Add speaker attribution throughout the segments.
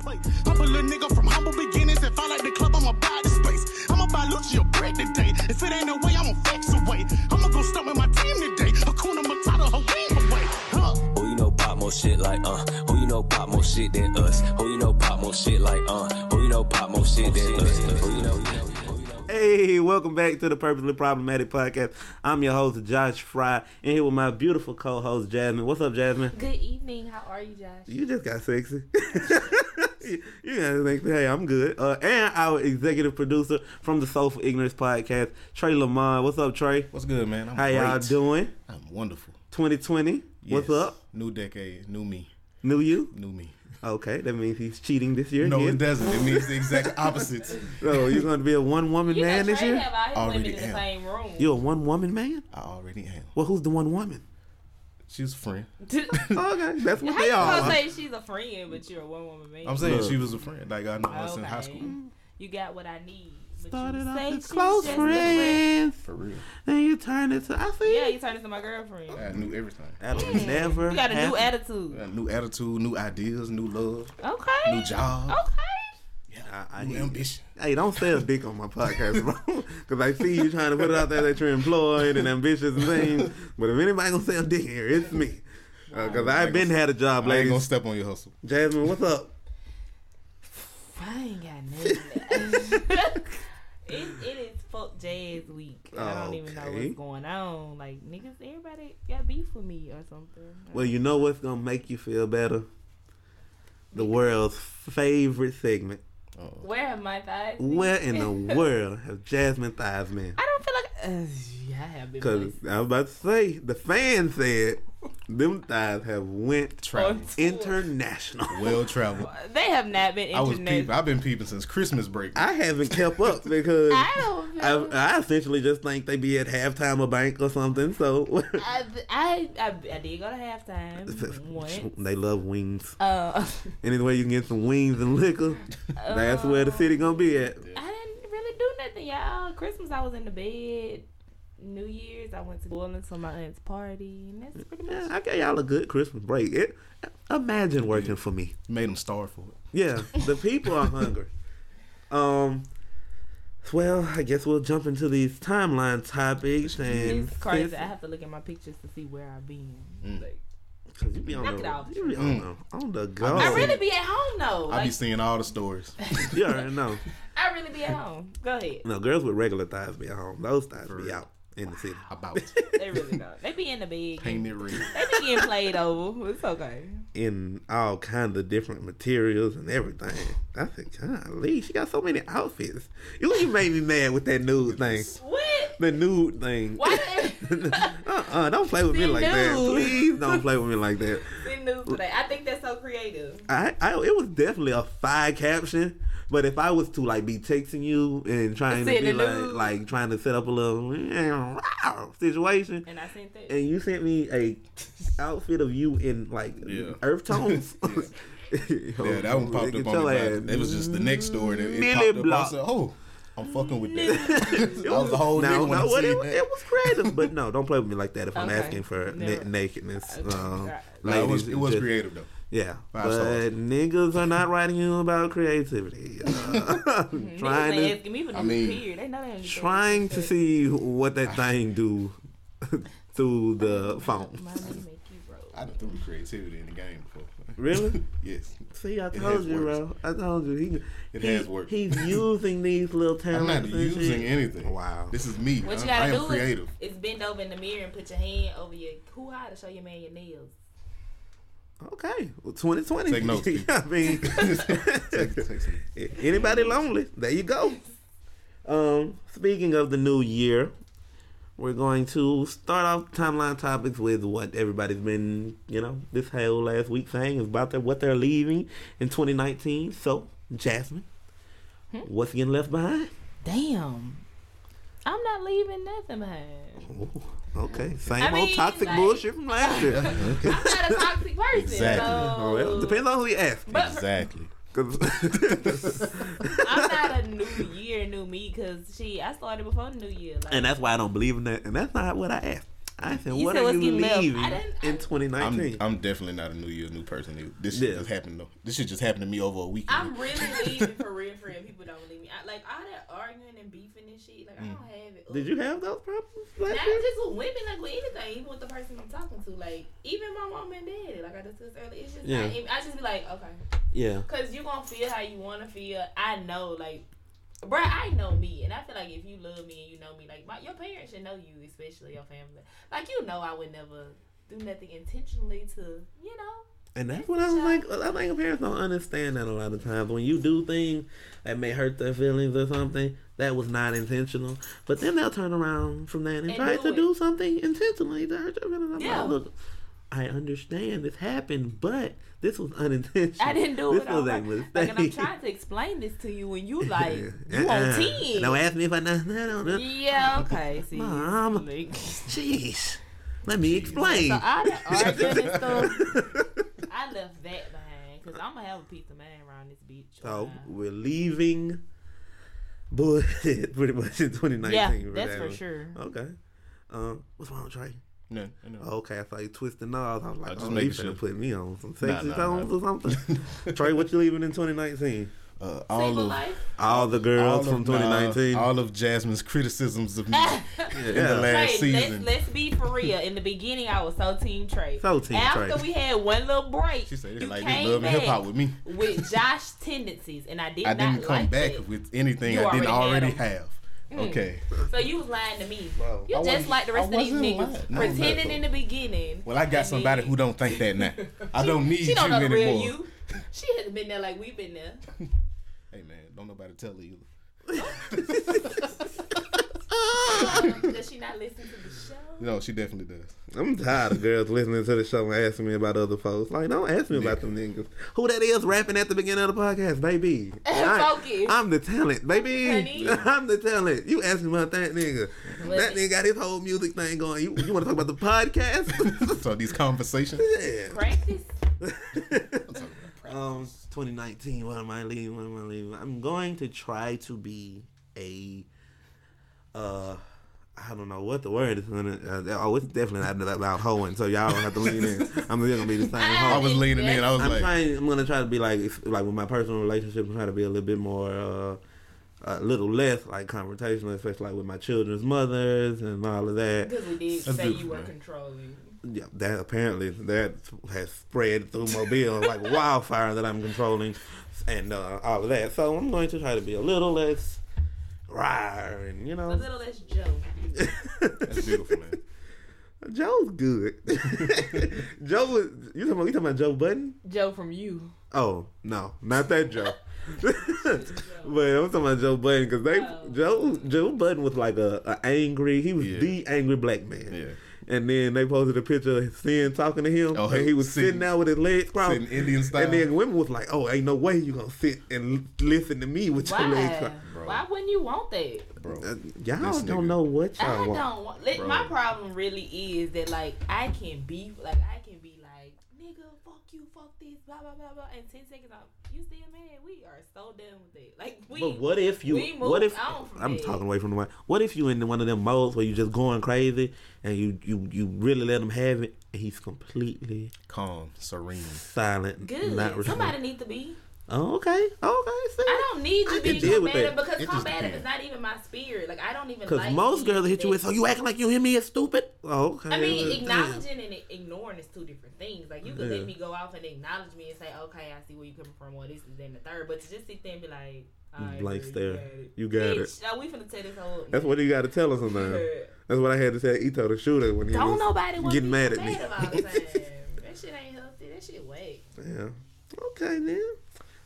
Speaker 1: plate. I'm a little nigga from humble beginnings. If I like the club, I'ma buy the space. I'ma buy Lucia bread today. If it ain't the way, I'ma flex away. I'ma go stunt with my team today. Hakuna Matata, her wing away. Huh?
Speaker 2: Who you know pop more shit like uh? Who you know pop more shit than us? Who you know pop more shit like uh? Who you know pop more shit than us? Who you know?
Speaker 3: Hey, welcome back to the Purposely Problematic Podcast. I'm your host, Josh Fry, and here with my beautiful co host, Jasmine. What's up, Jasmine?
Speaker 4: Good evening. How are you, Josh?
Speaker 3: You just got sexy. you you got sexy. Hey, I'm good. Uh, and our executive producer from the Soulful Ignorance Podcast, Trey Lamont. What's up, Trey?
Speaker 5: What's good, man? I'm
Speaker 3: How y'all
Speaker 5: great.
Speaker 3: doing?
Speaker 5: I'm wonderful.
Speaker 3: 2020. What's
Speaker 5: Yes.
Speaker 3: up?
Speaker 5: New decade, new me,
Speaker 3: New you?
Speaker 5: new me.
Speaker 3: Okay, that means he's cheating this year.
Speaker 5: No, it
Speaker 3: again.
Speaker 5: doesn't. It means the exact opposite.
Speaker 3: So you're going to be a one woman
Speaker 4: You know,
Speaker 3: man
Speaker 4: Trey
Speaker 3: this year?
Speaker 4: have all his women
Speaker 5: Already
Speaker 4: in the
Speaker 5: am.
Speaker 4: same room.
Speaker 3: You're a one woman man?
Speaker 5: I already am.
Speaker 3: Well, who's the one woman?
Speaker 5: She's a friend.
Speaker 3: Okay, that's what
Speaker 4: How
Speaker 3: they
Speaker 4: you
Speaker 3: all
Speaker 4: gonna
Speaker 3: are.
Speaker 4: say she's a friend, but you're a one woman man?
Speaker 5: I'm saying
Speaker 3: Look.
Speaker 5: she was a friend. Like I know us in high
Speaker 4: Okay.
Speaker 5: school.
Speaker 4: You got what I need. But
Speaker 3: Started
Speaker 4: you
Speaker 3: off
Speaker 4: say
Speaker 3: as
Speaker 4: she's
Speaker 3: close
Speaker 4: just a
Speaker 3: friends,
Speaker 5: For real.
Speaker 3: then you turn it to I see.
Speaker 4: Yeah, you turned into my girlfriend.
Speaker 5: I knew everything.
Speaker 3: That'll never.
Speaker 4: You got a new
Speaker 3: happen.
Speaker 4: attitude.
Speaker 5: I new attitude, new ideas, new love,
Speaker 4: Okay.
Speaker 5: new job,
Speaker 4: Okay.
Speaker 3: I- I
Speaker 5: new
Speaker 3: hear you.
Speaker 5: ambition.
Speaker 3: Hey, don't sell dick on my podcast, bro. Because I see you trying to put it out there that you're employed and ambitious and things. But if anybody gonna sell dick here, it's me. Because I've been had a job,
Speaker 5: I ain't gonna
Speaker 3: ladies.
Speaker 5: step on your hustle.
Speaker 3: Jasmine, what's up?
Speaker 4: I ain't got nothing. it, it is fuck jazz week. I don't even know
Speaker 3: Okay.
Speaker 4: what's going on. Like niggas, everybody got beef with me or something.
Speaker 3: Well, you know what's gonna make you feel better? The world's favorite segment.
Speaker 4: Where have my thighs? been?
Speaker 3: Where in the world have Jasmine thighs been?
Speaker 4: I don't feel like. Uh, yeah, I have been.
Speaker 3: Because
Speaker 4: blessed.
Speaker 3: I was about to say, the fan said them thighs have went
Speaker 5: Travel.
Speaker 4: On tour.
Speaker 3: international.
Speaker 5: Well traveled.
Speaker 4: They have not been
Speaker 5: I was
Speaker 4: internet.
Speaker 5: peeping. I've been peeping since Christmas break.
Speaker 3: I haven't kept up because
Speaker 4: I don't know.
Speaker 3: I, I essentially just think they be at halftime a bank or something. So
Speaker 4: I, I, I, I did go to halftime once.
Speaker 3: they love wings.
Speaker 4: Uh,
Speaker 3: Anywhere you can get some wings and liquor, that's where the city gonna be at.
Speaker 4: I didn't really do nothing, y'all. Christmas, I was in the bed. New Year's, I went to New Orleans for my aunt's party, and that's pretty much.
Speaker 3: Yeah, I gave y'all a good Christmas break. It, imagine working for me.
Speaker 5: Made them starve for it.
Speaker 3: Yeah, the people are hungry. Um, well, I guess we'll jump into these timeline topics and
Speaker 4: It's crazy. I
Speaker 3: since-
Speaker 4: have to look at my pictures to see where I've been. Like,
Speaker 3: 'cause you be on
Speaker 4: Knock
Speaker 3: the
Speaker 4: it off.
Speaker 3: you be on the, on the go.
Speaker 4: I really be at home though.
Speaker 5: Oh. I be
Speaker 4: Like,
Speaker 5: seeing all the stories.
Speaker 3: you already know.
Speaker 4: I really be at home. Go ahead.
Speaker 3: No, girls with regular thighs be at home. Those thighs be
Speaker 5: real.
Speaker 3: out in the city.
Speaker 5: About
Speaker 4: They really don't. They be in the bed.
Speaker 5: painted red.
Speaker 4: They be getting played over. It's okay.
Speaker 3: In all kinds of different materials and everything. I said, golly, she got so many outfits. You, you made me mad with that nude thing.
Speaker 4: What?
Speaker 3: The nude thing.
Speaker 4: Why? do they-
Speaker 3: Uh-uh, don't play with me
Speaker 4: See,
Speaker 3: like that.
Speaker 4: nude.
Speaker 3: Please don't play with me like that.
Speaker 4: Been news today. I think that's so creative.
Speaker 3: I, I it was definitely a fire caption. But if I was to like be texting you and trying to
Speaker 4: Send
Speaker 3: be
Speaker 4: the
Speaker 3: like
Speaker 4: nude.
Speaker 3: like trying to set up a little situation,
Speaker 4: And I sent that.
Speaker 3: and you sent me a outfit of you in like
Speaker 5: Yeah.
Speaker 3: earth tones. Oh,
Speaker 5: Yeah, that one popped up on me. It, it was just
Speaker 3: Mm-hmm.
Speaker 5: the next story that it
Speaker 3: Lily
Speaker 5: popped up.
Speaker 3: block.
Speaker 5: I said, "Oh, I'm fucking with that." I was the whole
Speaker 3: No,
Speaker 5: nigga when
Speaker 3: no,
Speaker 5: I
Speaker 3: well,
Speaker 5: seen
Speaker 3: it,
Speaker 5: that.
Speaker 3: it was creative, but no, don't play with me like that. If I'm
Speaker 4: Okay.
Speaker 3: asking for na-
Speaker 4: Never.
Speaker 3: nakedness,
Speaker 4: Okay.
Speaker 3: um,
Speaker 5: No, it was,
Speaker 3: ladies,
Speaker 5: it was
Speaker 3: just-
Speaker 5: creative though.
Speaker 3: Yeah,
Speaker 5: Five
Speaker 3: but
Speaker 5: stars.
Speaker 3: niggas are not writing you about creativity. Uh,
Speaker 4: Niggas
Speaker 3: trying
Speaker 4: ain't
Speaker 3: to
Speaker 4: asking me for
Speaker 5: I
Speaker 4: no
Speaker 5: mean,
Speaker 4: period. They know they ain't getting
Speaker 3: trying to
Speaker 4: shit.
Speaker 3: see what that thing do through the phone.
Speaker 4: My money make you broke.
Speaker 5: I done threw the creativity in the game before.
Speaker 3: Really?
Speaker 5: yes.
Speaker 3: See, I
Speaker 5: It
Speaker 3: told
Speaker 5: has
Speaker 3: you, bro.
Speaker 5: worked.
Speaker 3: I told you. He,
Speaker 5: It
Speaker 3: he-
Speaker 5: has worked.
Speaker 3: He's using these little
Speaker 5: I'm
Speaker 3: talents.
Speaker 5: not
Speaker 3: and shit.
Speaker 5: using anything.
Speaker 3: Wow.
Speaker 5: This is me.
Speaker 4: What you
Speaker 5: I'm-
Speaker 4: gotta
Speaker 5: I am
Speaker 4: do
Speaker 5: creative.
Speaker 4: is, is bend over in the mirror and put your hand over your hoo ha to show your man your nails.
Speaker 3: Okay. Well, 2020.
Speaker 5: Take notes, people.
Speaker 3: I mean,
Speaker 5: Take- take some-
Speaker 3: anybody lonely, there you go. Um, speaking of the new year, we're going to start off timeline topics with what everybody's been, you know, this whole last week saying is about their, what they're leaving in 2019. So, Jasmine,
Speaker 4: Hmm?
Speaker 3: what's getting left behind?
Speaker 4: Damn. I'm not leaving nothing behind.
Speaker 3: Ooh, okay, same
Speaker 4: I
Speaker 3: old
Speaker 4: mean,
Speaker 3: toxic
Speaker 4: like-
Speaker 3: bullshit from last year.
Speaker 4: I'm not a toxic person.
Speaker 5: Exactly.
Speaker 4: So
Speaker 3: Oh, Well, depends on who you ask.
Speaker 4: But for-
Speaker 5: exactly.
Speaker 3: 'cause-
Speaker 4: I'm not a new year, new me, because she I started before the new year. Like,
Speaker 3: and that's why I don't believe in that. And that's not what I asked. I said,
Speaker 4: You
Speaker 3: what
Speaker 4: said
Speaker 3: are
Speaker 4: what's
Speaker 3: you
Speaker 4: getting left. I
Speaker 3: leaving
Speaker 4: didn't-
Speaker 3: in
Speaker 5: I'm,
Speaker 3: 2019?
Speaker 5: I'm definitely not a New Year new person. Either. This shit
Speaker 3: Yeah.
Speaker 5: just happened though. This shit just happened to me over a weekend.
Speaker 4: I'm really leaving for real, for real. People don't believe me. I, like all that arguing and beefing and shit. Like I don't have it.
Speaker 3: Mm. Did you have those problems?
Speaker 4: Not
Speaker 3: Like
Speaker 4: just with women, like with anything, even with the person I'm talking to, like even my mom and dad, like I discussed earlier, it's just
Speaker 3: Yeah.
Speaker 4: not even- I just be like, okay,
Speaker 3: Yeah.
Speaker 4: cause you gonna feel how you wanna feel. I know, like, bruh, I know me, and I feel like if you love me and you know me, like my your parents should know you, especially your family. Like you know, I would never do nothing intentionally to, you know,
Speaker 3: And that's what I was like. I think parents don't understand that a lot of times. When you do things that may hurt their feelings or something, that was not intentional. But then they'll turn around from that and,
Speaker 4: And
Speaker 3: try
Speaker 4: do
Speaker 3: to
Speaker 4: it.
Speaker 3: do something intentionally to hurt your feelings. I'm
Speaker 4: Yeah.
Speaker 3: like, look, I understand this happened, but this was unintentional.
Speaker 4: I didn't do
Speaker 3: this
Speaker 4: it.
Speaker 3: This was
Speaker 4: all
Speaker 3: a
Speaker 4: right.
Speaker 3: mistake.
Speaker 4: Like, and I'm trying to explain this to you, and you like you on
Speaker 3: Uh-uh.
Speaker 4: ten.
Speaker 3: Don't ask me if I not. I don't know.
Speaker 4: yeah, okay. See,
Speaker 3: Mom.
Speaker 4: like-
Speaker 3: Jeez. Let me explain.
Speaker 4: so all that arguing and stuff, I left that behind because I'm gonna have a piece of mind around this bitch.
Speaker 5: Oh,
Speaker 3: So
Speaker 4: Wow.
Speaker 3: we're leaving bullshit pretty much in 2019.
Speaker 4: yeah,
Speaker 3: for
Speaker 4: that's
Speaker 3: that
Speaker 4: for
Speaker 3: one.
Speaker 4: sure.
Speaker 3: Okay. Um, what's wrong, Trey?
Speaker 5: no, I know.
Speaker 3: Oh, okay, I thought you twisting knobs. I was like,
Speaker 5: I
Speaker 3: I
Speaker 5: was just
Speaker 3: oh,
Speaker 5: making
Speaker 3: you
Speaker 5: sure.
Speaker 3: should put me on some sexy
Speaker 5: nah,
Speaker 3: songs or something. Trey, what you leaving in 2019?
Speaker 5: Uh, all
Speaker 4: Single
Speaker 5: of
Speaker 4: life.
Speaker 3: All the
Speaker 5: all
Speaker 3: girls
Speaker 5: of-
Speaker 3: from 2019.
Speaker 5: nah, all of Jasmine's criticisms of me in
Speaker 3: Yeah.
Speaker 5: the last
Speaker 4: Trey,
Speaker 5: season.
Speaker 4: let's, let's be for real. In the beginning, I was so team Trey.
Speaker 3: So team
Speaker 4: After
Speaker 3: Trey.
Speaker 4: we had one little break,
Speaker 5: she said
Speaker 4: you
Speaker 5: it's like this
Speaker 4: came
Speaker 5: love and hip hop
Speaker 4: back
Speaker 5: with me.
Speaker 4: with Josh tendencies, and I did
Speaker 5: I
Speaker 4: not
Speaker 5: didn't come
Speaker 4: like
Speaker 5: back
Speaker 4: it.
Speaker 5: with anything
Speaker 4: You
Speaker 5: I didn't
Speaker 4: already
Speaker 5: already
Speaker 4: had Mm.
Speaker 5: have. Okay.
Speaker 4: So you was lying to me.
Speaker 3: Bro,
Speaker 4: you
Speaker 5: I
Speaker 4: just
Speaker 5: wasn't-
Speaker 4: like the rest
Speaker 5: I
Speaker 4: of these
Speaker 5: wasn't
Speaker 4: niggas
Speaker 5: lying. No,
Speaker 4: pretending
Speaker 5: no.
Speaker 4: in the beginning.
Speaker 5: Well, I got
Speaker 4: And
Speaker 5: somebody
Speaker 4: then-
Speaker 5: who don't think that now. I don't need
Speaker 4: She don't
Speaker 5: you
Speaker 4: know the
Speaker 5: anymore.
Speaker 4: real you. She hasn't been there like we've been there.
Speaker 5: Hey man, don't nobody tell her either.
Speaker 4: Does she not listen to the show?
Speaker 5: No, she definitely does.
Speaker 3: I'm tired of girls listening to the show and asking me about other folks. Like, don't ask me about them niggas. Who that is rapping at the beginning of the podcast, baby?
Speaker 4: Focus.
Speaker 3: I'm the talent, baby.
Speaker 4: Honey.
Speaker 3: I'm the talent. You asking about that nigga? that nigga got his whole music thing going. You, you want to talk about the podcast?
Speaker 5: so these conversations.
Speaker 3: yeah.
Speaker 4: Practice.
Speaker 3: Um, 2019. What am I leaving? What am I leaving? I'm going to try to be a, uh, I don't know what the word is. Gonna, uh, oh, it's definitely not that loud hoeing. So y'all don't have to lean in. I'm still gonna be the same
Speaker 5: I
Speaker 3: hoe.
Speaker 5: was leaning in. I was
Speaker 3: I'm
Speaker 5: like,
Speaker 3: trying. I'm gonna try to be like ex- like with my personal relationship. I'm trying to be a little bit more, uh, a little less like confrontational, especially like with my children's mothers and all of that.
Speaker 4: Because we did
Speaker 5: That's
Speaker 4: say you
Speaker 5: beautiful,
Speaker 4: were
Speaker 5: man.
Speaker 4: controlling.
Speaker 3: Yeah, that apparently that has spread through Mobile like wildfire that I'm controlling, and uh, all of that. So I'm going to try to be a little less rar, and you
Speaker 4: A
Speaker 3: know,
Speaker 4: little less Joe.
Speaker 5: that's beautiful, man.
Speaker 3: Joe's good. Joe was you talking about you talking about Joe Button?
Speaker 4: Joe from you.
Speaker 3: Oh no, not that Joe. but I'm talking about Joe Budden because they
Speaker 4: Oh.
Speaker 3: Joe Joe Budden was like a, a angry. He was
Speaker 5: Yeah.
Speaker 3: the angry black man.
Speaker 5: Yeah.
Speaker 3: And then they posted a picture of Sin talking to him,
Speaker 5: Oh,
Speaker 3: and he was
Speaker 5: Sin-
Speaker 3: sitting there with his legs crossed.
Speaker 5: Sitting Indian style.
Speaker 3: And then women was like, "Oh, ain't no way you gonna sit and l- listen to me with your legs
Speaker 4: Why?
Speaker 3: crossed."
Speaker 5: Bro.
Speaker 4: Why wouldn't you want that?
Speaker 5: Bro,
Speaker 3: Uh, Y'all
Speaker 5: This
Speaker 3: don't
Speaker 5: nigga.
Speaker 3: know what y'all
Speaker 4: I
Speaker 3: want.
Speaker 4: don't want. Let,
Speaker 5: Bro.
Speaker 4: my problem really is that like I can be like I can be like nigga, fuck you, fuck this, blah blah blah blah. And ten seconds, I'm you still mad. We are so done with it. Like we.
Speaker 3: But what if you?
Speaker 4: we
Speaker 3: What
Speaker 4: moved
Speaker 3: if
Speaker 4: on from
Speaker 3: I'm
Speaker 4: that.
Speaker 3: talking away from the mic? What if you in one of them modes where you just going crazy and you you you really let him have it and he's completely
Speaker 5: calm, serene.
Speaker 3: silent,
Speaker 4: Good.
Speaker 3: not
Speaker 4: Somebody
Speaker 3: responding.
Speaker 4: need to be.
Speaker 3: Oh, okay, okay. See,
Speaker 4: I don't need
Speaker 3: I
Speaker 4: you
Speaker 3: can
Speaker 4: being
Speaker 3: deal with
Speaker 4: combative
Speaker 3: that.
Speaker 4: because
Speaker 5: It just
Speaker 4: combative
Speaker 5: can.
Speaker 4: is not even my spirit. Like I don't even.
Speaker 3: because
Speaker 4: like
Speaker 3: most
Speaker 4: being
Speaker 3: girls hit you
Speaker 4: that-
Speaker 3: with, "So you acting like you hear me is stupid." Oh, okay.
Speaker 4: I mean,
Speaker 3: well, damn.
Speaker 4: acknowledging and ignoring is two different things. Like you could
Speaker 3: Yeah.
Speaker 4: let me go off and acknowledge me and say, "Okay, I see where you coming from," or this is then the third. But to just sit there and be like, "All right,
Speaker 3: Blank
Speaker 4: girl,
Speaker 3: stare. You
Speaker 4: You
Speaker 3: got
Speaker 4: got
Speaker 3: it.
Speaker 4: it." Bitch, uh, we finna tell this whole.
Speaker 3: That's what you got to tell us sometimes. That's what I had to tell Ito the shooter when he
Speaker 4: Don't
Speaker 3: was
Speaker 4: nobody want
Speaker 3: getting
Speaker 4: to
Speaker 3: mad
Speaker 4: mad
Speaker 3: at me.
Speaker 4: about all the time. that shit ain't healthy. That shit whack.
Speaker 3: Yeah. Okay then.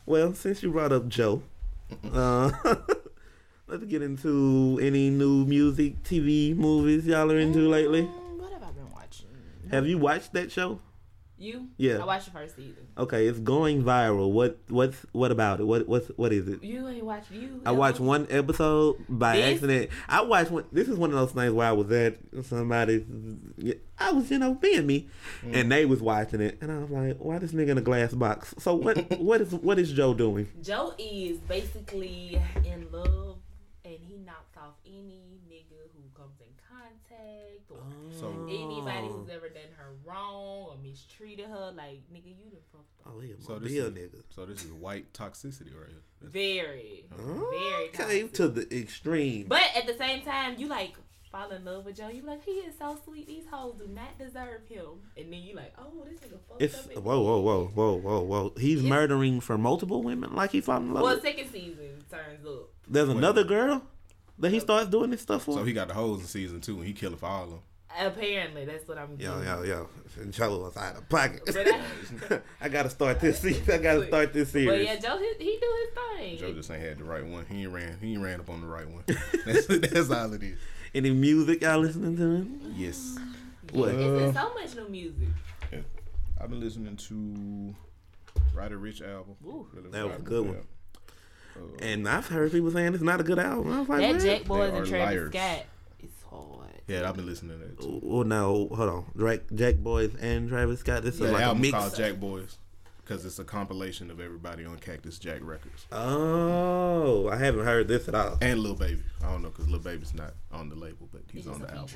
Speaker 3: Well, since you brought up Joe, uh, let's get into any new music, TV, movies y'all are into lately.
Speaker 4: Mm, what have I been watching?
Speaker 3: Have you watched that show?
Speaker 4: You?
Speaker 3: Yeah.
Speaker 4: I watched the first season.
Speaker 3: Okay, it's going viral. What what's what about it? What what's what is it?
Speaker 4: You ain't watched you.
Speaker 3: I watched one episode by
Speaker 4: This-
Speaker 3: accident. I watched one. This is one of those things where I was at somebody's. I was, you know, being me,
Speaker 5: Mm.
Speaker 3: and they was watching it, and I was like, "Why this nigga in a glass box?" So what? what is what is Joe doing?
Speaker 4: Joe is basically in love and he knocks off any nigga who comes in contact or
Speaker 5: So-
Speaker 4: anybody who's
Speaker 3: Oh.
Speaker 4: ever done her wrong or mistreated her. Like nigga, you done fucked up.
Speaker 3: Oh, he a
Speaker 5: So
Speaker 3: so
Speaker 5: this,
Speaker 3: nigga.
Speaker 5: is, so this is white toxicity right here. That's-
Speaker 4: Very, very.
Speaker 3: Okay,
Speaker 4: toxic.
Speaker 3: to the extreme.
Speaker 4: But at the same time, you like fall in love with Joe. You like he is so sweet. These hoes do not deserve him. And then you like, oh, this nigga fucked
Speaker 3: It's
Speaker 4: up.
Speaker 3: whoa, whoa, whoa, whoa, whoa, whoa. He's murdering for multiple women. Like he fought in love.
Speaker 4: Well,
Speaker 3: with.
Speaker 4: second season turns up.
Speaker 3: There's
Speaker 5: Wait.
Speaker 3: another girl that he starts doing this stuff for.
Speaker 5: So he got the hoes in season two, and he killing for all of them.
Speaker 4: Apparently, that's what I'm.
Speaker 3: yo,
Speaker 4: getting.
Speaker 3: yo, yo. Cello was out of pocket.
Speaker 4: But I-
Speaker 3: I gotta start this. se- I gotta start this
Speaker 4: But
Speaker 3: series.
Speaker 4: yeah, Joe, he, he do his thing.
Speaker 5: Joe just ain't had the right one. He ain't ran. He ain't ran up on the right one. That's, that's all it is.
Speaker 3: Any music y'all listening to?
Speaker 5: Yes,
Speaker 3: What?
Speaker 4: It's been so much new music.
Speaker 5: I've been listening to Ryder Rich album.
Speaker 4: Ooh.
Speaker 5: Really
Speaker 3: That was a
Speaker 5: vibing
Speaker 3: good
Speaker 5: with
Speaker 3: one. And I've heard people saying it's not a good album. I was like,
Speaker 4: That
Speaker 3: "What?"
Speaker 4: Jack Boys
Speaker 5: They
Speaker 4: and
Speaker 5: are
Speaker 4: Travis
Speaker 5: liars.
Speaker 4: Scott is hard.
Speaker 5: Yeah, I've been listening to that. Too.
Speaker 3: Well, Oh, no, hold on. Jack, Jack Boys and Travis Scott. This
Speaker 5: The
Speaker 3: is like a
Speaker 5: album
Speaker 3: mix.
Speaker 5: called Jack Boys because it's a compilation of everybody on Cactus Jack Records
Speaker 3: Oh, I haven't heard this at all.
Speaker 5: and Lil Baby. I don't know because Lil Baby's not on the label, but he's, on the album.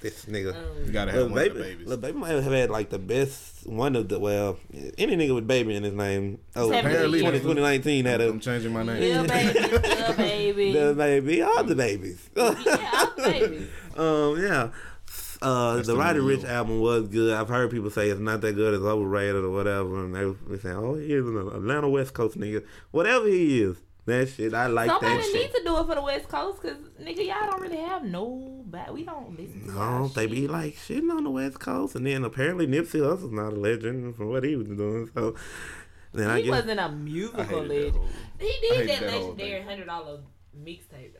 Speaker 3: This nigga.
Speaker 4: Uh, Um,
Speaker 5: You gotta have
Speaker 3: Lil
Speaker 5: one of the
Speaker 3: baby,
Speaker 5: babies.
Speaker 3: Lil baby might have had like the best one of the well, any nigga with baby in his name. Oh,
Speaker 4: Seven
Speaker 5: Apparently. years.
Speaker 3: 20, 2019 had
Speaker 5: I'm
Speaker 3: a
Speaker 5: changing my name.
Speaker 4: Lil baby,
Speaker 3: the
Speaker 4: Lil baby.
Speaker 3: baby, all the babies.
Speaker 4: yeah, I'm baby.
Speaker 3: um, yeah. Uh,
Speaker 5: That's
Speaker 3: the
Speaker 5: the
Speaker 3: Roddy
Speaker 5: new
Speaker 3: Rich
Speaker 5: deal.
Speaker 3: album was good. I've heard people say it's not that good, it's overrated or whatever, and they they saying, "Oh, he is an Atlanta West Coast nigga, whatever he is." That shit, I like
Speaker 4: Somebody
Speaker 3: that shit.
Speaker 4: needs to do it for the West Coast because, nigga, y'all don't really have nobody. We don't listen to
Speaker 3: No,
Speaker 4: y'all
Speaker 3: they be
Speaker 4: shit.
Speaker 3: like shitting on the West Coast, and then apparently Nipsey Hussle's not a legend from what he was doing. So then I
Speaker 4: He
Speaker 3: guess
Speaker 4: wasn't a
Speaker 5: I
Speaker 4: musical
Speaker 5: hated that
Speaker 4: legend.
Speaker 5: whole.
Speaker 4: He
Speaker 5: I
Speaker 4: did
Speaker 5: hated
Speaker 4: that,
Speaker 5: that whole
Speaker 4: legendary
Speaker 5: thing.
Speaker 4: $100 mixtape, though.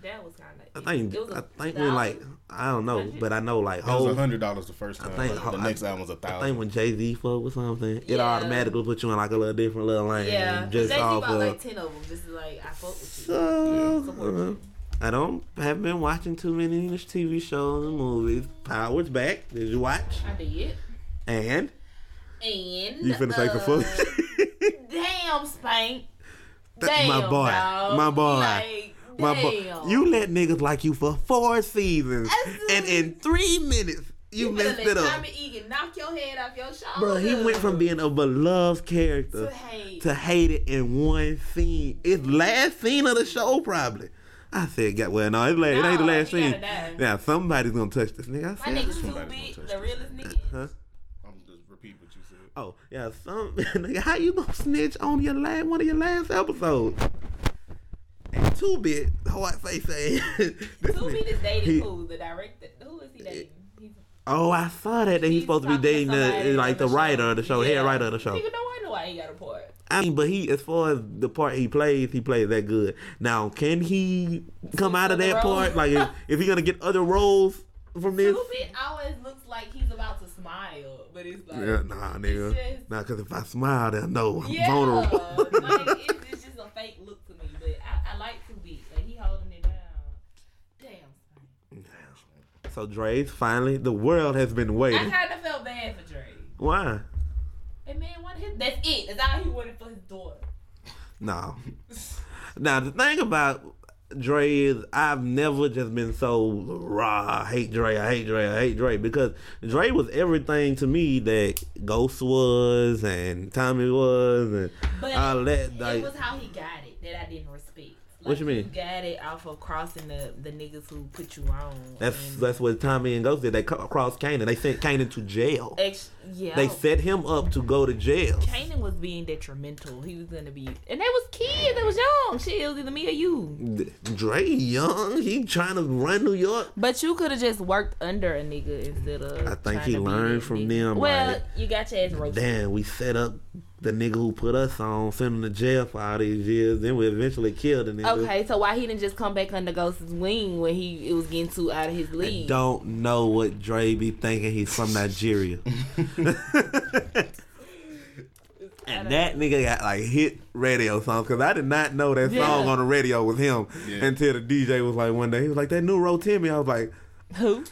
Speaker 4: That was kind
Speaker 3: I
Speaker 4: of.
Speaker 3: think
Speaker 4: it was
Speaker 3: I
Speaker 4: a
Speaker 3: think we like I don't know,
Speaker 4: Hundred?
Speaker 3: but I know like
Speaker 5: It was
Speaker 3: whole.
Speaker 5: hundred dollars the first time.
Speaker 3: think-
Speaker 5: but the
Speaker 3: I-
Speaker 5: next album was a
Speaker 3: I think
Speaker 5: thousand.
Speaker 3: when Jay Z fuck with something, it
Speaker 4: Yeah.
Speaker 3: automatically put you in like a little different little lane,
Speaker 4: Yeah,
Speaker 3: just
Speaker 4: Jay Z
Speaker 3: off
Speaker 4: bought
Speaker 3: of.
Speaker 4: like 10 of them. Just like, I fuck with you.
Speaker 3: so,
Speaker 4: Support
Speaker 3: uh,
Speaker 4: you.
Speaker 3: I don't have been watching too many English TV shows and movies. Power's back. Did you watch?
Speaker 4: I did.
Speaker 3: And
Speaker 4: And.
Speaker 3: you finna take a
Speaker 4: uh,
Speaker 3: fuck?
Speaker 4: Damn, Spank.
Speaker 3: That-
Speaker 4: Damn,
Speaker 3: my boy.
Speaker 4: dog.
Speaker 3: My boy.
Speaker 4: Like,
Speaker 3: My
Speaker 4: damn.
Speaker 3: boy, you let niggas like you for four seasons,
Speaker 4: That's-
Speaker 3: and in three minutes you,
Speaker 4: You better
Speaker 3: messed
Speaker 4: let
Speaker 3: it up.
Speaker 4: Tommy Egan knock your head off your shoulder.
Speaker 3: Bro, he went from being a beloved character
Speaker 4: To hate.
Speaker 3: to hated in one scene. It's last scene of the show, probably. I said, "Got well, no, it's la it ain't the
Speaker 4: No,
Speaker 3: last
Speaker 4: he gotta
Speaker 3: scene."
Speaker 4: die.
Speaker 3: Now somebody's gonna touch this nigga.
Speaker 4: My
Speaker 3: I said,
Speaker 4: nigga's too
Speaker 5: Somebody
Speaker 4: big.
Speaker 5: gonna touch
Speaker 4: The
Speaker 5: me.
Speaker 4: realest nigga.
Speaker 5: I'm just repeat what you said.
Speaker 3: "Oh, yeah, some nigga, how you gonna snitch on your last one of your last episodes?" And two bit, oh, hard face said, this
Speaker 4: Who he
Speaker 3: nigga-
Speaker 4: is dating
Speaker 3: he-
Speaker 4: who? The director? Who is he dating? He's
Speaker 3: "Oh, I saw that that he's
Speaker 4: He's
Speaker 3: supposed to be
Speaker 4: talking
Speaker 3: dating
Speaker 4: to somebody
Speaker 3: the like
Speaker 4: on
Speaker 3: the,
Speaker 4: the
Speaker 3: writer
Speaker 4: show.
Speaker 3: of the show,
Speaker 4: Yeah.
Speaker 3: head writer of the show."
Speaker 4: nigga, no wonder why he got a part.
Speaker 3: I mean, but he, as far as the part he plays, he plays that good. Now, can he come out of
Speaker 4: Other
Speaker 3: that
Speaker 4: roles?
Speaker 3: part? Like, is, is he gonna get other roles from this?
Speaker 4: Stupid always looks like he's about to smile, but it's like
Speaker 3: Yeah, nah, nigga.
Speaker 4: It's just-
Speaker 3: Nah, cause if I smile, they'll know I'm
Speaker 4: yeah,
Speaker 3: vulnerable.
Speaker 4: like it's, it's just a fake look to me. But I, I like to be like he holding it down. Damn.
Speaker 3: so Dre's finally, the world has been
Speaker 4: I
Speaker 3: waiting.
Speaker 4: kind of felt bad for Dre.
Speaker 3: Why?
Speaker 4: And man, what his? That's it. That's all he wanted for his daughter.
Speaker 3: No. now the thing about Dre is I've never just been so raw. I hate Dre. I hate Dre. I hate Dre because Dre was everything to me that Ghost was and Tommy was and
Speaker 4: But
Speaker 3: all that.
Speaker 4: it
Speaker 3: Like,
Speaker 4: was how he got it that I didn't respect. Like,
Speaker 3: What you mean?
Speaker 4: He got it off of crossing the, the niggas who put you on.
Speaker 3: that's
Speaker 4: and-
Speaker 3: that's what Tommy and Ghost did. They co- crossed Kanan. They sent Kanan to jail.
Speaker 4: Ex- yeah.
Speaker 3: They set him up to go to jail.
Speaker 4: Kanan was being detrimental. He was gonna be, and they was kids. They was young. Shit, it was either me or you.
Speaker 3: D- Dre young, he trying to run New York.
Speaker 4: But you could have just worked under a nigga instead of.
Speaker 3: I think
Speaker 4: trying
Speaker 3: he
Speaker 4: to be
Speaker 3: learned
Speaker 4: that
Speaker 3: from
Speaker 4: nigga.
Speaker 3: them,
Speaker 4: Well,
Speaker 3: like-
Speaker 4: you got your ass roasted.
Speaker 3: Damn, we set up the nigga who put us on, sent him to jail for all these years. Then we eventually killed the nigga.
Speaker 4: Okay, so why he didn't just come back under Ghost's wing when he it was getting too out of his league?
Speaker 3: Don't know what Dre be thinking. He's from Nigeria. And that nigga got like hit radio songs because I did not know that
Speaker 4: Yeah.
Speaker 3: song on the radio was him
Speaker 5: Yeah.
Speaker 3: until the DJ was like one day he was like that new Ro Timmy. I was like,
Speaker 4: Who?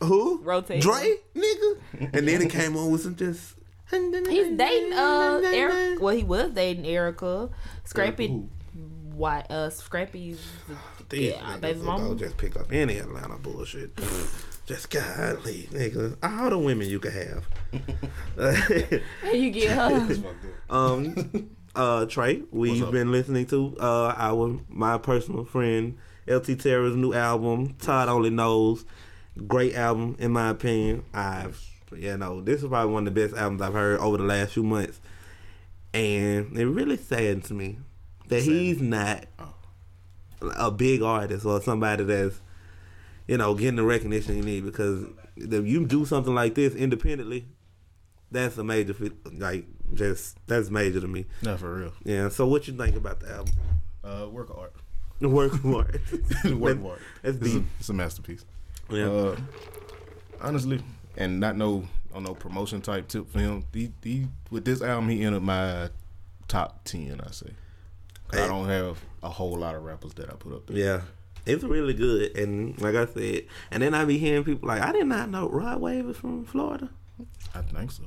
Speaker 3: who?
Speaker 4: Ro Timmy.
Speaker 3: Dre, nigga. And then it came on with some just.
Speaker 4: uh, He's dating uh Eric. Well, he was dating Erica. Scrappy why uh Scrappy's
Speaker 3: These
Speaker 4: yeah,
Speaker 3: niggas
Speaker 4: baby
Speaker 3: will
Speaker 4: mama.
Speaker 3: go just pick up any Atlanta bullshit. just golly, nigga. All the women you could have.
Speaker 4: you get her.
Speaker 3: um uh Trey, we've
Speaker 5: up?
Speaker 3: been listening to uh our my personal friend LT Terra's new album, Todd Only Knows. Great album in my opinion. I've you know, this is probably one of the best albums I've heard over the last few months. And it really saddens me that he's not a big artist or somebody that's you know getting the recognition you need because if you do something like this independently, that's a major fe- like just that's major to me.
Speaker 5: Not for real.
Speaker 3: Yeah. So what you think about the album?
Speaker 5: Uh, work of art.
Speaker 3: Work for it.
Speaker 5: work
Speaker 3: That-
Speaker 5: of art.
Speaker 3: That's
Speaker 5: It's a,
Speaker 3: deep.
Speaker 5: it's a masterpiece.
Speaker 3: Yeah.
Speaker 5: Uh, honestly, and not no on no promotion type tip for him. He, he, with this album, he entered my top ten. I say. 'Cause I don't have a whole lot of rappers that I put up there.
Speaker 3: yeah. It's really good, and like I said, and then I be hearing people like, "I did not know Rod Wave is from Florida."
Speaker 5: I think so.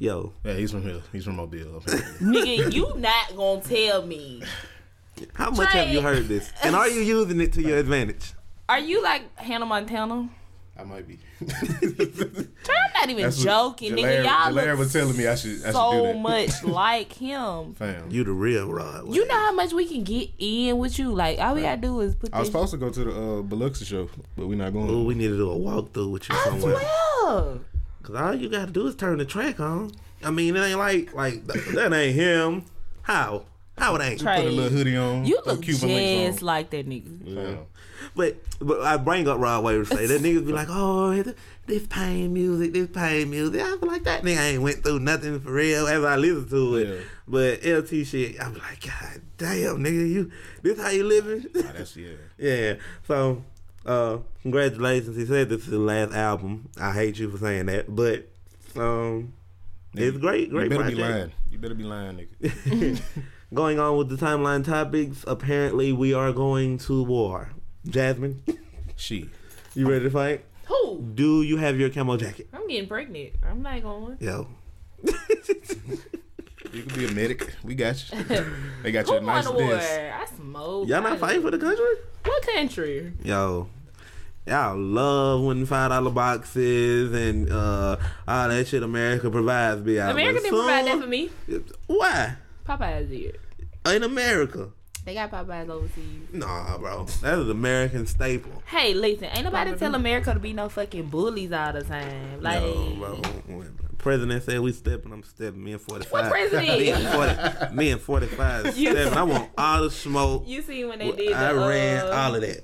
Speaker 3: Yo,
Speaker 5: Yeah, he's from here. He's from Mobile. up here.
Speaker 4: Nigga, you not gonna tell me.
Speaker 3: how much have you
Speaker 4: Trey.
Speaker 3: heard this, and are you using it to your advantage?
Speaker 4: Are you like Hannah Montana?
Speaker 5: I might be.
Speaker 4: I'm not even joking, nigga. Y'all
Speaker 5: Jalaire
Speaker 4: look
Speaker 5: was telling me I should, I should do
Speaker 4: so
Speaker 5: that.
Speaker 4: much like him.
Speaker 5: Fam.
Speaker 3: You the real Rod. Wave.
Speaker 4: You know how much we can get in with you. Like all we gotta do is put
Speaker 5: I was
Speaker 4: this.
Speaker 5: supposed to go to the uh, Biloxi show, but we're not going.
Speaker 3: Ooh, we need to do a walkthrough with you
Speaker 4: I
Speaker 3: somewhere.
Speaker 4: swear.
Speaker 3: Cause all you gotta do is turn the track on. I mean, it ain't like like th- that ain't him. How? How it ain't?
Speaker 5: Put a little
Speaker 4: Trey,
Speaker 5: hoodie on.
Speaker 4: you
Speaker 5: throw
Speaker 4: look
Speaker 5: Cuban links
Speaker 4: just
Speaker 5: on.
Speaker 4: like that nigga.
Speaker 5: Fam.
Speaker 3: But but I bring up Rod Wave to say that niggas be like, oh, th- this pain music, this pain music. I be like that nigga ain't went through nothing for real as I listen to it.
Speaker 5: Yeah.
Speaker 3: But LT shit, I be like, God damn, nigga, you this how you living?
Speaker 5: Nah, that's yeah.
Speaker 3: yeah. So uh, congratulations. He said this is the last album. I hate you for saying that, but um, it's great,
Speaker 5: You
Speaker 3: great
Speaker 5: better
Speaker 3: project.
Speaker 5: be lying. You better be lying, nigga.
Speaker 3: Going on with the timeline topics, apparently we are going to war. Jasmine,
Speaker 5: she.
Speaker 3: you ready to fight?
Speaker 4: Who?
Speaker 3: Do you have your camo jacket?
Speaker 4: I'm getting pregnant. I'm not going.
Speaker 3: Yo.
Speaker 5: You could be a medic. We got you. They got you
Speaker 4: Who
Speaker 5: a nice
Speaker 4: won the war?
Speaker 5: desk.
Speaker 4: I smoke.
Speaker 3: Y'all not
Speaker 4: I-
Speaker 3: fighting for the country?
Speaker 4: What country?
Speaker 3: Yo. Y'all love when five dollar boxes and uh all that shit America provides be out.
Speaker 4: America
Speaker 3: But
Speaker 4: didn't provide that
Speaker 3: soon-
Speaker 4: for me.
Speaker 3: Why?
Speaker 4: Popeyes did.
Speaker 3: In America.
Speaker 4: They got Popeyes overseas.
Speaker 3: Nah, bro. That is American staple.
Speaker 4: Hey, listen, ain't nobody tell America to be no fucking bullies all the time. Like,
Speaker 3: No, bro. President said we stepping, I'm stepping. Me and 45.
Speaker 4: What president?
Speaker 3: Me and, 40, me and 45 is
Speaker 4: You-
Speaker 3: stepping. I want all the smoke.
Speaker 4: you see when they did the,
Speaker 3: I ran
Speaker 4: uh,
Speaker 3: all of that.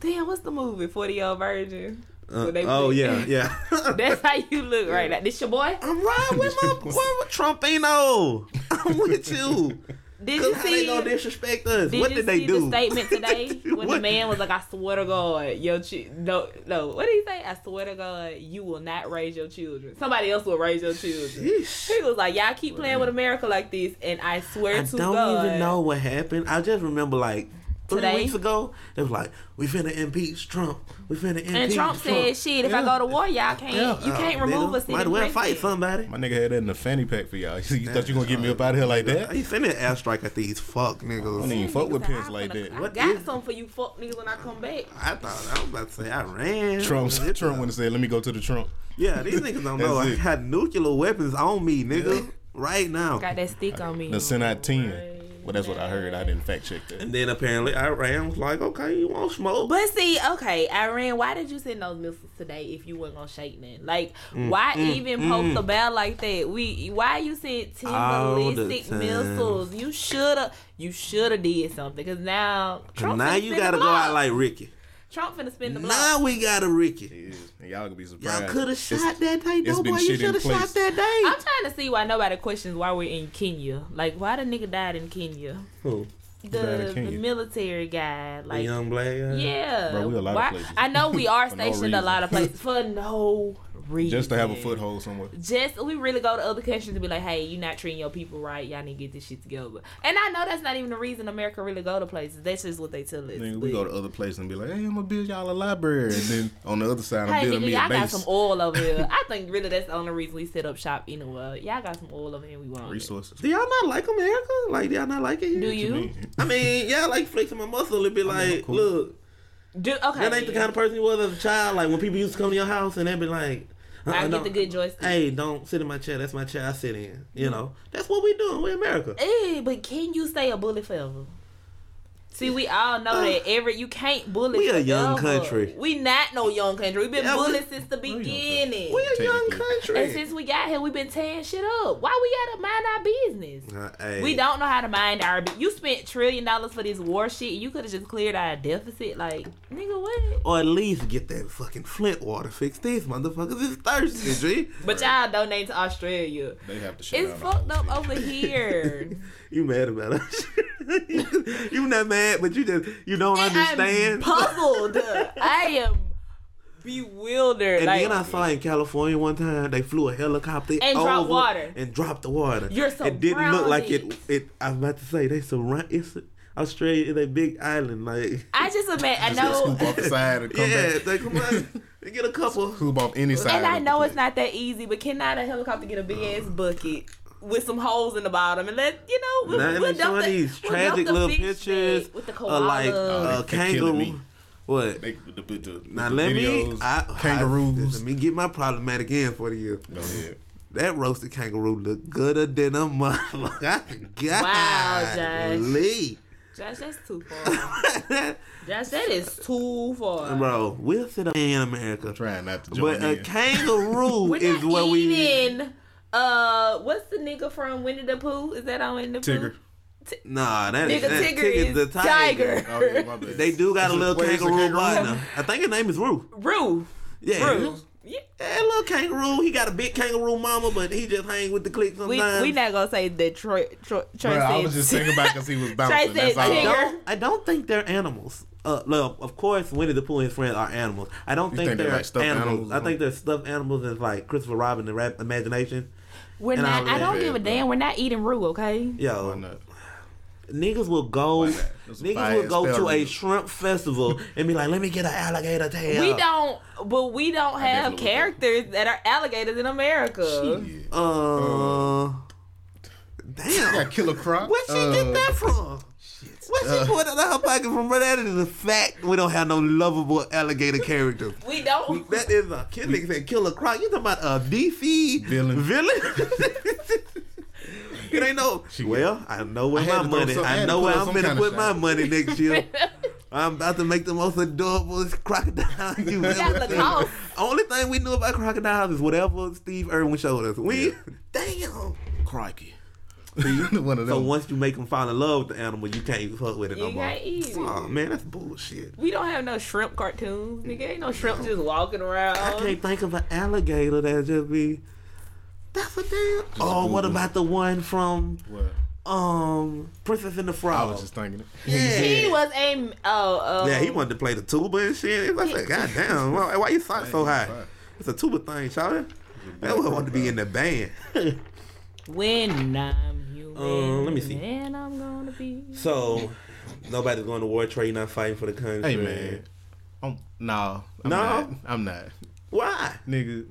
Speaker 4: Damn, what's the movie? Forty Year Old Virgin.
Speaker 3: Uh,
Speaker 4: So they-
Speaker 3: oh, yeah, yeah.
Speaker 4: That's how you look right now. This your boy?
Speaker 3: I'm riding with my boy Trumpino. I'm with you.
Speaker 4: Did you
Speaker 3: Cause how
Speaker 4: see?
Speaker 3: they gonna disrespect us?
Speaker 4: did
Speaker 3: what
Speaker 4: you
Speaker 3: did they
Speaker 4: see
Speaker 3: do?
Speaker 4: the statement today when the
Speaker 3: What?
Speaker 4: man was like, "I swear to God, your chi- no, no, what did he say? I swear to God, you will not raise your children. Somebody else will raise your children."
Speaker 3: Yeesh.
Speaker 4: He was like, "Y'all keep playing with America like this, and I swear
Speaker 3: I
Speaker 4: to
Speaker 3: don't
Speaker 4: God,
Speaker 3: even know what happened. I just remember like three
Speaker 4: Today?
Speaker 3: weeks ago, it was like we finna impeach Trump. We finna impeach
Speaker 4: And Trump said, "Shit, if I go to war, y'all can't.
Speaker 5: Yeah.
Speaker 4: You can't
Speaker 3: Oh,
Speaker 4: remove
Speaker 3: nigga,
Speaker 4: us.
Speaker 3: Might as well fight somebody.
Speaker 5: My nigga had that in a fanny pack for y'all. You thought you gonna get me up out of here like that?
Speaker 3: He sending an airstrike at these fuck
Speaker 5: I don't
Speaker 3: niggas.
Speaker 5: even fuck with pins like that.
Speaker 4: I got some for you, fuck niggas, when I come back.
Speaker 3: I thought I was about to say I ran.
Speaker 5: Trump, Trump would have said, "Let me go to the Trump."
Speaker 3: Yeah, these niggas don't know.
Speaker 5: That's
Speaker 3: I
Speaker 5: it.
Speaker 3: got nuclear weapons on me, nigga, right now.
Speaker 4: Got that stick on me.
Speaker 5: Then sent out ten. Well, that's what I heard. I didn't fact check that.
Speaker 3: And then apparently Iran was like, okay, you want smoke?
Speaker 4: But see, okay, Iran, why did you send those missiles today if you weren't gonna shake none? Like,
Speaker 3: Mm,
Speaker 4: why even post a bell like that? We, why you sent ten
Speaker 3: All the
Speaker 4: ballistic
Speaker 3: time.
Speaker 4: missiles? You shoulda, you shoulda did something because now Trump.
Speaker 3: now
Speaker 4: finna
Speaker 3: you
Speaker 4: spin the
Speaker 3: gotta go
Speaker 4: block.
Speaker 3: out like Ricky.
Speaker 4: Trump finna spin the block.
Speaker 3: Now we got a Ricky.
Speaker 5: Yeah. And y'all gonna be surprised.
Speaker 3: Y'all could have
Speaker 5: It's-
Speaker 3: shot that day,
Speaker 5: it's
Speaker 3: though,
Speaker 5: been
Speaker 3: boy. You
Speaker 5: shit in
Speaker 3: should have
Speaker 5: place.
Speaker 3: shot that day.
Speaker 4: I'm trying to see why nobody questions why we're in Kenya. Like, why the nigga died in Kenya?
Speaker 3: Who?
Speaker 5: died in
Speaker 4: The, the
Speaker 5: Kenya?
Speaker 4: military guy,
Speaker 3: The
Speaker 4: like,
Speaker 3: young black guy?
Speaker 4: yeah.
Speaker 5: Bro, we a lot of
Speaker 4: Why-
Speaker 5: places.
Speaker 4: I know we are
Speaker 5: For no
Speaker 4: stationed a lot of
Speaker 5: reason.
Speaker 4: places for no reason.
Speaker 5: Just to have a foothold somewhere.
Speaker 4: Just we really go to other countries and be like, hey, you're not treating your people right. Y'all need to get this shit together. And I know that's not even the reason America really go to places. That's just what they tell us.
Speaker 5: Nigga, we
Speaker 4: But-
Speaker 5: go to other places and be like, hey, I'm gonna build y'all a library. And then on the other side, I'm
Speaker 4: Hey,
Speaker 5: building
Speaker 4: nigga,
Speaker 5: me a
Speaker 4: y'all got
Speaker 5: base.
Speaker 4: some oil over here. I think really that's the only reason we set up shop in the world. Y'all got some oil over here. We want it.
Speaker 5: Resources.
Speaker 3: Do y'all not like America? Like, do y'all not like it? here?
Speaker 4: Do you?
Speaker 3: I mean, yeah, I like flexing my muscle and be like,
Speaker 5: cool.
Speaker 3: look,
Speaker 4: Do okay.
Speaker 3: that ain't the kind of person you was as a child. Like, when people used to come to your house and they'd be like, uh-uh,
Speaker 4: I get
Speaker 3: don't-
Speaker 4: the good joystick. Mm.
Speaker 3: Hey, don't sit in my chair. That's my chair I sit in. You know, that's what we doing. we America.
Speaker 4: Eh, but can you stay a bully forever? See, we all know that every you can't bully.
Speaker 3: We a young
Speaker 4: forever.
Speaker 3: country.
Speaker 4: We not no young country. We've been
Speaker 3: Yeah, we-
Speaker 4: bullied since the
Speaker 5: young country.
Speaker 4: beginning.
Speaker 3: We a young
Speaker 5: Technically.
Speaker 4: And
Speaker 3: country.
Speaker 4: since we got here, we've been tearing shit up. Why we gotta mind our business?
Speaker 3: Uh, hey.
Speaker 4: We don't know how to mind our. bu- You spent trillion dollars for this war shit. You could have just cleared our deficit. Like, nigga, what?
Speaker 3: Or at least get that fucking Flint water fixed. These motherfuckers is thirsty, G.
Speaker 4: But y'all donate to Australia.
Speaker 5: They have to shut
Speaker 4: It's
Speaker 5: down the
Speaker 4: fucked
Speaker 5: whole
Speaker 4: up over here.
Speaker 3: You mad about us? you not mad, but you just you don't
Speaker 4: I'm
Speaker 3: understand.
Speaker 4: puzzled. I am bewildered.
Speaker 3: And
Speaker 4: like,
Speaker 3: then I saw in California one time they flew a helicopter
Speaker 4: And
Speaker 3: over
Speaker 4: dropped water.
Speaker 3: and dropped the water.
Speaker 4: You're
Speaker 3: It didn't look like it.
Speaker 4: surrounded.
Speaker 3: It. I was about to say they surround. It's Australia is a big island. Like
Speaker 4: I just admit, I
Speaker 5: Just gotta
Speaker 4: know,
Speaker 5: scoop off the side and come
Speaker 3: yeah,
Speaker 5: back.
Speaker 3: they come on. They get a couple.
Speaker 5: Scoop off any side.
Speaker 4: and I
Speaker 5: of the
Speaker 4: know
Speaker 5: plate.
Speaker 4: it's not that easy, but can not a helicopter get a big ass bucket with some holes in the bottom and let you know? We'll,
Speaker 3: Now
Speaker 4: we'll
Speaker 3: they showing
Speaker 4: dump the-
Speaker 3: these
Speaker 4: we'll
Speaker 3: tragic
Speaker 4: dump the
Speaker 3: little
Speaker 4: fish
Speaker 3: pictures
Speaker 4: bag with the koala.
Speaker 3: of like uh,
Speaker 5: They- they
Speaker 3: kangaroo.
Speaker 5: killing me.
Speaker 3: What?
Speaker 5: They, the, the, the,
Speaker 3: Now
Speaker 5: the
Speaker 3: let me
Speaker 5: videos,
Speaker 3: I,
Speaker 5: kangaroos.
Speaker 3: I, let me get my problematic in for you.
Speaker 5: Go ahead.
Speaker 3: That roasted kangaroo looked gooder than a motherfucker. God,
Speaker 4: Wow, Josh.
Speaker 3: Lee.
Speaker 4: Josh, that's too far. Josh, that is too far.
Speaker 3: Bro, we'll sit up in America.
Speaker 5: I'm trying not to join
Speaker 3: But a
Speaker 5: in.
Speaker 3: kangaroo
Speaker 4: We're
Speaker 3: is
Speaker 4: not
Speaker 3: what we
Speaker 4: eating. Uh, what's the nigga from Winnie the Pooh? Is that on Winnie the
Speaker 5: Tigger.
Speaker 4: Pooh?
Speaker 3: Nah, that is
Speaker 4: Nigga,
Speaker 3: that
Speaker 4: Tigger,
Speaker 3: Tigger's
Speaker 4: is
Speaker 3: the tiger.
Speaker 5: Oh, yeah, my bad.
Speaker 3: They do got a little
Speaker 5: Wait, it's a
Speaker 3: kangaroo,
Speaker 5: kangaroo?
Speaker 3: partner. I think his name is Roo.
Speaker 4: Roo.
Speaker 3: Yeah.
Speaker 4: Roo. Yeah.
Speaker 3: That little kangaroo, he got a big kangaroo mama, but he just hang with the clique
Speaker 4: We
Speaker 3: sometimes.
Speaker 4: we not gonna say that Troy Troy, Troy
Speaker 5: Bruh, I
Speaker 4: said-
Speaker 5: was just thinking about because he was bouncing.
Speaker 4: Trace
Speaker 5: That's
Speaker 4: said
Speaker 5: all.
Speaker 4: Tigger.
Speaker 3: don't, I don't think they're animals. Uh, look, of course, Winnie the Pooh and his friends are animals. I don't think,
Speaker 5: think
Speaker 3: they're,
Speaker 5: they're like stuffed
Speaker 3: animals.
Speaker 5: animals or
Speaker 3: I think they're stuffed animals in like Christopher Robin the Rap Imagination.
Speaker 4: We're
Speaker 3: And
Speaker 4: not.
Speaker 3: I
Speaker 4: I don't
Speaker 5: live
Speaker 4: give a
Speaker 5: it,
Speaker 4: damn. We're not eating roux, okay?
Speaker 5: Why
Speaker 3: Yo,
Speaker 5: not?
Speaker 3: niggas will go,
Speaker 5: not? That's a
Speaker 3: niggas will
Speaker 5: fire-ass
Speaker 3: go to a
Speaker 5: spell.
Speaker 3: shrimp festival and be like, "Let me get an alligator tail."
Speaker 4: We don't, but we don't have
Speaker 5: definitely would.
Speaker 4: characters that are alligators in America.
Speaker 5: Shit.
Speaker 3: Uh,
Speaker 5: You
Speaker 3: damn.
Speaker 5: got Uh. Killer Uh, Croc.
Speaker 3: Where'd she get that from? Where'd she put that out her pocket from? But that is a fact. We don't have no lovable alligator character.
Speaker 4: We don't.
Speaker 3: That is a uh, kid nigga said killer croc. You talking about a DC
Speaker 5: Villain.
Speaker 3: Villain. it ain't no. Well, I know where
Speaker 5: I
Speaker 3: my
Speaker 5: had to throw
Speaker 3: money.
Speaker 5: some- I
Speaker 3: I
Speaker 5: had to
Speaker 3: know
Speaker 5: put
Speaker 3: where
Speaker 5: on
Speaker 3: I'm
Speaker 5: some
Speaker 3: gonna
Speaker 5: kinda
Speaker 3: put my
Speaker 5: shot.
Speaker 3: money next year. I'm about to make the most adorable crocodile you ever
Speaker 4: the
Speaker 3: seen.
Speaker 4: cost.
Speaker 3: Only thing we knew about crocodiles is whatever Steve Irwin showed us. We damn.
Speaker 5: Crikey. One of them.
Speaker 3: So once you make them fall in love with the animal, you can't fuck with it
Speaker 4: You
Speaker 3: no more.
Speaker 4: can't eat it.
Speaker 3: Oh man, that's bullshit.
Speaker 4: We don't have no shrimp cartoons, nigga. Ain't no shrimp just walking around.
Speaker 3: I can't think of an alligator that just be. That's a damn. oh, what
Speaker 5: Google.
Speaker 3: about the one from
Speaker 5: What?
Speaker 3: um Princess and the
Speaker 5: I
Speaker 3: Frog?
Speaker 5: was just thinking. it.
Speaker 4: He
Speaker 3: yeah.
Speaker 4: was a oh uh,
Speaker 3: yeah, he wanted to play the tuba and shit. I said, God damn, why, why you sock so high? It's a tuba thing, Charlie. That would want to be in the band.
Speaker 4: When I'm human,
Speaker 3: Um, let me see.
Speaker 4: And I'm gonna be.
Speaker 3: so nobody's going to war trade, not fighting for the country.
Speaker 5: Hey man. I'm, nah. I'm
Speaker 3: No?
Speaker 5: Not, I'm not.
Speaker 3: why?
Speaker 5: Nigga.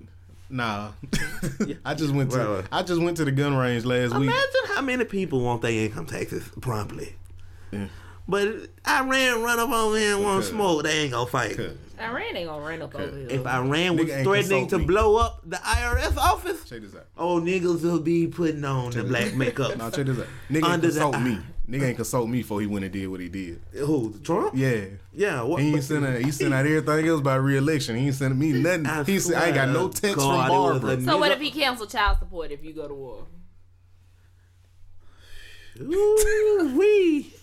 Speaker 5: Nah. I just went to
Speaker 3: Right, right.
Speaker 5: I just went to the gun range last week.
Speaker 3: Imagine how many people want their income taxes promptly.
Speaker 5: Yeah.
Speaker 3: But Iran run up on me and want
Speaker 5: Because-
Speaker 3: smoke, they ain't gonna fight.
Speaker 5: Cause-
Speaker 4: Iran ain't gonna run up over here.
Speaker 3: If Iran was
Speaker 5: Nigga ain't
Speaker 3: threatening
Speaker 5: consult
Speaker 3: to
Speaker 5: me.
Speaker 3: blow up the IRS office,
Speaker 5: Check this out.
Speaker 3: oh niggas will be putting on the black makeup.
Speaker 5: Nah, check this out. Nigga ain't
Speaker 3: Under the
Speaker 5: consult
Speaker 3: eye.
Speaker 5: me. Nigga ain't consult me before he went and did what he did.
Speaker 3: Who? Trump?
Speaker 5: Yeah.
Speaker 3: Yeah. What?
Speaker 5: He ain't sent out, he sent out everything else about re-election. He ain't sending me nothing.
Speaker 3: I
Speaker 5: he said, I ain't got
Speaker 3: swear
Speaker 5: no
Speaker 3: to
Speaker 5: text
Speaker 3: God,
Speaker 5: from
Speaker 3: it was
Speaker 5: Barbara.
Speaker 3: a
Speaker 4: So what
Speaker 3: nigga-
Speaker 4: if he cancel child support if you go to war?
Speaker 3: Ooh, wee.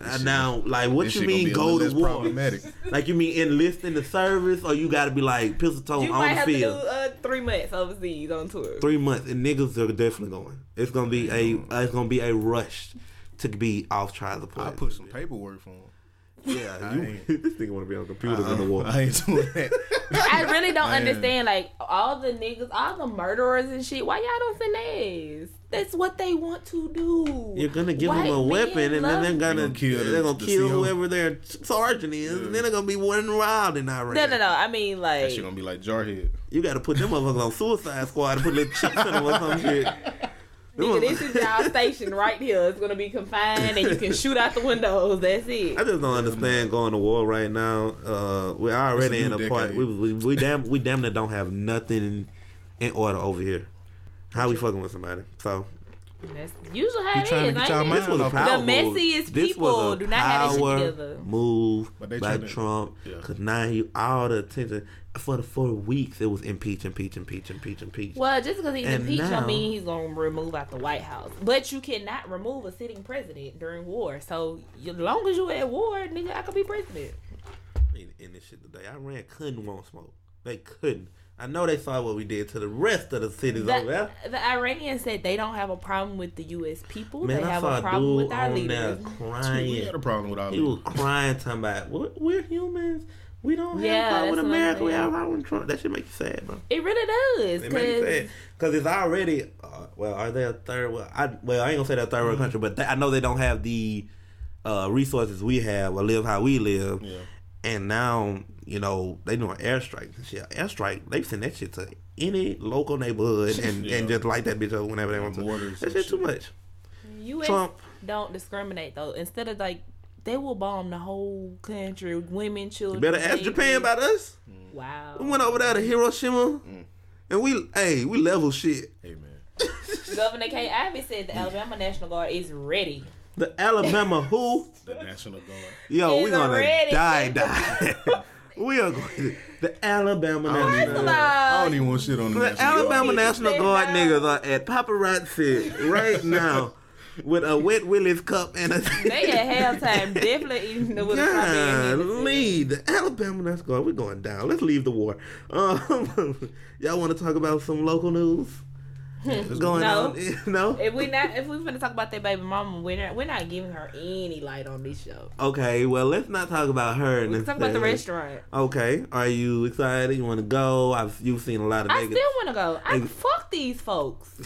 Speaker 3: Uh, now, like, what
Speaker 5: This
Speaker 3: you
Speaker 5: shit gonna
Speaker 3: mean
Speaker 5: be a
Speaker 3: go
Speaker 5: little
Speaker 3: to
Speaker 5: less
Speaker 3: war?
Speaker 5: problematic.
Speaker 3: Like, you mean enlist in the service, or you gotta be like pistol toe
Speaker 4: You might
Speaker 3: on the
Speaker 4: have to do
Speaker 3: field?
Speaker 4: uh, three months overseas on tour.
Speaker 3: Three months, and niggas are definitely going. It's gonna be a, uh, it's gonna be a rush to be off trial support.
Speaker 5: I put some paperwork for him.
Speaker 3: Yeah,
Speaker 5: I
Speaker 3: you, this nigga want to be on computers in the
Speaker 5: Uh-uh.
Speaker 3: war.
Speaker 5: I ain't doing that.
Speaker 4: I really don't
Speaker 5: Man.
Speaker 4: understand like all the niggas, all the murderers and shit. Why y'all don't finesse? That's what they want to do.
Speaker 3: You're gonna give
Speaker 4: White
Speaker 3: them a
Speaker 4: men
Speaker 3: weapon, and then
Speaker 4: love-
Speaker 3: they're gonna,
Speaker 5: They gonna kill the-
Speaker 3: they're gonna
Speaker 5: the
Speaker 3: kill
Speaker 5: CO.
Speaker 3: whoever their sergeant is, and then they're gonna be running wild in Iraq.
Speaker 4: No, no, no. I mean
Speaker 5: that
Speaker 4: like
Speaker 5: shit gonna be like Jarhead.
Speaker 3: You gotta put them motherfuckers on Suicide Squad and put little chips in them or some shit.
Speaker 4: nigga, this is y'all station right here. It's gonna be confined, and you can shoot out the windows. That's
Speaker 3: I
Speaker 4: it.
Speaker 3: just don't understand going to war right now. Uh, we're already
Speaker 5: It's a
Speaker 3: in
Speaker 5: new
Speaker 3: a part.
Speaker 5: decade.
Speaker 3: We, we, we damn we damn near don't have nothing in order over here. How we fucking with somebody? So
Speaker 4: That's usually how
Speaker 5: You
Speaker 4: it
Speaker 5: trying to
Speaker 4: is.
Speaker 5: get
Speaker 4: ain't
Speaker 5: y'all
Speaker 4: it?
Speaker 5: mind
Speaker 3: this was a
Speaker 5: off-
Speaker 3: power
Speaker 4: The
Speaker 3: move.
Speaker 4: messiest
Speaker 3: This
Speaker 4: people
Speaker 3: was a
Speaker 4: do not have it
Speaker 3: power
Speaker 4: together.
Speaker 3: Move
Speaker 5: But they
Speaker 3: by
Speaker 5: tryna-
Speaker 3: Trump
Speaker 5: Yeah.
Speaker 3: because now he all the attention for the four weeks it was impeach, impeach, impeach, impeach, impeach.
Speaker 4: Well, just because he's
Speaker 3: And
Speaker 4: impeached,
Speaker 3: now-
Speaker 4: don't mean he's gonna remove out the White House. But you cannot remove a sitting president during war. So you- as long as you at war, nigga, I could be president.
Speaker 3: in, in this shit today. Iran couldn't want smoke. They couldn't. I know they saw what we did to the rest of the cities over
Speaker 4: The,
Speaker 3: there.
Speaker 4: the Iranians said they don't have a problem with the U.S. people.
Speaker 3: Man,
Speaker 4: they
Speaker 3: I
Speaker 4: have
Speaker 3: saw
Speaker 4: a
Speaker 3: a
Speaker 4: problem
Speaker 3: dude
Speaker 4: with our
Speaker 3: on there
Speaker 4: leaders.
Speaker 5: We
Speaker 3: crying.
Speaker 5: had a problem with all
Speaker 3: He was
Speaker 5: that.
Speaker 3: crying, talking about we're, we're humans. We don't have
Speaker 4: Yeah,
Speaker 3: a problem with
Speaker 4: that's what I'm
Speaker 3: America. We
Speaker 4: saying.
Speaker 3: have a problem with Trump. That should make you sad, bro.
Speaker 4: It really does.
Speaker 3: It makes you
Speaker 4: 'cause-
Speaker 3: sad because it's already. Uh, well, are they a third? Well, I well I ain't gonna say they're a third
Speaker 5: Mm-hmm.
Speaker 3: world country, but they, I know they don't have the uh, resources we have or live how we live.
Speaker 5: Yeah.
Speaker 3: And now, you know, they doing airstrikes and shit. Airstrike, they send that shit to any local neighborhood and,
Speaker 5: Yeah.
Speaker 3: and just light that bitch up whenever they want to.
Speaker 5: Mortars
Speaker 3: That
Speaker 5: and
Speaker 3: shit too
Speaker 5: shit.
Speaker 3: much.
Speaker 4: U.S.
Speaker 3: Trump.
Speaker 4: don't discriminate though. Instead of like, they will bomb the whole country, women, children.
Speaker 3: Better ask
Speaker 4: babies.
Speaker 3: Japan about us.
Speaker 4: Wow.
Speaker 3: We went over there to Hiroshima,
Speaker 5: Mm.
Speaker 3: and we, hey, we level shit.
Speaker 5: Hey man,
Speaker 4: Governor K. Ivey said the Alabama National Guard is ready.
Speaker 3: The Alabama who?
Speaker 5: the National Guard.
Speaker 3: Yo, we
Speaker 4: It's
Speaker 3: gonna
Speaker 4: already-
Speaker 3: die, die. we are going to, the Alabama National
Speaker 4: First of
Speaker 3: Guard.
Speaker 5: uh, I
Speaker 4: all,
Speaker 5: don't even want shit on the
Speaker 3: The
Speaker 5: National
Speaker 3: Alabama
Speaker 5: Guard.
Speaker 3: National
Speaker 4: They're
Speaker 3: Guard
Speaker 4: not.
Speaker 3: niggas are at paparazzi right now with a wet Willie's cup and a.
Speaker 4: they at halftime definitely eating the with a strawberry in it.
Speaker 3: Golly, the Alabama National Guard, we're going down. Let's leave the war. Um, y'all want to talk about some local news going
Speaker 4: No.
Speaker 3: on? No.
Speaker 4: If we not, if we finna talk about that baby mama, we're not, we're not giving her any light on this show.
Speaker 3: Okay, well, let's not talk about her.
Speaker 4: We can talk about the
Speaker 3: necessarily.
Speaker 4: restaurant.
Speaker 3: Okay, are you excited? You want to go? I've you've seen a lot of
Speaker 4: I
Speaker 3: niggas.
Speaker 4: still wanna go. I
Speaker 3: Nigga.
Speaker 4: fuck these folks.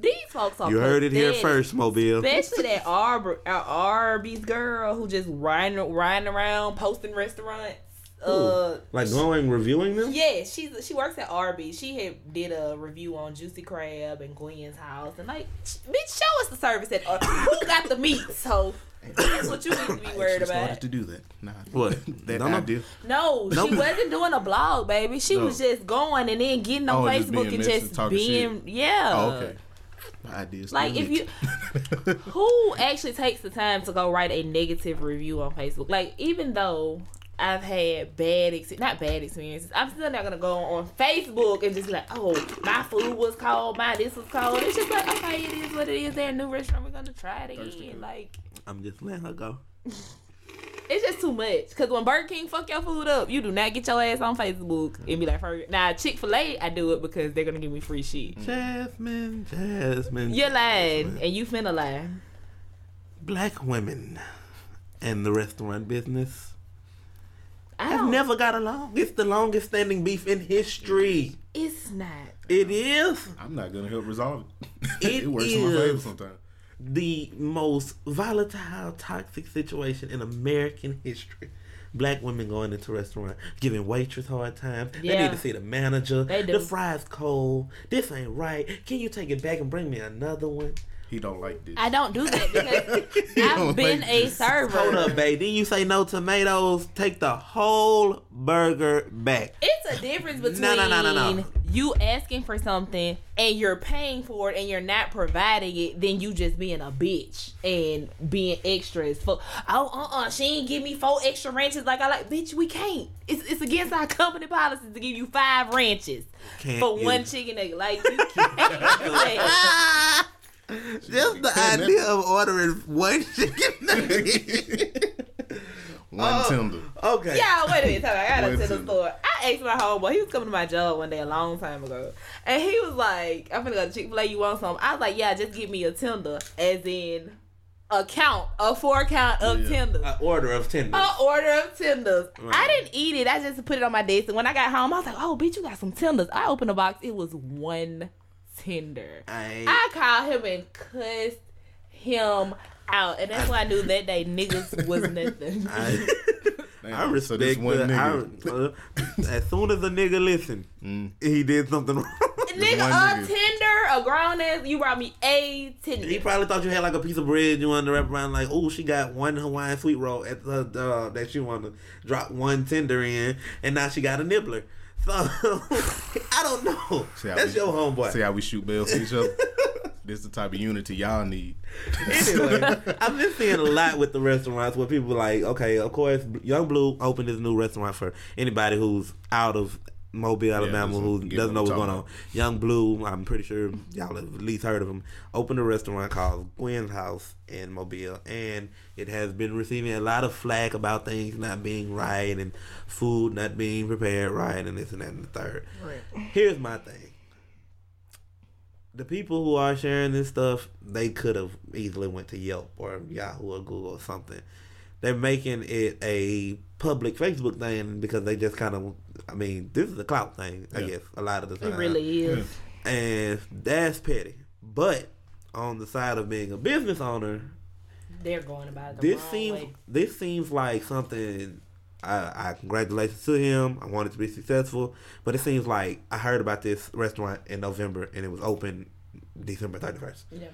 Speaker 4: These folks are.
Speaker 3: you heard it here
Speaker 4: pathetic.
Speaker 3: first, Mobile.
Speaker 4: Especially that Arb- uh, Arby's girl who just riding riding around posting restaurants. Uh,
Speaker 3: like going reviewing them.
Speaker 4: Yeah, she's she works at Arby's. She had did a review on Juicy Crab and Gwen's house, and like, sh- bitch, show us the service at Arby's. Who got the meat? So that's what you need to be worried
Speaker 5: She started
Speaker 4: about.
Speaker 5: to do that. Nah,
Speaker 3: What?
Speaker 5: that
Speaker 3: No, no.
Speaker 5: idea.
Speaker 4: No, she
Speaker 3: Nope.
Speaker 4: wasn't doing a blog, baby. She
Speaker 5: No.
Speaker 4: was just going and then getting on
Speaker 5: Oh, just
Speaker 4: Facebook
Speaker 5: being
Speaker 4: and
Speaker 5: messy,
Speaker 4: just
Speaker 5: talking
Speaker 4: being yeah.
Speaker 5: Oh, okay. My idea is
Speaker 4: Uh, Like if you who actually takes the time to go write a negative review on Facebook? Like even though I've had bad ex not bad experiences, I'm still not gonna go on Facebook and just be like, oh, my food was cold, my this was cold. It's just like okay, it is what it is. They're a new restaurant, we're gonna try it
Speaker 5: Thirsty
Speaker 4: again.
Speaker 5: cook.
Speaker 4: Like
Speaker 3: I'm just letting her go.
Speaker 4: it's just too much. Cause when Burger King fuck your food up, you do not get your ass on Facebook and be like, "Hurry." now Chick Fil A, I do it because they're gonna give me free shit.
Speaker 3: Mm. Jasmine, Jasmine.
Speaker 4: You're lying and you finna lie.
Speaker 3: Black women and the restaurant business
Speaker 4: I
Speaker 3: have
Speaker 4: don't,
Speaker 3: never got along. It's the longest standing beef in history.
Speaker 4: It's not.
Speaker 3: It is
Speaker 5: I'm not gonna help resolve it.
Speaker 3: It
Speaker 5: it works in my favor
Speaker 3: is.
Speaker 5: sometimes.
Speaker 3: the most volatile, toxic situation in American history. Black women going into restaurant, giving waitress hard times. They
Speaker 4: Yeah.
Speaker 3: need to see the manager.
Speaker 4: They do.
Speaker 3: The fries cold. This ain't right. Can you take it back and bring me another one?
Speaker 5: He don't like this.
Speaker 4: I don't do that because I've
Speaker 5: don't
Speaker 4: been
Speaker 5: like
Speaker 4: a
Speaker 5: this.
Speaker 3: Hold
Speaker 4: server.
Speaker 3: up, babe. Then you say no tomatoes. Take the whole burger back.
Speaker 4: It's a difference between
Speaker 3: No, no, no, no, no.
Speaker 4: you asking for something and you're paying for it and you're not providing it, then you just being a bitch and being extra as fuck. Oh, uh, uh she ain't give me four extra ranches like I like. Bitch, we can't. It's it's against our company policies to give you five ranches
Speaker 3: Can't
Speaker 4: for
Speaker 3: you-
Speaker 4: one chicken nugget. Like you can't do that.
Speaker 3: Ah, just the
Speaker 5: Couldn't
Speaker 3: idea of ordering one chicken nugget.
Speaker 5: One
Speaker 3: Oh.
Speaker 5: tender.
Speaker 3: Okay.
Speaker 4: Y'all, wait a minute. Time out. I gotta
Speaker 5: Wait
Speaker 4: tell the
Speaker 5: a-
Speaker 4: story. I asked my homeboy. He was coming to my job one day a long time ago, and he was like, "I'm gonna go to Chick Fil A. You want some?" I was like, "Yeah, just give me a tender, as in account, a four count of
Speaker 5: Yeah.
Speaker 4: Tinder.
Speaker 3: An order of tenders.
Speaker 4: a order of tenders. I
Speaker 3: Right.
Speaker 4: didn't eat it. I just put it on my desk. And when I got home, I was like, "Oh, bitch, you got some tenders." I opened the box. It was one tender.
Speaker 3: I,
Speaker 4: I called him and cussed him out, and that's why I knew that day niggas was nothing.
Speaker 3: I,
Speaker 5: Damn,
Speaker 3: I
Speaker 5: so
Speaker 3: respect
Speaker 5: this one
Speaker 3: the-
Speaker 5: nigga. Mm.
Speaker 3: I- uh, as soon as a nigga listen, he did something wrong.
Speaker 4: Nigga,
Speaker 5: one
Speaker 4: a
Speaker 5: nigga.
Speaker 4: tender, a grown ass. You brought me a
Speaker 3: He
Speaker 4: tender.
Speaker 3: probably thought you had like a piece of bread you wanted to wrap around, like, oh, she got one Hawaiian sweet roll at the, uh, that she wanted to drop one tender in, and now she got a nibbler. So I don't know.
Speaker 5: See how
Speaker 3: That's
Speaker 5: we-
Speaker 3: your homeboy.
Speaker 5: See how we shoot bells to each other. this is the type of unity y'all need.
Speaker 3: anyway, I've been seeing a lot with the restaurants where people like, okay, of course, Young Blue opened this new restaurant for anybody who's out of Mobile, Alabama,
Speaker 5: doesn't
Speaker 3: who
Speaker 5: get
Speaker 3: doesn't know
Speaker 5: what
Speaker 3: what's
Speaker 5: I'm
Speaker 3: going
Speaker 5: talking
Speaker 3: on. Young Blue, I'm pretty sure y'all have at least heard of him, opened a restaurant called Gwen's House in Mobile, and it has been receiving a lot of flack about things not being right and food not being prepared right and this and that and the third. Here's my thing the people who are sharing this stuff, they could have easily went to Yelp or Yahoo or Google or something. They're making it a public Facebook thing because they just kind of, I mean, this is a clout thing, I
Speaker 5: Yeah.
Speaker 3: guess, a lot of the time.
Speaker 4: It really is.
Speaker 3: And that's petty. But on the side of being a business owner,
Speaker 4: They're going about it the
Speaker 3: this
Speaker 4: wrong
Speaker 3: seems
Speaker 4: way.
Speaker 3: this seems like something. I, I congratulations to him. I want it to be successful, but it seems like I heard about this restaurant in November and it was open December thirty first.
Speaker 4: Yeah.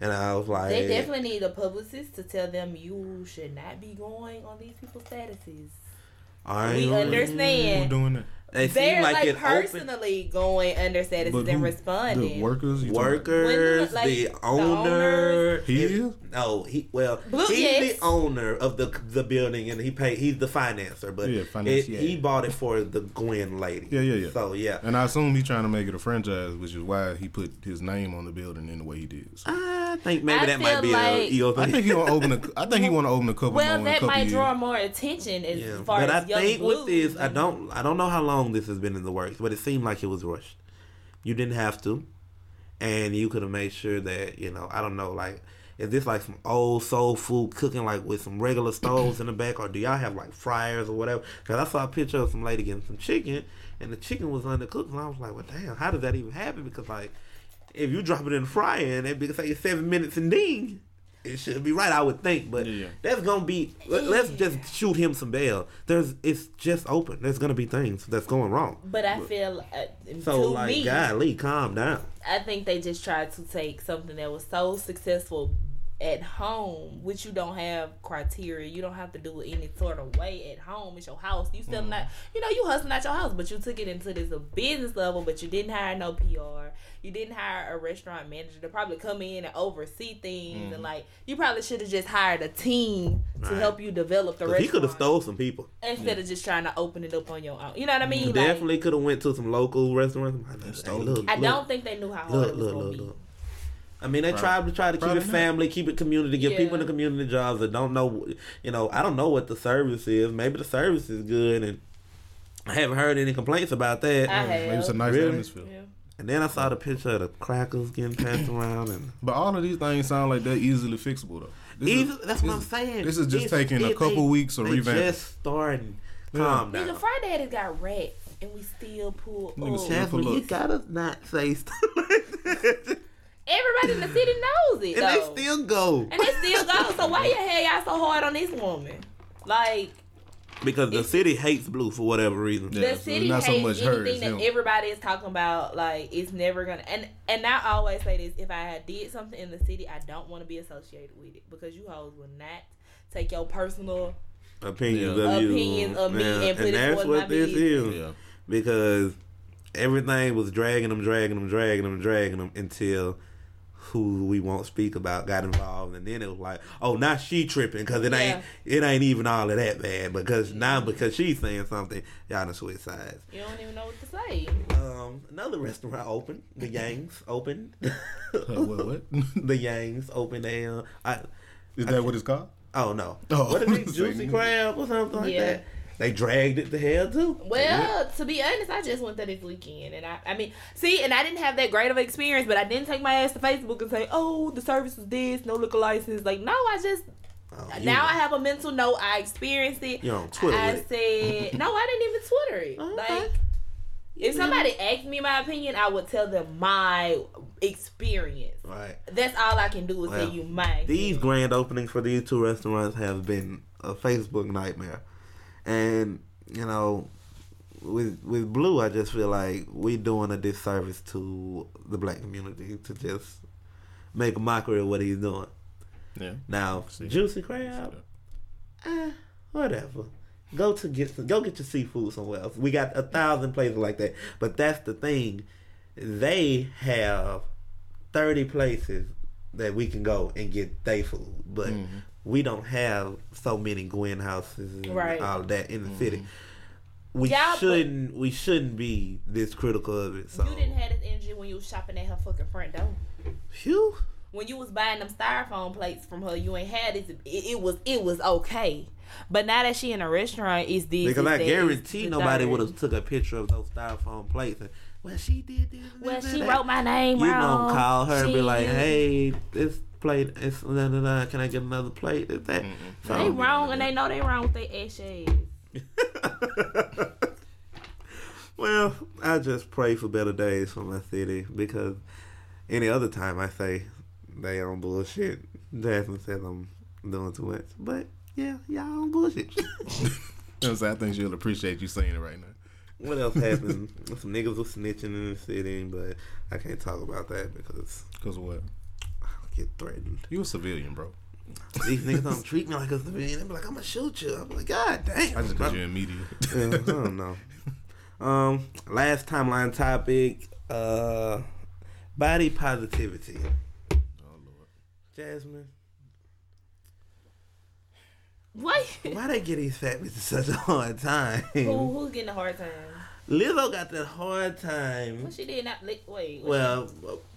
Speaker 3: And I was like,
Speaker 4: They definitely need a publicist to tell them you should not be going on these people's statuses.
Speaker 3: I
Speaker 4: We
Speaker 3: ain't-
Speaker 5: Who
Speaker 4: understand.
Speaker 5: doing that?
Speaker 3: They seem
Speaker 4: They're
Speaker 3: like,
Speaker 4: like,
Speaker 3: it opened
Speaker 4: personally going under statuses and
Speaker 5: who-
Speaker 4: responding.
Speaker 5: The workers. you talking about?
Speaker 3: workers,
Speaker 4: When the-
Speaker 3: the
Speaker 4: like, the
Speaker 3: owner.
Speaker 5: He
Speaker 3: is-
Speaker 5: is?
Speaker 3: No, he well,
Speaker 4: Blue-
Speaker 3: he's
Speaker 4: yes.
Speaker 3: the owner of the the building, and he paid. He's the financer, but
Speaker 5: Yeah,
Speaker 3: it,
Speaker 5: financier.
Speaker 3: he bought it for the Gwen lady.
Speaker 5: Yeah, yeah, yeah.
Speaker 3: So yeah,
Speaker 5: And I assume he's trying to make it a franchise, which is why he put his name on the building in the way he did. So.
Speaker 3: I think maybe
Speaker 4: I
Speaker 3: that might
Speaker 4: feel
Speaker 3: be
Speaker 4: like-
Speaker 3: a ego
Speaker 5: I
Speaker 3: thing.
Speaker 5: think he want to open a. I think he want to open a couple
Speaker 4: well,
Speaker 5: more. in a
Speaker 4: that
Speaker 5: couple
Speaker 4: might
Speaker 5: years.
Speaker 4: draw more attention as
Speaker 3: Yeah.
Speaker 4: far
Speaker 3: But I
Speaker 4: as young
Speaker 3: think
Speaker 4: blue.
Speaker 3: with this, I don't, I don't know how long this has been in the works, but it seemed like it was rushed. You didn't have to, and you could have made sure that you know, I don't know, like, is this like some old soul food cooking, like with some regular stoves in the back, or do y'all have like fryers or whatever? Because I saw a picture of some lady getting some chicken, and the chicken was undercooked, and I was like, well, damn, how did that even happen? Because like, if you drop it in the fryer and it be say seven minutes and ding. It should be right, I would think, but
Speaker 5: Yeah.
Speaker 3: that's gonna be. let- Let's just shoot him some bail. There's, it's just open. There's gonna be things that's going wrong.
Speaker 4: But I feel uh,
Speaker 3: So
Speaker 4: to
Speaker 3: like,
Speaker 4: me,
Speaker 3: golly, calm down.
Speaker 4: I think they just tried to take something that was so successful at home, which you don't have criteria. You don't have to do it any sort of way at home. It's your house. You
Speaker 3: Mm.
Speaker 4: still not, you know, you hustling at your house, but you took it into this business level. But you didn't hire no PR. You didn't hire a restaurant manager to probably come in and oversee things. And like, you probably should have just hired a team to
Speaker 3: Mm. Right.
Speaker 4: help you develop the
Speaker 3: 'Cause
Speaker 4: restaurant
Speaker 3: He could have stole some people.
Speaker 4: instead of just trying to open it up on your own. You know what I mean?
Speaker 3: He
Speaker 4: Like,
Speaker 3: definitely could have went to some local restaurants. I'm like, hey,
Speaker 5: stole
Speaker 3: look,
Speaker 5: them.
Speaker 4: I
Speaker 3: look,
Speaker 4: don't think they knew how hard
Speaker 3: Look,
Speaker 4: it was
Speaker 3: look,
Speaker 4: going
Speaker 3: look,
Speaker 4: to be.
Speaker 3: look. I mean, they tried to try to keep
Speaker 5: probably
Speaker 3: it
Speaker 5: not.
Speaker 3: family, keep it community, give
Speaker 4: Yeah.
Speaker 3: people in the community jobs that don't know. You know, I don't know what the service is. Maybe the service is good, and I haven't heard any complaints about that.
Speaker 4: I have.
Speaker 5: Maybe it's a nice
Speaker 3: Really?
Speaker 5: atmosphere.
Speaker 4: Yeah.
Speaker 3: And then I saw the picture of the crackers getting passed around, and
Speaker 5: But all of these things sound like they're easily fixable though. This is-
Speaker 3: Easy, that's what
Speaker 5: this
Speaker 3: I'm
Speaker 5: is-
Speaker 3: saying.
Speaker 5: This is just
Speaker 3: It's-
Speaker 5: taking a
Speaker 3: it-
Speaker 5: couple
Speaker 3: they-
Speaker 5: weeks of
Speaker 3: they
Speaker 5: revamp.
Speaker 3: Just starting.
Speaker 5: Yeah.
Speaker 3: Calm down.
Speaker 4: Nigga, Friday had got rats, and we still pull up.
Speaker 5: Nigga, shut
Speaker 3: Jasmine, you
Speaker 5: Look.
Speaker 3: gotta not say stuff like that.
Speaker 4: Everybody in the city knows it,
Speaker 3: And
Speaker 4: though.
Speaker 3: they still go.
Speaker 4: and they still go. So why your hell y'all so hard on this woman? Like
Speaker 3: Because the city hates blue for whatever reason.
Speaker 5: Yeah,
Speaker 4: the
Speaker 5: so
Speaker 4: city
Speaker 5: not so
Speaker 4: hates
Speaker 5: much her,
Speaker 4: anything
Speaker 5: it's
Speaker 4: that
Speaker 5: him.
Speaker 4: everybody is talking about. Like it's never gonna. And and I always say this: if I had did something in the city, I don't want to be associated with it because you hoes will not take your personal.
Speaker 3: Opinions
Speaker 5: Yeah.
Speaker 3: of you.
Speaker 4: Opinions of me
Speaker 3: Yeah,
Speaker 4: and put it
Speaker 3: that's
Speaker 4: towards my
Speaker 3: what this
Speaker 4: business.
Speaker 3: is. Because everything was dragging them, dragging them, dragging them, dragging them until who we won't speak about got involved, and then it was like, oh, now she tripping because it ain't it ain't even all of that bad because now because she's saying something, y'all done switch sides.
Speaker 4: You don't even know what to say.
Speaker 3: Um, another restaurant opened. The Yangs opened.
Speaker 5: Uh, what, what?
Speaker 3: the Yangs opened. They, uh, I,
Speaker 5: Is that what it's called?
Speaker 3: oh no,
Speaker 5: Oh,
Speaker 3: what is it?
Speaker 5: I was
Speaker 3: Juicy
Speaker 5: like,
Speaker 3: crab or something like
Speaker 4: Yeah.
Speaker 3: that. They dragged it to hell too.
Speaker 4: Well, to be honest, I just went there this weekend, and I, I mean, see, and I didn't have that great of an experience, but I didn't take my ass to Facebook and say, "Oh, the service was this, no liquor license." Like, no, I just
Speaker 3: Oh, you-
Speaker 4: now I have a mental note. I experienced it.
Speaker 3: You're on Twitter
Speaker 4: I
Speaker 3: with
Speaker 4: said, no, I didn't even Twitter it.
Speaker 3: Okay.
Speaker 4: Like, if somebody asked me my opinion, I would tell them my experience.
Speaker 3: right.
Speaker 4: That's all I can do is
Speaker 3: Well,
Speaker 4: say you might.
Speaker 3: These grand openings for these two restaurants have been a Facebook nightmare, and you know, with with Blue, I just feel like we doing a disservice to the black community to just make a mockery of what he's doing.
Speaker 5: Yeah.
Speaker 3: Now,
Speaker 5: See.
Speaker 3: Juicy Crab,
Speaker 4: Uh.
Speaker 3: eh, whatever. Go to get some, go get your seafood somewhere else. We got a thousand places like that, but that's the thing. They have thirty places that we can go and get they food, but
Speaker 5: Mm-hmm.
Speaker 3: we don't have so many Gwen houses and
Speaker 4: Right.
Speaker 3: all that in the city.
Speaker 5: Mm-hmm.
Speaker 3: We
Speaker 4: Yeah, but-
Speaker 3: shouldn't we shouldn't be this critical of it. So
Speaker 4: you didn't have this energy when you was shopping at her fucking front door.
Speaker 3: Phew.
Speaker 4: when you was buying them styrofoam plates from her, you ain't had this. It, it was it was okay, but now that she in a restaurant, is this?
Speaker 3: Because
Speaker 4: is
Speaker 3: I
Speaker 4: that,
Speaker 3: guarantee
Speaker 4: is the
Speaker 3: nobody
Speaker 4: third.
Speaker 3: would have took a picture of those styrofoam plates. And, well, she did this. and
Speaker 4: Well,
Speaker 3: this
Speaker 4: she
Speaker 3: and
Speaker 4: wrote my name
Speaker 3: You
Speaker 4: wrong.
Speaker 3: gonna call her and be
Speaker 4: She-
Speaker 3: like, "Hey, this plate, it's da, da, da, can I get another plate?" Is that so-
Speaker 4: they wrong, and they know they wrong with their ass shades.
Speaker 3: well, I just pray for better days for my city because any other time I say they on bullshit, Jasmine says I'm doing too much. But yeah, y'all on bullshit.
Speaker 5: And so I think she'll appreciate you saying it right now.
Speaker 3: what else happened? Some niggas was snitching in the city, but I can't talk about that because
Speaker 5: Cause what?
Speaker 3: I'll get threatened.
Speaker 5: You a civilian, bro.
Speaker 3: These niggas don't treat me like a civilian. They be like, I'm gonna shoot you. I'm like, God damn.
Speaker 5: I just cause you're in media.
Speaker 3: Yeah, I don't know. Um, last timeline topic: uh, body positivity.
Speaker 5: Oh lord.
Speaker 3: Jasmine,
Speaker 4: What?
Speaker 3: why they give these fat bitches such a hard time?
Speaker 4: Who, who's getting a hard time?
Speaker 3: Lizzo got that hard time.
Speaker 4: What she did not lick? Wait. what
Speaker 3: Well,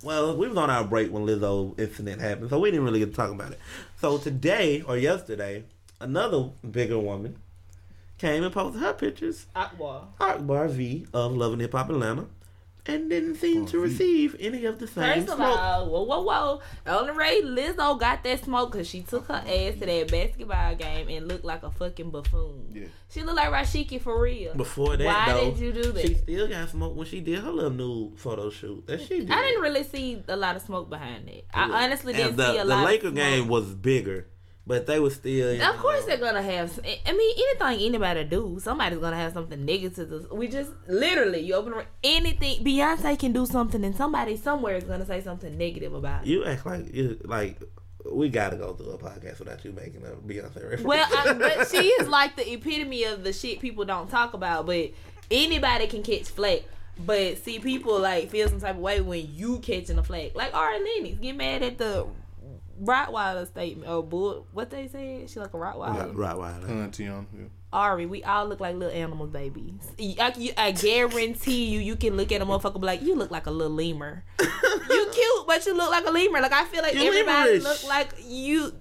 Speaker 3: well, we was on our break when Lizzo incident happened, so we didn't really get to talk about it. So today or yesterday, another bigger woman came and posted her pictures
Speaker 4: she- Aqua.
Speaker 3: Akbar V of Love and Hip Hop Atlanta and didn't seem to receive any of the same
Speaker 4: First of
Speaker 3: smoke.
Speaker 4: all, whoa, whoa, whoa. The only way Lizzo got that smoke because she took her ass to that basketball game and looked like a fucking buffoon.
Speaker 5: Yeah.
Speaker 4: She looked like Rashiki for real.
Speaker 3: Before that,
Speaker 4: Why
Speaker 3: though,
Speaker 4: did you do that?
Speaker 3: she still got smoke when she did her little nude photo shoot that she did.
Speaker 4: I didn't really see a lot of smoke behind it. I honestly
Speaker 3: And
Speaker 4: didn't
Speaker 3: the,
Speaker 4: see a
Speaker 3: the
Speaker 4: lot
Speaker 3: Laker
Speaker 4: of smoke.
Speaker 3: game was bigger, but they were still. uh, you
Speaker 4: Of course
Speaker 3: know,
Speaker 4: they're gonna have. s- I mean, anything anybody do, somebody's gonna have something negative. to- We just literally, you open a- anything. Beyonce can do something, and somebody somewhere is gonna say something negative about it.
Speaker 3: You act like you like. We gotta go through a podcast without you making a Beyonce reference.
Speaker 4: Well, I, but she is like the epitome of the shit people don't talk about. But anybody can catch flack. But see, people like feel some type of way when you catching a flack. Like Ari Lennox get mad at the Rottweiler statement or bull. What they said? She like a Rottweiler.
Speaker 3: right, right. right.
Speaker 4: Ari, we all look like little animals, baby. I, you- I guarantee you, you can look at a motherfucker and be like, you look like a little lemur. you cute, but you look like a lemur. Like I feel like
Speaker 3: You
Speaker 4: everybody
Speaker 3: lemurish.
Speaker 4: look like you.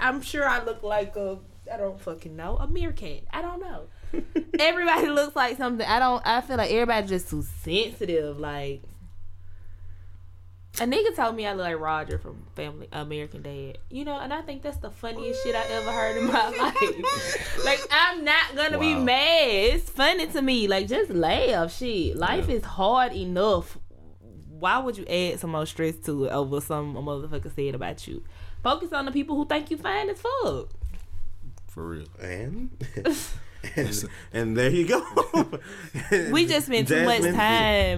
Speaker 4: I'm sure I look like a. I don't fucking know a meerkat. I don't know. everybody looks like something. I don't. I feel like everybody's just too sensitive. Like a nigga told me I look like Roger from Family American Dad. You know, and I think that's the funniest shit I ever heard in my life. like I'm not gonna be
Speaker 5: Wow.
Speaker 4: mad. It's funny to me. Like just laugh. Shit, life is hard enough. Why would you add some more stress to it over some a motherfucker said about you? Focus on the people who think you fine as fuck.
Speaker 5: For real.
Speaker 3: And, and and there you go.
Speaker 4: We just spent too much
Speaker 3: Jasmine-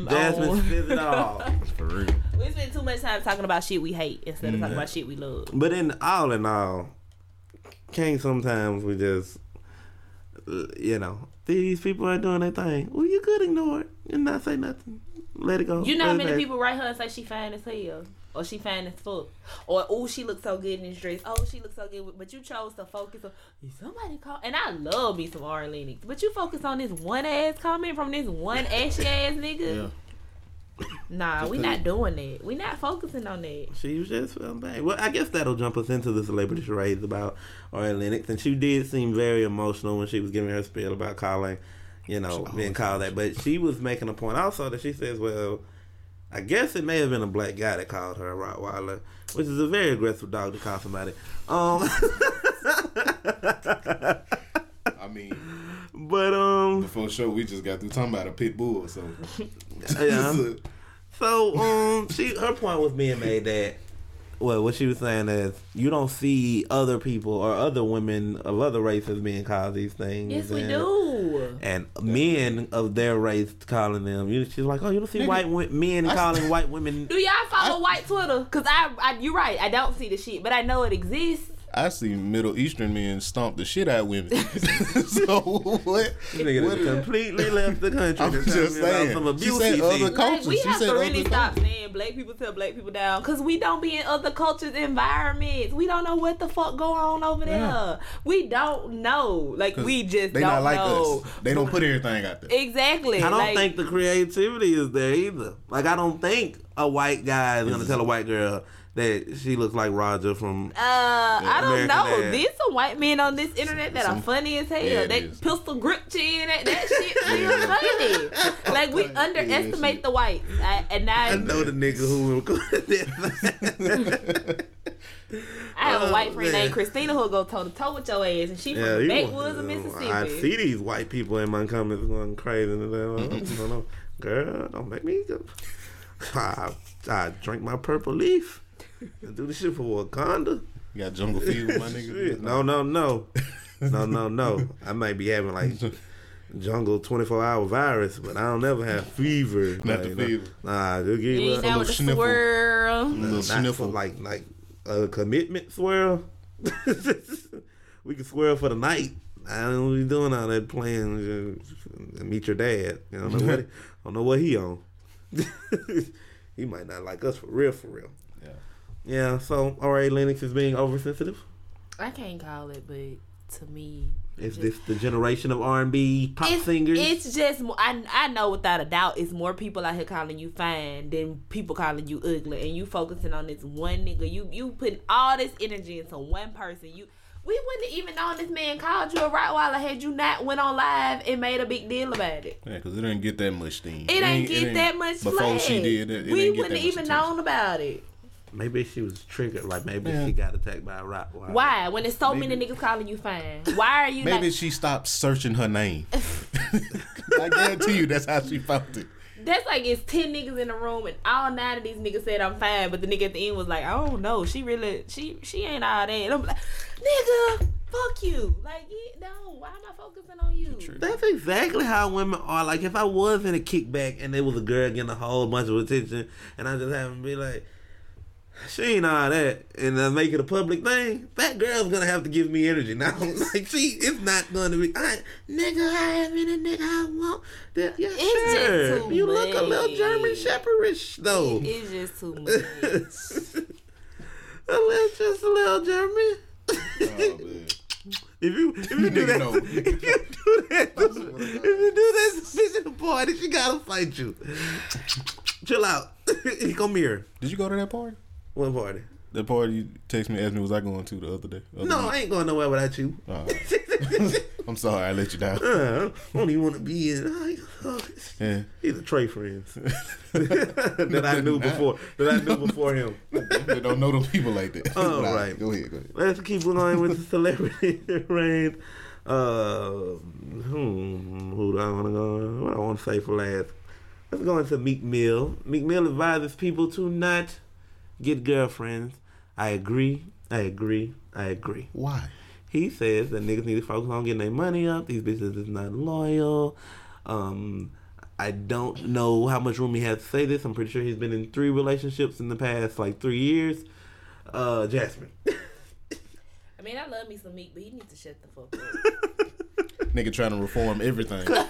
Speaker 4: time
Speaker 3: Jasmine
Speaker 4: on-
Speaker 3: spit it all.
Speaker 5: For real.
Speaker 4: We spend too much time talking about shit we hate instead of talking about shit we love.
Speaker 3: But in all in all, King sometimes we just, uh, you know, these people are doing their thing. Well, you could ignore it and not say nothing. Let it go.
Speaker 4: You know
Speaker 3: Let
Speaker 4: how
Speaker 3: it
Speaker 4: many
Speaker 3: pass.
Speaker 4: people write her and say she fine as hell, or she fine as fuck, or oh she looks so good in this dress, oh she looks so good. with- But you chose to focus on somebody call, and I love me some Ari Lennox, but you focus on this one ass comment from this one ashy ass nigga.
Speaker 5: Yeah.
Speaker 4: Nah, we
Speaker 5: Just
Speaker 4: not doing that. We not focusing on that.
Speaker 3: She was just feeling bad. Well, I guess that'll jump us into the celebrity charades about Ari Lennox, and she did seem very emotional when she was giving her spiel about calling, you know, being called that. But she was making a point also that she says, well, I guess it may have been a black guy that called her a Rottweiler, which is a very aggressive dog to call somebody. Um,
Speaker 5: I mean,
Speaker 3: but um,
Speaker 5: before show we just got through talking about a pit bull, so
Speaker 3: yeah. So um, she her point was being made that well, what she was saying is you don't see other people or other women of other races being called these things.
Speaker 4: Yes, we
Speaker 3: and-
Speaker 4: do.
Speaker 3: And men of their race calling them. You- She's like, oh, you don't see white wo- men calling white women.
Speaker 4: Do y'all follow white Twitter? Cause I, I, you're right. I don't see the shit, but I know it exists.
Speaker 5: I see Middle Eastern men stomp the shit out of women. so what?
Speaker 3: This nigga
Speaker 5: what
Speaker 3: done completely left the country.
Speaker 5: I'm
Speaker 3: to tell
Speaker 5: just
Speaker 3: me about
Speaker 5: saying.
Speaker 3: Some
Speaker 5: She
Speaker 3: abuse
Speaker 5: said
Speaker 3: he
Speaker 5: other
Speaker 3: seen.
Speaker 5: co- Cultures.
Speaker 4: Like, we
Speaker 5: You
Speaker 4: have
Speaker 5: said
Speaker 4: to
Speaker 5: other
Speaker 4: really stop saying black people tell black people down because we don't be in other cultures' environments. We don't know what the fuck go on over there. We don't know. Like we just
Speaker 5: they
Speaker 4: don't
Speaker 5: not like
Speaker 4: know.
Speaker 5: us. They don't put everything out there.
Speaker 4: Exactly.
Speaker 3: I don't
Speaker 4: like,
Speaker 3: think the creativity is there either. Like, I don't think a white guy is going to tell a white girl that she looks like Roger from
Speaker 4: Uh, I don't
Speaker 3: American
Speaker 4: know.
Speaker 3: Dad.
Speaker 4: There's some white men on this internet that
Speaker 5: Some-
Speaker 4: are funny as hell.
Speaker 5: Yeah, it
Speaker 4: they
Speaker 5: is.
Speaker 4: pistol grip you and that, that shit is funny. Like we
Speaker 5: Yeah, that
Speaker 4: underestimate
Speaker 5: shit.
Speaker 4: the whites, I, and I,
Speaker 3: I know the nigga who recorded that.
Speaker 4: I have
Speaker 3: Oh,
Speaker 4: a white friend
Speaker 3: man.
Speaker 4: named Christina who'll go toe to toe with your ass, and she
Speaker 3: yeah,
Speaker 4: from
Speaker 3: you
Speaker 4: the
Speaker 3: want-
Speaker 4: backwoods of
Speaker 3: I
Speaker 4: Mississippi.
Speaker 3: see these white people in my comments going crazy. And they're like, "Oh, no, no, girl, don't make me. Go. I, I drink my purple leaf. I do this shit for Wakanda.
Speaker 5: You got jungle fever, my nigga.
Speaker 3: Shit. No, no, no, no, no, no. I might be having like jungle twenty four hour virus, but I don't ever have fever.
Speaker 5: Not
Speaker 3: like,
Speaker 5: the
Speaker 3: you know.
Speaker 5: fever.
Speaker 3: Nah, just
Speaker 4: You
Speaker 3: give
Speaker 4: ain't
Speaker 3: up.
Speaker 4: down with the
Speaker 5: little sniffle.
Speaker 4: swirl.
Speaker 5: Little
Speaker 3: Not for
Speaker 5: sniffle.
Speaker 3: like like a commitment swirl. we can swirl for the night. I don't be doing all that playing. uh, Meet your dad. I don't know what. I don't know what he on. he might not like us for real, for real.
Speaker 5: Yeah.
Speaker 3: Yeah. So, R.A. Lennox is being oversensitive.
Speaker 4: I can't call it, but to me,
Speaker 3: Is this the generation of R&B pop
Speaker 4: it's,
Speaker 3: singers?
Speaker 4: it's just mo- I I know without a doubt it's more people out here calling you fine than people calling you ugly, and you focusing on this one nigga. You you putting all this energy into one person. You we wouldn't have even known this man called you a Rottweiler had you not went on live and made a big deal about it.
Speaker 5: Yeah, because it didn't get that much steam.
Speaker 4: It ain't get
Speaker 5: ain't-
Speaker 4: that much
Speaker 5: Before
Speaker 4: flack.
Speaker 5: she did it, it
Speaker 4: we
Speaker 5: didn't get
Speaker 4: wouldn't
Speaker 5: that much
Speaker 4: even
Speaker 5: attention.
Speaker 4: known about it.
Speaker 3: maybe she was triggered. Like maybe
Speaker 5: Yeah.
Speaker 3: she got attacked by a rock.
Speaker 4: Why? When there's so many
Speaker 5: Maybe-
Speaker 4: niggas calling you fine, why are you
Speaker 5: Maybe
Speaker 4: like?
Speaker 5: she stopped searching her name. I guarantee you, that's how she found it.
Speaker 4: That's like it's ten niggas in the room and all nine of these niggas said I'm fine, but the nigga at the end was like, I don't know, she really, she she ain't all that. And I'm like, nigga, fuck you. Like, yeah, no, why am I focusing on you?
Speaker 3: That's exactly how women are. Like if I was in a kickback and there was a girl getting a whole bunch of attention, and I just happened to be like, she ain't all that, and I make it a public thing. That girl's gonna have to give me energy now. like she, it's not gonna be. I nigga, I have any nigga I want. That, yeah,
Speaker 4: It's just
Speaker 3: sure.
Speaker 4: too
Speaker 3: you look a little
Speaker 4: much.
Speaker 3: German Shepherdish though.
Speaker 4: It's just too much.
Speaker 3: A little, just a little German. If you if you do
Speaker 5: Oh, nigga
Speaker 3: that,
Speaker 5: know.
Speaker 3: if you do that, if you do that to the party, she gotta fight you. Chill out. Come here.
Speaker 5: Did you go to that party?
Speaker 3: What party?
Speaker 5: The party you text me, asked me, was I going to the other day? Other
Speaker 3: No,
Speaker 5: week?
Speaker 3: I ain't going nowhere without you.
Speaker 5: Oh, I'm sorry, I let you down.
Speaker 3: Uh, I don't even want to be in.
Speaker 5: Yeah.
Speaker 3: He's a Trey friends that I knew before. That I knew before him.
Speaker 5: they don't know them people like that.
Speaker 3: All
Speaker 5: Nah,
Speaker 3: right.
Speaker 5: Go ahead, go ahead.
Speaker 3: Let's keep going with the celebrity reign. Uh, hmm, who do I want to go? What I want to say for last? Let's go into Meek Mill. Meek Mill advises people to not get girlfriends. I agree. I agree. I agree.
Speaker 5: Why?
Speaker 3: He says that niggas need to focus on getting their money up. These bitches is not loyal. Um, I don't know how much room he has to say this. I'm pretty sure he's been in three relationships in the past like three years. Uh, Jasmine.
Speaker 4: I mean, I love me some meat, but he needs to shut the fuck up.
Speaker 5: Nigga trying to reform everything.
Speaker 4: like,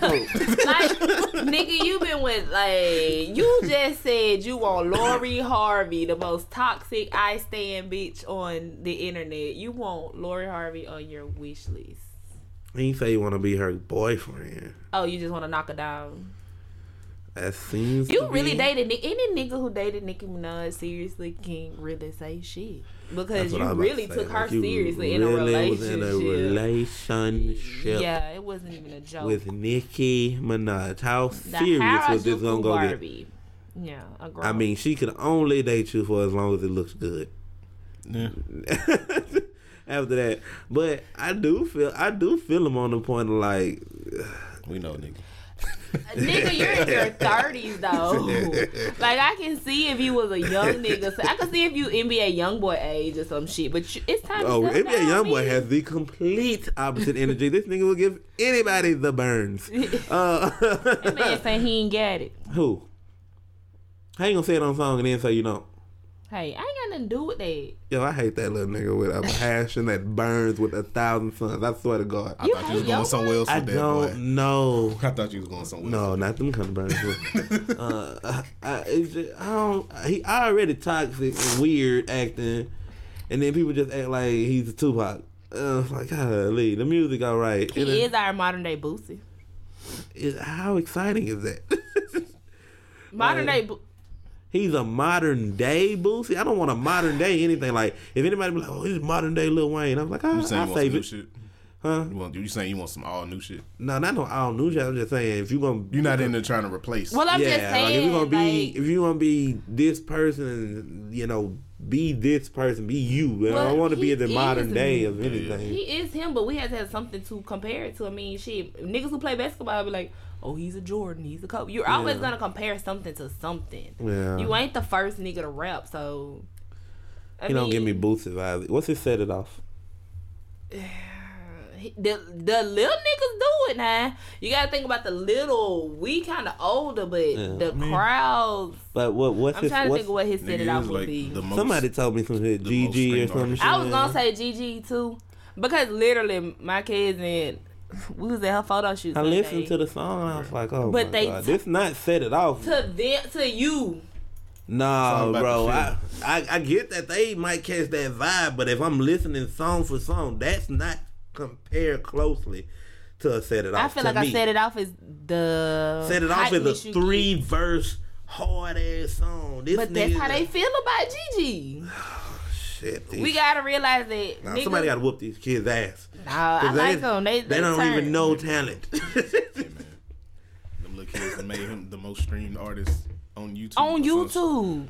Speaker 4: nigga, you been with like you just said you want Lori Harvey, the most toxic I stand bitch on the internet. You want Lori Harvey on your wish list.
Speaker 3: He say you want to be her boyfriend.
Speaker 4: Oh, you just want to knock her down.
Speaker 3: That seems
Speaker 4: You
Speaker 3: to
Speaker 4: really
Speaker 3: be-
Speaker 4: dated Nick. Any nigga who dated Nicki Minaj seriously can't really say shit
Speaker 3: That's
Speaker 4: because
Speaker 3: what I
Speaker 4: you
Speaker 3: was about to
Speaker 4: really
Speaker 3: say,
Speaker 4: took
Speaker 3: like,
Speaker 4: her
Speaker 3: you
Speaker 4: seriously
Speaker 3: really was
Speaker 4: in a
Speaker 3: in a
Speaker 4: relationship.
Speaker 3: relationship
Speaker 4: Yeah, it wasn't even a joke.
Speaker 3: with Nicki Minaj. How
Speaker 4: the
Speaker 3: serious was this gonna
Speaker 4: hierarchical
Speaker 3: go get?
Speaker 4: Barbie. Yeah, a girl.
Speaker 3: I mean, she could only date you for as long as it looks good.
Speaker 5: Yeah.
Speaker 3: After that, but I do feel I do feel him on the point of like
Speaker 5: We know, nigga.
Speaker 4: nigga, you're in your thirties though. like I can see if you was a young nigga, so I can see if you NBA young boy age or some shit. But you, it's time.
Speaker 3: Oh,
Speaker 4: to settle
Speaker 3: NBA
Speaker 4: down,
Speaker 3: YoungBoy
Speaker 4: bitch.
Speaker 3: has the complete opposite energy. This nigga will give anybody the burns.
Speaker 4: Man
Speaker 3: Uh,
Speaker 4: saying he ain't got it.
Speaker 3: who? I ain't gonna say it on song and then say you don't.
Speaker 4: Hey, I ain't got nothing to do with that.
Speaker 3: Yo, I hate that little nigga with a passion that burns with a thousand suns. I swear to God. I,
Speaker 4: You
Speaker 5: I thought you was
Speaker 4: hate your
Speaker 5: going somewhere else with that
Speaker 3: don't
Speaker 5: boy.
Speaker 3: know.
Speaker 5: I thought you was going somewhere else.
Speaker 3: No, not them kind of burns. but, uh, I, I, it's just, I don't. He already toxic and weird acting, and then people just act like he's a Tupac. Uh, it's like, golly, the music all right. It
Speaker 4: He is our modern day Boosie.
Speaker 3: is- how exciting is that?
Speaker 4: Modern
Speaker 3: Like-
Speaker 4: day. Bo-
Speaker 3: He's a modern day Boosie. I don't want a modern day anything. Like if anybody be like, "Oh, he's modern day Lil Wayne," I'm like, ah, I,
Speaker 5: You saying you
Speaker 3: "I'll
Speaker 5: want some
Speaker 3: save
Speaker 5: new
Speaker 3: it."
Speaker 5: shit?
Speaker 3: Huh?
Speaker 5: You, want, you saying you want some all new shit?
Speaker 3: No, not no all new shit. I'm just saying if you gonna
Speaker 5: You're not in there trying to replace.
Speaker 4: well, I'm
Speaker 3: yeah,
Speaker 4: just
Speaker 3: like, if
Speaker 4: saying.
Speaker 3: you gonna
Speaker 4: Like,
Speaker 3: be if you gonna be this person, and, you know, be this person, be you. You know, I
Speaker 4: Well,
Speaker 3: want to be
Speaker 4: he
Speaker 3: the
Speaker 4: is
Speaker 3: modern day
Speaker 4: me.
Speaker 3: of anything.
Speaker 4: he is him, but we have to have something to compare it to. I mean, shit, niggas who play basketball be like, "Oh, he's a Jordan. He's a Kobe." You're always
Speaker 3: Yeah.
Speaker 4: gonna compare something to something.
Speaker 3: Yeah.
Speaker 4: You ain't the first nigga to rap, so. I
Speaker 3: he don't give me
Speaker 4: mean,
Speaker 3: Boosie vibes. What's his set it off?
Speaker 4: he- the the little niggas do it now. You gotta think about the little. We kind of older, but the crowds.
Speaker 3: But what what's
Speaker 4: I'm
Speaker 3: his
Speaker 4: trying to
Speaker 3: what's,
Speaker 4: think of what his set it
Speaker 5: Nigga,
Speaker 4: off
Speaker 5: is
Speaker 4: would
Speaker 5: like
Speaker 4: be.
Speaker 5: the most.
Speaker 3: somebody told me some shit,
Speaker 5: most
Speaker 3: GG or
Speaker 5: streamed
Speaker 3: something.
Speaker 5: artist.
Speaker 4: I was gonna say GG too, because literally my cousin, we was at her photo shoot.
Speaker 3: I
Speaker 4: one
Speaker 3: listened
Speaker 4: day.
Speaker 3: to the song and I was like, oh
Speaker 4: But
Speaker 3: my
Speaker 4: they
Speaker 3: god,
Speaker 4: t-
Speaker 3: this not set it off.
Speaker 4: to them to you.
Speaker 3: No,
Speaker 5: all about
Speaker 3: bro.
Speaker 5: the
Speaker 3: I,
Speaker 5: feel.
Speaker 3: I I get that they might catch that vibe, but if I'm listening song for song, that's not compared closely to a set it off.
Speaker 4: I feel
Speaker 3: to
Speaker 4: like I
Speaker 3: me.
Speaker 4: said it off as the
Speaker 3: Set it off
Speaker 4: hypeness
Speaker 3: is a
Speaker 4: you
Speaker 3: three
Speaker 4: get.
Speaker 3: verse hard ass song. This
Speaker 4: But that's
Speaker 3: nigga,
Speaker 4: how they feel about Gigi.
Speaker 3: shit. These,
Speaker 4: We gotta realize that.
Speaker 3: nah,
Speaker 4: niggas,
Speaker 3: somebody gotta whoop these kids ass.
Speaker 4: Nah, I
Speaker 3: 'Cause
Speaker 4: like them. They,
Speaker 3: they don't
Speaker 4: turn.
Speaker 3: even know talent.
Speaker 5: Them little kids that made him the most streamed artist on YouTube.
Speaker 4: on
Speaker 5: or something.
Speaker 4: YouTube.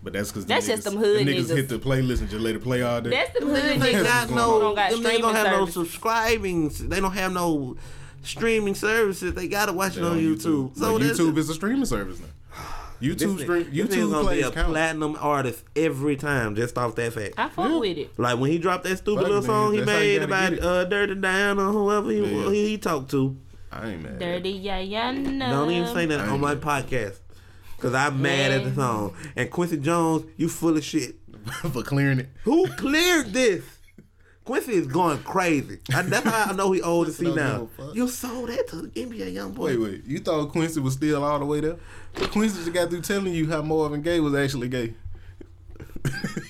Speaker 5: But that's because
Speaker 4: That's just them hood niggas.
Speaker 5: niggas hit the playlist and just let it play all day.
Speaker 4: That's the hood
Speaker 3: they
Speaker 4: niggas.
Speaker 3: got
Speaker 4: who
Speaker 3: no,
Speaker 4: don't got
Speaker 3: them they
Speaker 4: streaming
Speaker 3: don't have
Speaker 4: service.
Speaker 3: no subscribing. They don't have no streaming services. They gotta watch
Speaker 5: They
Speaker 3: it on, YouTube.
Speaker 5: So
Speaker 3: that's
Speaker 5: YouTube is a streaming service now. YouTube
Speaker 3: This
Speaker 5: stream.
Speaker 3: nigga- this nigga
Speaker 5: YouTube
Speaker 3: gonna be a
Speaker 5: plays count.
Speaker 3: platinum artist every time, just off that fact.
Speaker 4: I fuck
Speaker 5: Yeah.
Speaker 4: with it.
Speaker 3: like when he dropped that stupid
Speaker 5: Fuck,
Speaker 3: little
Speaker 5: man,
Speaker 3: song he
Speaker 5: that's how you
Speaker 3: made
Speaker 5: gotta
Speaker 3: about
Speaker 5: get it.
Speaker 3: uh, Dirty Diana or whoever he,
Speaker 5: Yeah.
Speaker 3: he, he talked to.
Speaker 5: I ain't mad.
Speaker 4: Dirty Yayana.
Speaker 3: Don't even say that
Speaker 5: I
Speaker 3: on my
Speaker 5: ain't-
Speaker 3: podcast. Cause I'm mad at the
Speaker 4: Man.
Speaker 3: song. And Quincy Jones, you full of shit.
Speaker 5: for clearing it.
Speaker 3: Who cleared this? Quincy is going crazy. I, that's how I know he old to see
Speaker 5: don't
Speaker 3: now.
Speaker 5: give a fuck.
Speaker 3: You sold that to the NBA young boy.
Speaker 5: Wait, wait. You thought Quincy was still all the way there? Quincy just got through telling you how Marvin Gaye was actually gay.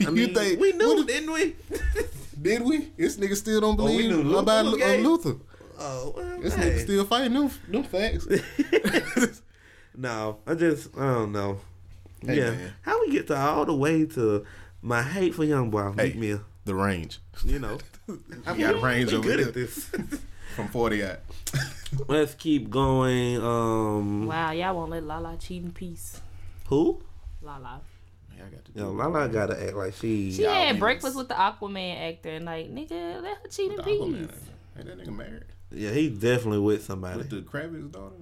Speaker 3: I mean,
Speaker 5: you think
Speaker 3: we knew,
Speaker 5: what is-
Speaker 3: didn't we?
Speaker 5: Did we? This nigga still don't
Speaker 3: we
Speaker 5: believe
Speaker 3: knew Luther
Speaker 5: about
Speaker 3: was
Speaker 5: Lu-
Speaker 3: gay.
Speaker 5: uh, Luther.
Speaker 3: oh, well,
Speaker 5: This
Speaker 3: hey.
Speaker 5: nigga still fighting them, them facts.
Speaker 3: No, I just I don't know.
Speaker 5: Hey,
Speaker 3: yeah,
Speaker 5: man.
Speaker 3: how we get to all the way to my hate for young boy
Speaker 5: Hey.
Speaker 3: Meek Mill?
Speaker 5: the range.
Speaker 3: You know,
Speaker 5: I got range
Speaker 3: we
Speaker 5: over
Speaker 3: good
Speaker 5: there
Speaker 3: at this.
Speaker 5: from 40 out.
Speaker 3: Let's keep going. Um,
Speaker 4: Wow, y'all won't let Lala cheat in peace.
Speaker 3: who?
Speaker 4: Lala.
Speaker 5: Yeah, I got to do
Speaker 3: Yo,
Speaker 5: it.
Speaker 3: Lala gotta act like she.
Speaker 4: She
Speaker 5: Y'all
Speaker 4: had
Speaker 5: women's-
Speaker 4: breakfast with the Aquaman actor and like, nigga, let her cheat in
Speaker 5: The
Speaker 4: peace.
Speaker 5: Aquaman. Hey, that nigga married.
Speaker 3: Yeah, he's definitely with somebody.
Speaker 5: With the Kravitz daughter.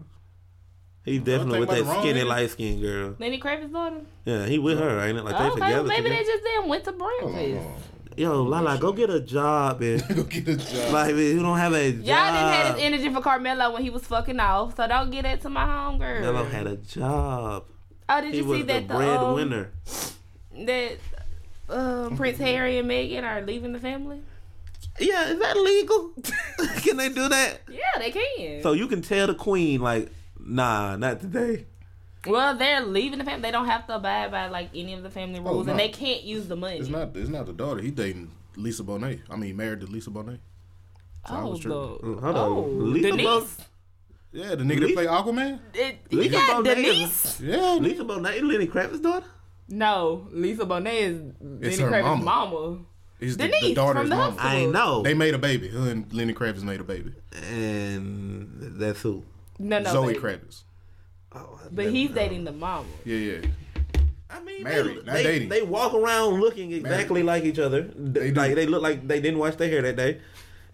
Speaker 3: He's definitely
Speaker 5: think
Speaker 3: with
Speaker 5: about the
Speaker 3: that
Speaker 5: wrong
Speaker 3: skinny
Speaker 5: nigga.
Speaker 3: light skinned girl.
Speaker 4: Lenny Kravitz's daughter. Oh,
Speaker 3: Yeah, he with her, ain't it? Like
Speaker 4: Okay,
Speaker 3: they together.
Speaker 4: well, maybe they
Speaker 3: together.
Speaker 4: just then went to
Speaker 5: Hold on,
Speaker 4: breakfast.
Speaker 5: hold on.
Speaker 3: Yo, Lala, go get a job and
Speaker 5: Go get a job.
Speaker 3: like if you don't have a job.
Speaker 4: Y'all didn't have this energy for Carmelo when he was fucking off, so don't get that to my homegirl.
Speaker 3: Mello had a job.
Speaker 4: oh, did
Speaker 3: He
Speaker 4: you
Speaker 3: was
Speaker 4: see
Speaker 3: the
Speaker 4: that the, um,
Speaker 3: breadwinner.
Speaker 4: that um, Prince Harry and Meghan are leaving the family?
Speaker 3: Yeah, is that legal? Can they do that?
Speaker 4: Yeah, they can.
Speaker 3: So you can tell the queen, like, nah, not today.
Speaker 4: well, they're leaving the family. They don't have to abide by like any of the family
Speaker 3: Oh,
Speaker 4: rules, and
Speaker 5: no.
Speaker 4: they can't use the money.
Speaker 5: It's not it's not the daughter. He dating Lisa Bonet. I mean married to Lisa Bonet. I
Speaker 4: oh,
Speaker 5: was tripping.
Speaker 4: the,
Speaker 3: Hold
Speaker 4: oh,
Speaker 3: on. Lisa
Speaker 4: the niece.
Speaker 5: Yeah, the nigga that
Speaker 3: Lee?
Speaker 5: play Aquaman.
Speaker 6: It, you
Speaker 3: Lisa
Speaker 6: got
Speaker 3: Bonet is-
Speaker 6: Denise?
Speaker 5: Yeah,
Speaker 3: Lisa Bonet, Lenny Kravitz's daughter.
Speaker 4: No, Lisa Bonet is
Speaker 5: It's
Speaker 4: Lenny
Speaker 5: her
Speaker 4: Kravitz's
Speaker 5: mama.
Speaker 4: mama.
Speaker 5: he's the,
Speaker 4: Denise
Speaker 5: the daughter's
Speaker 4: from the
Speaker 5: mama.
Speaker 4: hospital.
Speaker 3: I know,
Speaker 5: They made a baby. Her and Lenny Kravitz made a baby.
Speaker 3: and that's who.
Speaker 4: No, no.
Speaker 5: Zoe
Speaker 4: but,
Speaker 5: Kravitz.
Speaker 3: Oh, I
Speaker 4: But
Speaker 3: never-
Speaker 4: he's dating the mama.
Speaker 5: Yeah, yeah.
Speaker 3: I mean,
Speaker 5: married,
Speaker 3: they,
Speaker 5: not
Speaker 3: they,
Speaker 5: dating.
Speaker 3: they walk around looking exactly like each other. They
Speaker 5: do.
Speaker 3: like they look like they didn't wash their hair that day,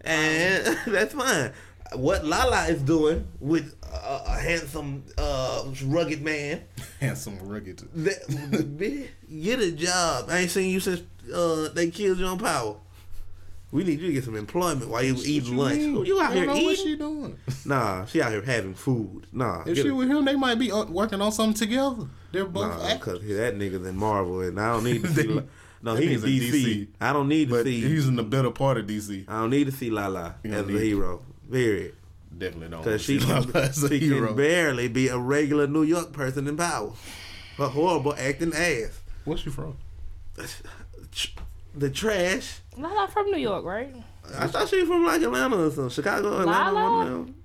Speaker 3: and that's fine. What Lala is doing with a, a handsome, uh, rugged man,
Speaker 5: Handsome, rugged.
Speaker 3: that, bitch, get a job. I ain't seen you since uh, they killed John Powell. We need you to get some employment while you eating lunch.
Speaker 5: mean?
Speaker 3: You out
Speaker 5: I don't
Speaker 3: here
Speaker 5: know what
Speaker 3: eating?
Speaker 5: she doing.
Speaker 3: Nah, she out here having food. Nah,
Speaker 5: If
Speaker 3: get
Speaker 5: she
Speaker 3: a-
Speaker 5: with him, they might be uh, working on something together. They're both
Speaker 3: Nah,
Speaker 5: actors.
Speaker 3: because that nigga's in Marvel, and I don't need to see.
Speaker 5: They-
Speaker 3: La- no,
Speaker 5: that
Speaker 3: he in
Speaker 5: nigga's in
Speaker 3: DC.
Speaker 5: DC.
Speaker 3: I don't need to
Speaker 5: But
Speaker 3: see.
Speaker 5: he's in the better part of DC.
Speaker 3: I don't need to see Lala
Speaker 5: You don't
Speaker 3: as a
Speaker 5: need to.
Speaker 3: hero. Period.
Speaker 5: Definitely don't.
Speaker 3: Because
Speaker 5: wanna
Speaker 3: she,
Speaker 5: see
Speaker 3: can,
Speaker 5: Lala as a
Speaker 3: she
Speaker 5: hero.
Speaker 3: can barely be a regular New York person in power. Her horrible acting ass.
Speaker 5: Where's she from?
Speaker 3: Tr- The trash.
Speaker 4: Lala from New York, right?
Speaker 3: I thought she was from like Atlanta or something. Chicago, Atlanta.
Speaker 4: Lala?
Speaker 3: one of them.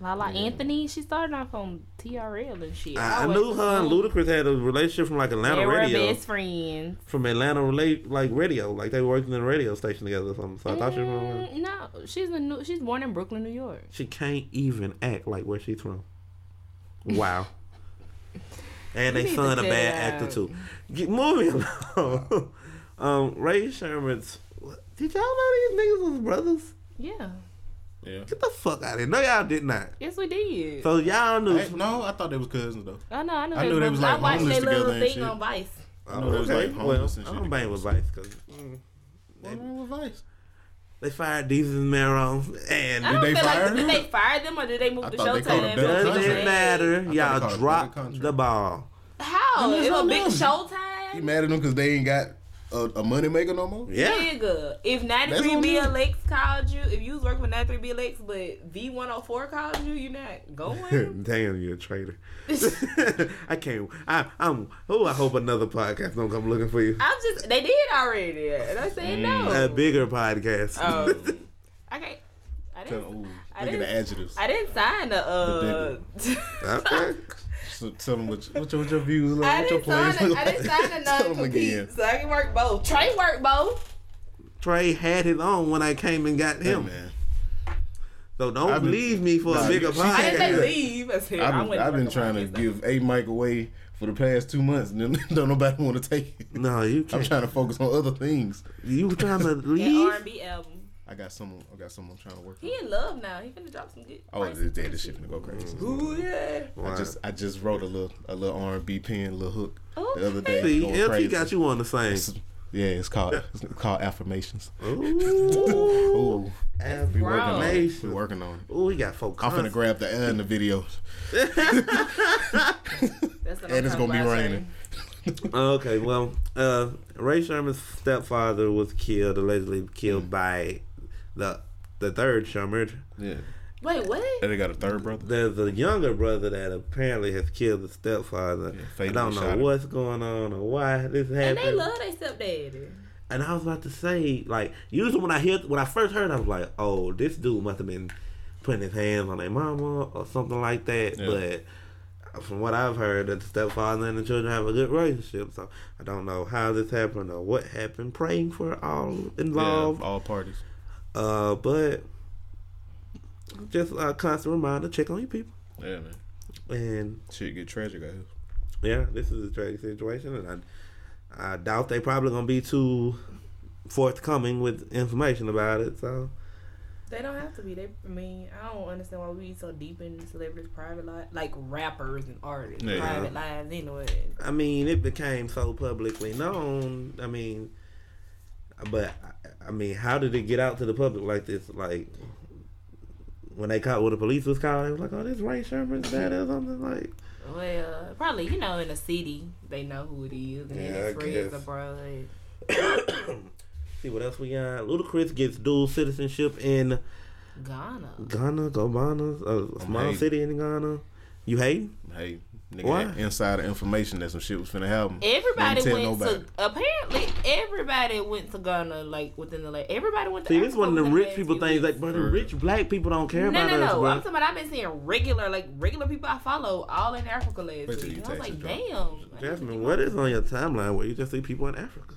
Speaker 4: Lala Anthony, she started off on TRL and shit.
Speaker 3: I, I
Speaker 4: Always
Speaker 3: knew her and
Speaker 4: on-
Speaker 3: Ludacris had a relationship from like Atlanta
Speaker 4: They were
Speaker 3: radio.
Speaker 4: best friends.
Speaker 3: From Atlanta, rela- like radio. Like they worked in a radio station together or something. So I thought she was from Atlanta.
Speaker 4: Mm, No, she's a new, she's born in Brooklyn, New York.
Speaker 3: She can't even act like where she's from. Wow. and
Speaker 4: need
Speaker 3: they
Speaker 4: to
Speaker 3: son a
Speaker 4: check
Speaker 3: bad
Speaker 4: it
Speaker 3: actor
Speaker 4: out.
Speaker 3: too. Get moving along. um, Ray Sherman's. what- Did y'all know these niggas was brothers?
Speaker 4: Yeah.
Speaker 5: Yeah.
Speaker 3: Get the fuck out of here. No, y'all did not.
Speaker 4: Yes, we did.
Speaker 3: So y'all knew.
Speaker 5: Hey, no, I thought they was cousins though.
Speaker 4: I know, I know.
Speaker 5: I knew they was, like,
Speaker 4: I watched
Speaker 5: homeless
Speaker 4: their little
Speaker 5: together and
Speaker 4: thing
Speaker 5: shit.
Speaker 4: on Vice.
Speaker 5: I know they was, like,
Speaker 3: well,
Speaker 5: homeless and
Speaker 3: I
Speaker 5: shit
Speaker 3: don't bang with Vice because
Speaker 5: What wrong with Vice?
Speaker 3: they fired Deezus and Marone and.
Speaker 4: I don't
Speaker 5: they
Speaker 4: feel
Speaker 5: fire
Speaker 4: like did
Speaker 5: her?
Speaker 4: they fire them or did they move
Speaker 5: I
Speaker 4: to
Speaker 5: thought they called
Speaker 4: Showtime?
Speaker 5: them Bill
Speaker 3: Doesn't
Speaker 5: Country.
Speaker 3: matter.
Speaker 5: they called
Speaker 3: Y'all
Speaker 5: it Bill
Speaker 3: dropped
Speaker 5: Country.
Speaker 3: the ball.
Speaker 4: How?
Speaker 5: That's
Speaker 4: It was
Speaker 5: what
Speaker 4: a big
Speaker 5: I'm You
Speaker 4: Showtime.
Speaker 5: mad at them because they ain't got a, a moneymaker no more?
Speaker 3: Yeah.
Speaker 4: Nigga, if
Speaker 5: That's
Speaker 4: 93
Speaker 5: what I'm
Speaker 4: BLX called you, if you was working for 93 BLX, but V104 called you, you not going.
Speaker 3: Damn, you're a traitor. I can't. I, I'm. Oh, I hope another podcast don't come looking for you.
Speaker 4: I'm just, they did already. And I said no.
Speaker 3: A bigger podcast.
Speaker 4: Um, I can't. I
Speaker 5: Kinda,
Speaker 4: didn't.
Speaker 5: ooh,
Speaker 4: I
Speaker 5: look at the
Speaker 4: didn't-
Speaker 5: adjectives.
Speaker 4: I didn't sign the. Uh,
Speaker 3: okay.
Speaker 5: So tell them what, what, your, what your views look
Speaker 4: I
Speaker 5: like, what your
Speaker 4: didn't sign.
Speaker 5: plays
Speaker 4: A,
Speaker 5: look
Speaker 4: I
Speaker 5: like.
Speaker 4: didn't sign a
Speaker 5: Tell them
Speaker 4: non-compete,
Speaker 5: again.
Speaker 4: so I can work both. Trey work both.
Speaker 3: Trey had his own when I came and got
Speaker 5: Hey,
Speaker 3: him.
Speaker 5: man.
Speaker 3: so don't
Speaker 5: I've been-
Speaker 3: leave me for a
Speaker 5: Nah,
Speaker 3: bigger
Speaker 5: she- I
Speaker 4: I didn't say
Speaker 3: podcast.
Speaker 4: leave. I said I
Speaker 5: I've been,
Speaker 4: went.
Speaker 5: I've been trying to give a mic away for the past two months, and then don't nobody want to take it.
Speaker 3: No, you
Speaker 5: I'm
Speaker 3: can't.
Speaker 5: trying to focus on other things.
Speaker 3: You trying to
Speaker 4: That
Speaker 3: leave?
Speaker 4: R&B album.
Speaker 5: I got someone. I got someone trying to work.
Speaker 4: He in love now. He finna drop some good.
Speaker 5: Oh, this day this shit gonna go crazy.
Speaker 3: Mm.
Speaker 4: Ooh yeah.
Speaker 5: I just I just wrote a little a little R and B pen, little hook the other day.
Speaker 3: See,
Speaker 5: going
Speaker 3: LT
Speaker 5: crazy.
Speaker 3: got you on the same.
Speaker 5: It's- yeah, it's called it's called affirmations.
Speaker 3: Ooh,
Speaker 5: Ooh, we working on it. We
Speaker 3: affirmations.
Speaker 5: working on it.
Speaker 3: Ooh, we got folk.
Speaker 5: I'm finna grab the air in the video,
Speaker 4: That's what I'm
Speaker 5: and it's
Speaker 4: talking
Speaker 5: gonna be
Speaker 4: about,
Speaker 5: raining.
Speaker 3: Oh, Okay, well, uh, Ray Sherman's stepfather was killed, allegedly killed
Speaker 5: Mm.
Speaker 3: by the the third Sherman.
Speaker 5: Yeah,
Speaker 4: Trey. Wait, what?
Speaker 5: and they got a third brother.
Speaker 3: There's a younger brother that apparently has killed the stepfather. I
Speaker 5: fatally
Speaker 3: don't know
Speaker 5: shot him.
Speaker 3: what's going on or why this
Speaker 4: And
Speaker 3: happened.
Speaker 4: they love their stepdaddy.
Speaker 3: And I was about to say, like, usually when I hear when I first heard, it, I was like, oh, this dude must have been putting his hands on their mama or something like that.
Speaker 5: Yeah.
Speaker 3: But from what I've heard, that the stepfather and the children have a good relationship. So I don't know how this happened or what happened. Praying for all
Speaker 5: Yeah,
Speaker 3: involved.
Speaker 5: all parties.
Speaker 3: Uh, but just a constant reminder: check on your people.
Speaker 5: Yeah, man.
Speaker 3: And
Speaker 5: Shit get tragic out here.
Speaker 3: yeah, this is a tragic situation, and I, I doubt they probably gonna be too forthcoming with information about it. So.
Speaker 4: They don't have to be. They, I mean, I don't understand why we so deep in celebrities' private lives, like rappers and artists'
Speaker 5: Yeah.
Speaker 4: private lives. Anyway,
Speaker 3: I mean, it became so publicly known. I mean, but I- I mean, how did it get out to the public like this? Like when they caught, when the police was called, they was like, "Oh, this Ray Sherman's dad or something." Like,
Speaker 4: well, probably you know, in the city, they know who it is, and
Speaker 3: Yeah,
Speaker 4: then
Speaker 3: I
Speaker 4: their friends
Speaker 3: guess.
Speaker 4: abroad.
Speaker 3: see what else we got? Ludacris gets dual citizenship in
Speaker 4: Ghana.
Speaker 3: Ghana, Gobana, a small
Speaker 5: hating.
Speaker 3: city in Ghana. You hating?
Speaker 5: Hey, Nigga
Speaker 3: Why?
Speaker 5: had insider information that some shit was finna happen.
Speaker 4: Everybody
Speaker 5: Didn't
Speaker 4: went
Speaker 5: tell nobody.
Speaker 4: to apparently everybody went to Ghana like within the like everybody went to.
Speaker 3: See, this
Speaker 4: Africa
Speaker 3: one of the
Speaker 4: within
Speaker 3: rich
Speaker 4: last
Speaker 3: people
Speaker 4: few
Speaker 3: things.
Speaker 4: weeks.
Speaker 3: Like, bro, the rich black people don't care
Speaker 4: no,
Speaker 3: about
Speaker 4: no,
Speaker 3: us,
Speaker 4: no.
Speaker 3: bro.
Speaker 4: I'm talking about I've been seeing regular like regular people I follow all in Africa last
Speaker 5: Wait till
Speaker 4: week.
Speaker 5: you
Speaker 4: And I was
Speaker 5: text
Speaker 4: like,
Speaker 5: it,
Speaker 4: damn, like,
Speaker 3: Jasmine, what is on your timeline where you just see people in Africa?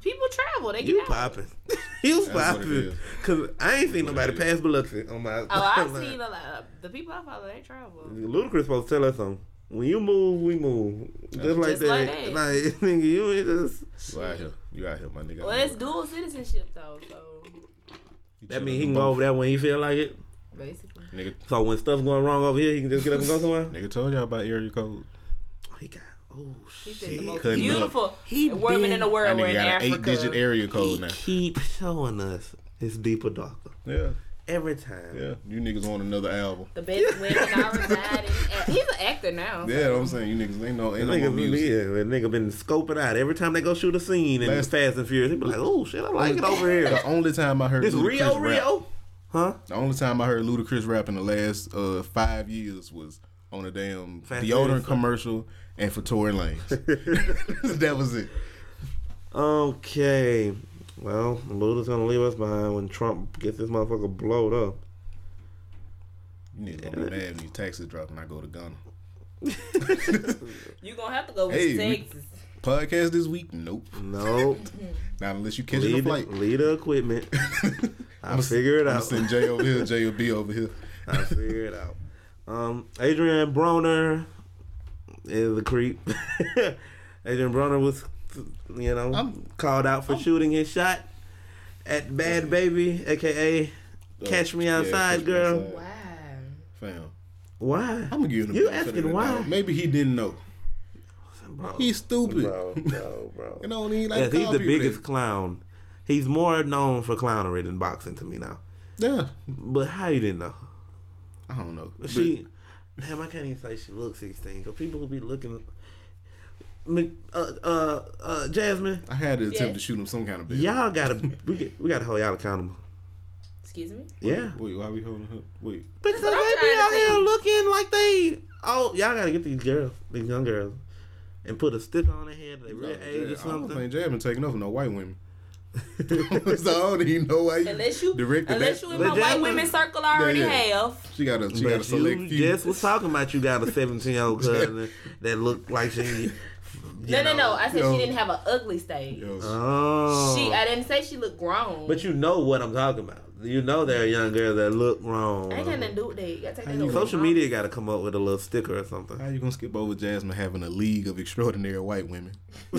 Speaker 4: people travel? They
Speaker 3: You
Speaker 4: get out.
Speaker 3: popping. You
Speaker 5: That's what it
Speaker 3: popping.
Speaker 5: is.
Speaker 3: Cause I ain't seen nobody
Speaker 5: it
Speaker 3: pass Biloxi on my.
Speaker 4: Oh, I've
Speaker 3: timeline.
Speaker 4: seen a lot. Of, the people I follow, they travel.
Speaker 3: Ludacris supposed to tell us something. When you move, we move. Just like
Speaker 4: Just like
Speaker 3: that. Like,
Speaker 4: that.
Speaker 3: nigga, you ain't just.
Speaker 5: You out here. You out here, my nigga.
Speaker 4: Well, it's dual citizenship though, so
Speaker 5: You
Speaker 3: That
Speaker 5: chillin'
Speaker 3: means he can
Speaker 5: with
Speaker 3: go
Speaker 5: both.
Speaker 3: over there when he feel like it.
Speaker 4: basically.
Speaker 5: Nigga,
Speaker 3: So when stuff going wrong over here, he can just get up and go somewhere.
Speaker 5: nigga told y'all about area code.
Speaker 3: He got oh
Speaker 4: He said the
Speaker 3: shit.
Speaker 4: most
Speaker 5: couldn't
Speaker 4: beautiful
Speaker 3: He
Speaker 4: woman
Speaker 3: been-
Speaker 4: in the
Speaker 5: That
Speaker 4: world. were
Speaker 5: nigga
Speaker 4: in
Speaker 5: got an
Speaker 4: Africa.
Speaker 5: eight-digit area
Speaker 3: Oh,
Speaker 5: code now.
Speaker 3: Keep showing us it's deeper darker
Speaker 5: Yeah,
Speaker 3: every time.
Speaker 5: yeah. You niggas want another album.
Speaker 4: The best women I reside in. He's an actor now.
Speaker 5: Yeah, I'm saying you niggas ain't no ain't
Speaker 3: That
Speaker 5: no more
Speaker 3: nigga,
Speaker 5: music.
Speaker 3: yeah, that nigga been scoping out every time they go shoot a scene in
Speaker 5: Last-
Speaker 3: Fast and Furious. He be like, "Oh shit, I like it over here."
Speaker 5: The only time I heard
Speaker 3: This
Speaker 5: Ludacris
Speaker 3: Rio,
Speaker 5: rap-
Speaker 3: Rio, huh?
Speaker 5: The only time I heard Ludacris rap in the last uh, five years was on a damn
Speaker 3: Fast
Speaker 5: deodorant
Speaker 3: Furious.
Speaker 5: commercial and for Tory Lanez. that was it.
Speaker 3: Okay. Well, Luda's gonna leave us behind when Trump gets this motherfucker blowed up.
Speaker 5: You niggas gonna be mad when your taxes drop and I go to Ghana.
Speaker 4: You gonna have to go with
Speaker 5: Hey, we-
Speaker 4: Texas.
Speaker 5: Podcast this week? Nope.
Speaker 3: No,
Speaker 5: Not unless you catching a
Speaker 3: lead,
Speaker 5: flight.
Speaker 3: lead the equipment. I'll
Speaker 5: I'ma-
Speaker 3: figure it
Speaker 5: I'm
Speaker 3: out.
Speaker 5: send Jay over here, Jay will be over here.
Speaker 3: I'll figure it out. Um, Adrian Broner is a creep. Adrian Broner was, you know,
Speaker 5: I'm-
Speaker 3: called out for shooting his shot at Bad Baby, aka Catch Me
Speaker 5: yeah,
Speaker 3: Outside,
Speaker 5: catch me
Speaker 3: Girl.
Speaker 5: outside.
Speaker 4: Wow.
Speaker 5: Fam.
Speaker 3: Why?
Speaker 5: I'm gonna give him a
Speaker 3: You
Speaker 5: benefit of
Speaker 3: asking
Speaker 5: the
Speaker 3: why?
Speaker 5: doubt. Maybe he didn't know.
Speaker 3: Bro,
Speaker 5: He's stupid.
Speaker 3: Bro, bro, bro.
Speaker 5: You know what I mean? Like,
Speaker 3: yes, he's
Speaker 5: call
Speaker 3: the
Speaker 5: people
Speaker 3: biggest clown. He's more known for clownery than boxing to me now.
Speaker 5: that- Yeah.
Speaker 3: But how you didn't know?
Speaker 5: I don't know. But
Speaker 3: She, damn, I can't even say she looks 16. Cause people will be looking. Mc- Uh, uh, uh, Jasmine,
Speaker 5: I had to attempt
Speaker 4: Yes.
Speaker 5: to shoot him some kind of bill.
Speaker 3: y'all gotta we, get, we gotta hold y'all accountable.
Speaker 4: Excuse me.
Speaker 3: Yeah,
Speaker 5: Wait, why we holding her? Wait.
Speaker 3: because they
Speaker 4: what
Speaker 3: be
Speaker 4: I'm trying to
Speaker 3: out here
Speaker 4: think.
Speaker 3: looking like they. Oh, y'all gotta get these girls, these young girls, and put a stick on their head, their real
Speaker 5: Nah, Jay-
Speaker 3: age or
Speaker 5: I don't
Speaker 3: something.
Speaker 5: think Jay been taking over no white women. so I don't even know why you
Speaker 4: Unless you,
Speaker 5: directed
Speaker 4: unless
Speaker 5: that.
Speaker 4: you in
Speaker 3: But
Speaker 4: my white
Speaker 3: Jasmine-
Speaker 4: women circle, I already
Speaker 5: Yeah, yeah.
Speaker 4: have.
Speaker 5: she got a she got a
Speaker 3: But
Speaker 5: select
Speaker 3: you
Speaker 5: few.
Speaker 3: just was talking about you got a 17 year old cousin that looked like she. you
Speaker 4: No, no, no.
Speaker 3: know.
Speaker 4: I said
Speaker 5: yo.
Speaker 4: she didn't have an ugly stage.
Speaker 5: Yo,
Speaker 3: Oh.
Speaker 4: She, I didn't say she looked grown.
Speaker 3: But you know what I'm talking about. You know there are young girls that look wrong.
Speaker 4: I ain't got nothing to do with that. You gotta take that
Speaker 5: you-
Speaker 4: over.
Speaker 3: Social media got to come up with a little sticker or something.
Speaker 5: how you gonna skip over Jasmine having a league of extraordinary white women?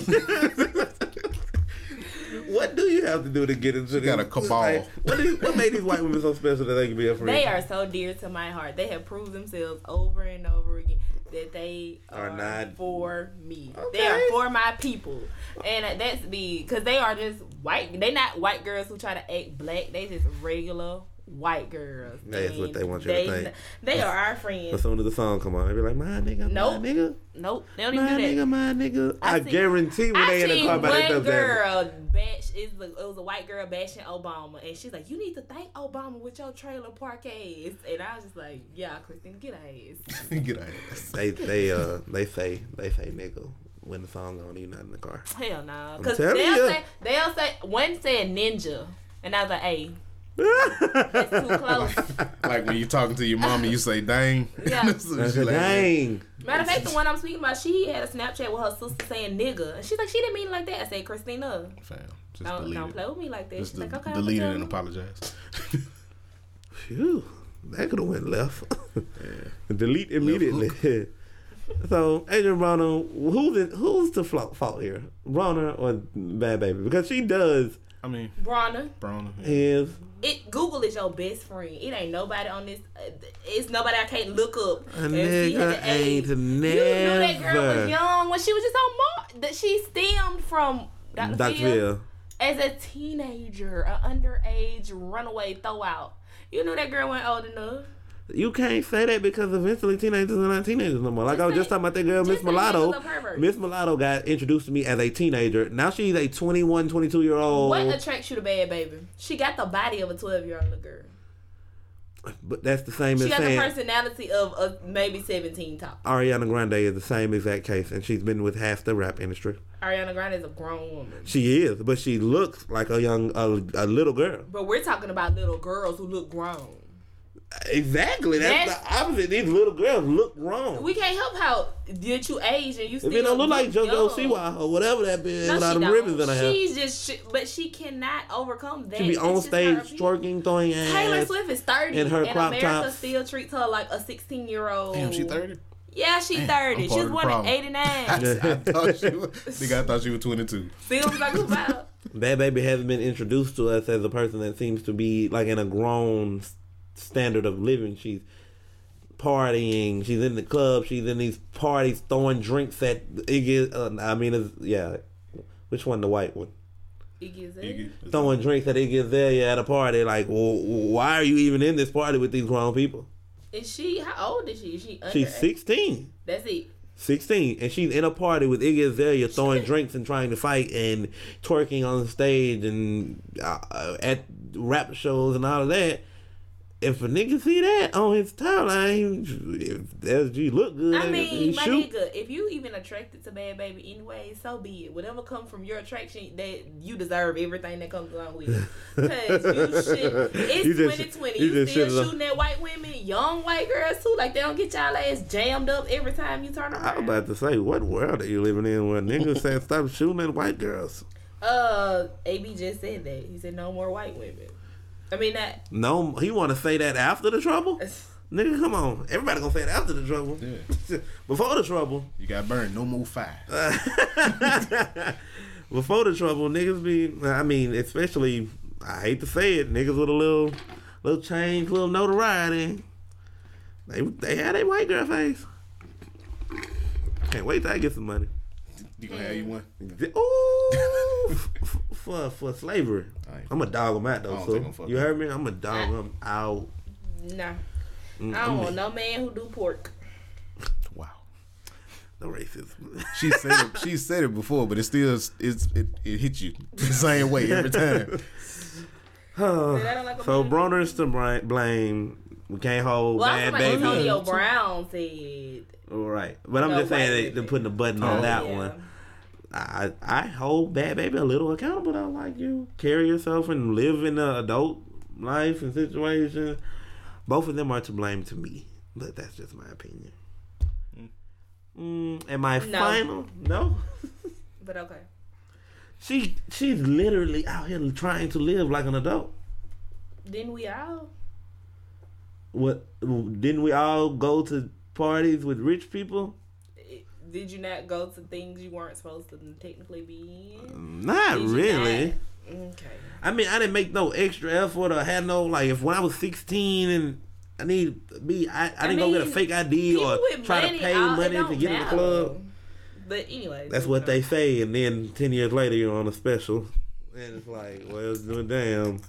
Speaker 3: What do you have to do to get into? this?
Speaker 5: got a cabal.
Speaker 3: Like, what, do you- what made these white women so special that they can be a friend?
Speaker 4: They are so dear to my heart. They have proved themselves over and over again that they
Speaker 3: Are
Speaker 4: are,
Speaker 3: not-
Speaker 4: not for me. They
Speaker 3: Okay.
Speaker 4: are for my people, and uh, that's the because they are just white. They not white girls who try to act black. They just regular white girls.
Speaker 3: That's what
Speaker 4: And
Speaker 3: they want you to
Speaker 4: they-
Speaker 3: think.
Speaker 4: They are our
Speaker 3: As
Speaker 4: friends.
Speaker 3: soon as the song come on, they be like, "My nigga,
Speaker 4: Nope.
Speaker 3: my nigga,
Speaker 4: Nope, they don't
Speaker 3: my
Speaker 4: even do that.
Speaker 3: nigga, my nigga." I,
Speaker 4: I seen-
Speaker 3: guarantee when
Speaker 4: I
Speaker 3: they in the
Speaker 4: seen
Speaker 3: car by
Speaker 4: one
Speaker 3: themselves, Jasmine.
Speaker 4: girl bash is the it was a white girl bashing Obama, and she's like, "You need to thank Obama with your trailer park ass," and I was just like, "Yeah, Christine, get ass."
Speaker 5: Get out. of here.
Speaker 3: they they uh they say they say nigga when the song on, you not in the car.
Speaker 4: Hell no, because
Speaker 3: telling
Speaker 4: they'll
Speaker 3: you.
Speaker 4: say they'll say one said ninja, and I was like, "Hey, too close."
Speaker 5: Like when you talking to your mom and you say, "Dang."
Speaker 4: Yeah.
Speaker 5: That's what she like,
Speaker 3: Dang.
Speaker 4: Matter of fact, the one I'm speaking about, she had a Snapchat with her sister saying nigga, and she's like, "She didn't mean it like that." I said, "Christina,
Speaker 5: Fam, just
Speaker 4: don't
Speaker 5: delete
Speaker 4: don't
Speaker 5: it.
Speaker 4: play with me like that."
Speaker 5: Just
Speaker 4: she's like,
Speaker 5: de-
Speaker 4: "Okay,
Speaker 5: delete it
Speaker 4: okay."
Speaker 5: and apologize.
Speaker 3: Phew, that could have went left. Delete immediately. so Adrian Bronner, who's in, who's the fault fault here, Bronner or Bad Baby? Because she does
Speaker 5: I mean,
Speaker 4: Bronner,
Speaker 5: Brown.
Speaker 3: is
Speaker 4: it Google is your best friend. It ain't nobody on this. uh, It's nobody I can't look up.
Speaker 3: a
Speaker 4: and see her
Speaker 3: nigga
Speaker 4: age.
Speaker 3: ain't
Speaker 4: You knew that girl was
Speaker 3: never.
Speaker 4: young when she was just on Mar. That she stemmed from Dr.
Speaker 3: Dr.
Speaker 4: Phil.
Speaker 3: Phil.
Speaker 4: as a teenager, an underage runaway throwout. You knew that girl wasn't old enough.
Speaker 3: You can't say that because eventually teenagers are not teenagers no more. Like I was just talking about that girl,
Speaker 4: Just
Speaker 3: Miss
Speaker 4: say niggas
Speaker 3: Mulatto.
Speaker 4: are perverts.
Speaker 3: Miss Mulatto got introduced to me as a teenager. Now she's a 21, 22 year old.
Speaker 4: What attracts you to bad baby? She got the body of a twelve year old little girl.
Speaker 3: But that's the same
Speaker 4: She
Speaker 3: as
Speaker 4: has the
Speaker 3: saying
Speaker 4: personality of a maybe 17 top.
Speaker 3: Ariana Grande is the same exact case, and she's been with half the rap industry.
Speaker 4: Ariana Grande is a grown woman.
Speaker 3: She is, but she looks like a young, a, a little girl.
Speaker 4: But we're talking about little girls who look grown.
Speaker 3: Exactly, that's,
Speaker 4: That's-
Speaker 3: the opposite. These little girls look wrong.
Speaker 4: We can't help how did you age and you still
Speaker 3: if you don't look like JoJo
Speaker 4: young.
Speaker 3: Siwa or whatever that bitch, a
Speaker 4: No,
Speaker 3: lot
Speaker 4: she
Speaker 3: of
Speaker 4: don't.
Speaker 3: ribbons in her hair.
Speaker 4: She's just, she, but she cannot overcome that.
Speaker 3: She be
Speaker 4: It's
Speaker 3: on
Speaker 4: just her
Speaker 3: stage
Speaker 4: opinion.
Speaker 3: twerking, throwing ass.
Speaker 4: Taylor Swift is thirty,
Speaker 3: in her
Speaker 4: and
Speaker 3: crop
Speaker 4: America
Speaker 3: tops.
Speaker 4: still treats her like a sixteen-year-old.
Speaker 5: Damn, she thirty.
Speaker 4: Yeah, she
Speaker 5: I'm
Speaker 4: thirty.
Speaker 5: part
Speaker 4: She's
Speaker 5: of the
Speaker 4: born in
Speaker 5: problem.
Speaker 4: eighty-nine.
Speaker 5: I thought she was. Nigga, I thought she was twenty two.
Speaker 4: Still like about.
Speaker 3: That baby hasn't been introduced to us as a person that seems to be like in a grown s- standard of living. She's partying. She's in the club. She's in these parties throwing drinks at Iggy. Uh, I mean, it's, yeah, which one? The white one.
Speaker 4: Iggy Azalea.
Speaker 5: Nigga,
Speaker 3: Throwing drinks at Iggy Azalea at a party. Like, well, why are you even in this party with these grown people?
Speaker 4: Is she? How old is she? Is she under?
Speaker 3: She's sixteen.
Speaker 4: That's it.
Speaker 3: 16 and she's in a party with Iggy Azalea throwing drinks and trying to fight and twerking on stage and uh, uh, at rap shows and all of that. If a nigga see that on his timeline, if that's you look good,
Speaker 4: I
Speaker 3: and
Speaker 4: mean,
Speaker 3: you
Speaker 4: my
Speaker 3: shoot.
Speaker 4: nigga, if you even attracted to bad baby anyway, so be it. Whatever comes from your attraction, that you deserve everything that comes along with it. Cause you shit, it's
Speaker 3: You just-
Speaker 4: 2020.
Speaker 3: you
Speaker 4: You,
Speaker 3: just
Speaker 4: still
Speaker 3: shitted on-
Speaker 4: shooting at white women, young white girls too. Like they don't get y'all ass jammed up every time you turn
Speaker 3: I was
Speaker 4: around.
Speaker 3: about to say, what world are you living in where niggas said stop shooting at white girls?
Speaker 4: Uh, AB just said that. He said no more white women. I mean that.
Speaker 3: No, he want to say that after the trouble? Nigga, come on. Everybody gonna say it after the trouble. Before the trouble.
Speaker 5: You got burned. No more five.
Speaker 3: Before the trouble, niggas be. I mean, especially. I hate to say it, niggas with a little, little change, little notoriety. They they had a white girl face. Can't wait till I get some money.
Speaker 5: you gonna have you one?
Speaker 3: Ooh, f- f- for for slavery.
Speaker 5: Alright.
Speaker 3: I'm a dog 'em out
Speaker 5: I
Speaker 3: though.
Speaker 5: don't think I'm
Speaker 3: So
Speaker 5: fucking-
Speaker 3: you heard me? I'm a dog 'em out.
Speaker 4: Nah, I don't want no man who do pork.
Speaker 5: Wow.
Speaker 3: The racism.
Speaker 5: She said it. She said it before, but it still it's it, it hit you the same way every time.
Speaker 4: Said I don't like a
Speaker 3: so
Speaker 4: man-
Speaker 3: Bronner's to bri- blame. We can't hold
Speaker 4: Well,
Speaker 3: bad
Speaker 4: I'm talking about
Speaker 3: baby.
Speaker 4: Antonio Brown said.
Speaker 3: All Right, but I'm
Speaker 4: No,
Speaker 3: just saying
Speaker 4: white
Speaker 3: they,
Speaker 4: women.
Speaker 3: they're putting a button on
Speaker 5: Oh.
Speaker 3: that
Speaker 4: Yeah.
Speaker 3: one. I I hold bad baby a little accountable though. Like you carry yourself and live in the adult life and situation. Both of them are to blame to me, but that's just my opinion. Mm, am I
Speaker 4: No.
Speaker 3: final? No.
Speaker 4: But okay.
Speaker 3: She she's literally out here trying to live like an adult.
Speaker 4: Didn't we all?
Speaker 3: What didn't we all go to parties with rich people?
Speaker 4: Did you not go to things you weren't supposed to technically be in?
Speaker 3: Not
Speaker 4: Did you
Speaker 3: really.
Speaker 4: not? Okay.
Speaker 3: I mean, I didn't make no extra effort or had no like. If when I was sixteen and I need to be, I, I didn't go get a
Speaker 4: mean,
Speaker 3: fake ID
Speaker 4: people
Speaker 3: or
Speaker 4: with
Speaker 3: try
Speaker 4: money,
Speaker 3: to pay
Speaker 4: all- it
Speaker 3: money to
Speaker 4: don't
Speaker 3: get in the
Speaker 4: matter.
Speaker 3: club.
Speaker 4: But anyway,
Speaker 3: That's what they say, and then ten years later you're on a special, and it's like, well, no damn.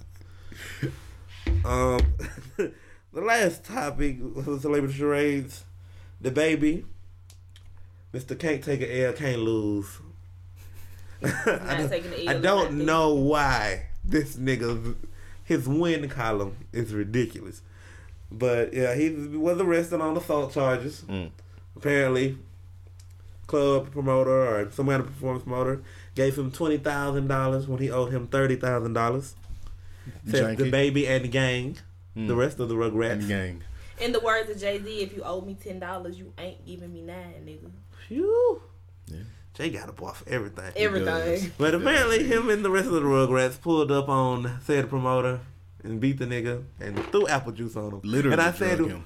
Speaker 3: Um, the last topic was celebrity charades. The baby, Mister Can't Take a L, Can't Lose. I,
Speaker 4: Not
Speaker 3: don't-
Speaker 4: taking the
Speaker 3: I
Speaker 4: L,
Speaker 3: don't
Speaker 4: nothing.
Speaker 3: know why this nigga, his win column is ridiculous. But yeah, he was arrested on assault charges.
Speaker 5: Mm.
Speaker 3: Apparently, club promoter or some kind of performance promoter gave him twenty thousand dollars when he owed him thirty thousand dollars. Says the
Speaker 5: Janky. Mm.
Speaker 3: baby and the gang, the rest of the Rugrats.
Speaker 5: Gang.
Speaker 4: In the words of Jay Z, if you owe me ten dollars, you ain't giving me nine, nigga.
Speaker 3: Phew.
Speaker 5: Yeah.
Speaker 3: Jay got a boy for everything.
Speaker 4: Everything.
Speaker 3: But apparently, him and the rest of the Rugrats pulled up on said promoter and beat the nigga and threw apple juice on him.
Speaker 5: Literally
Speaker 3: and I said,
Speaker 5: drug him.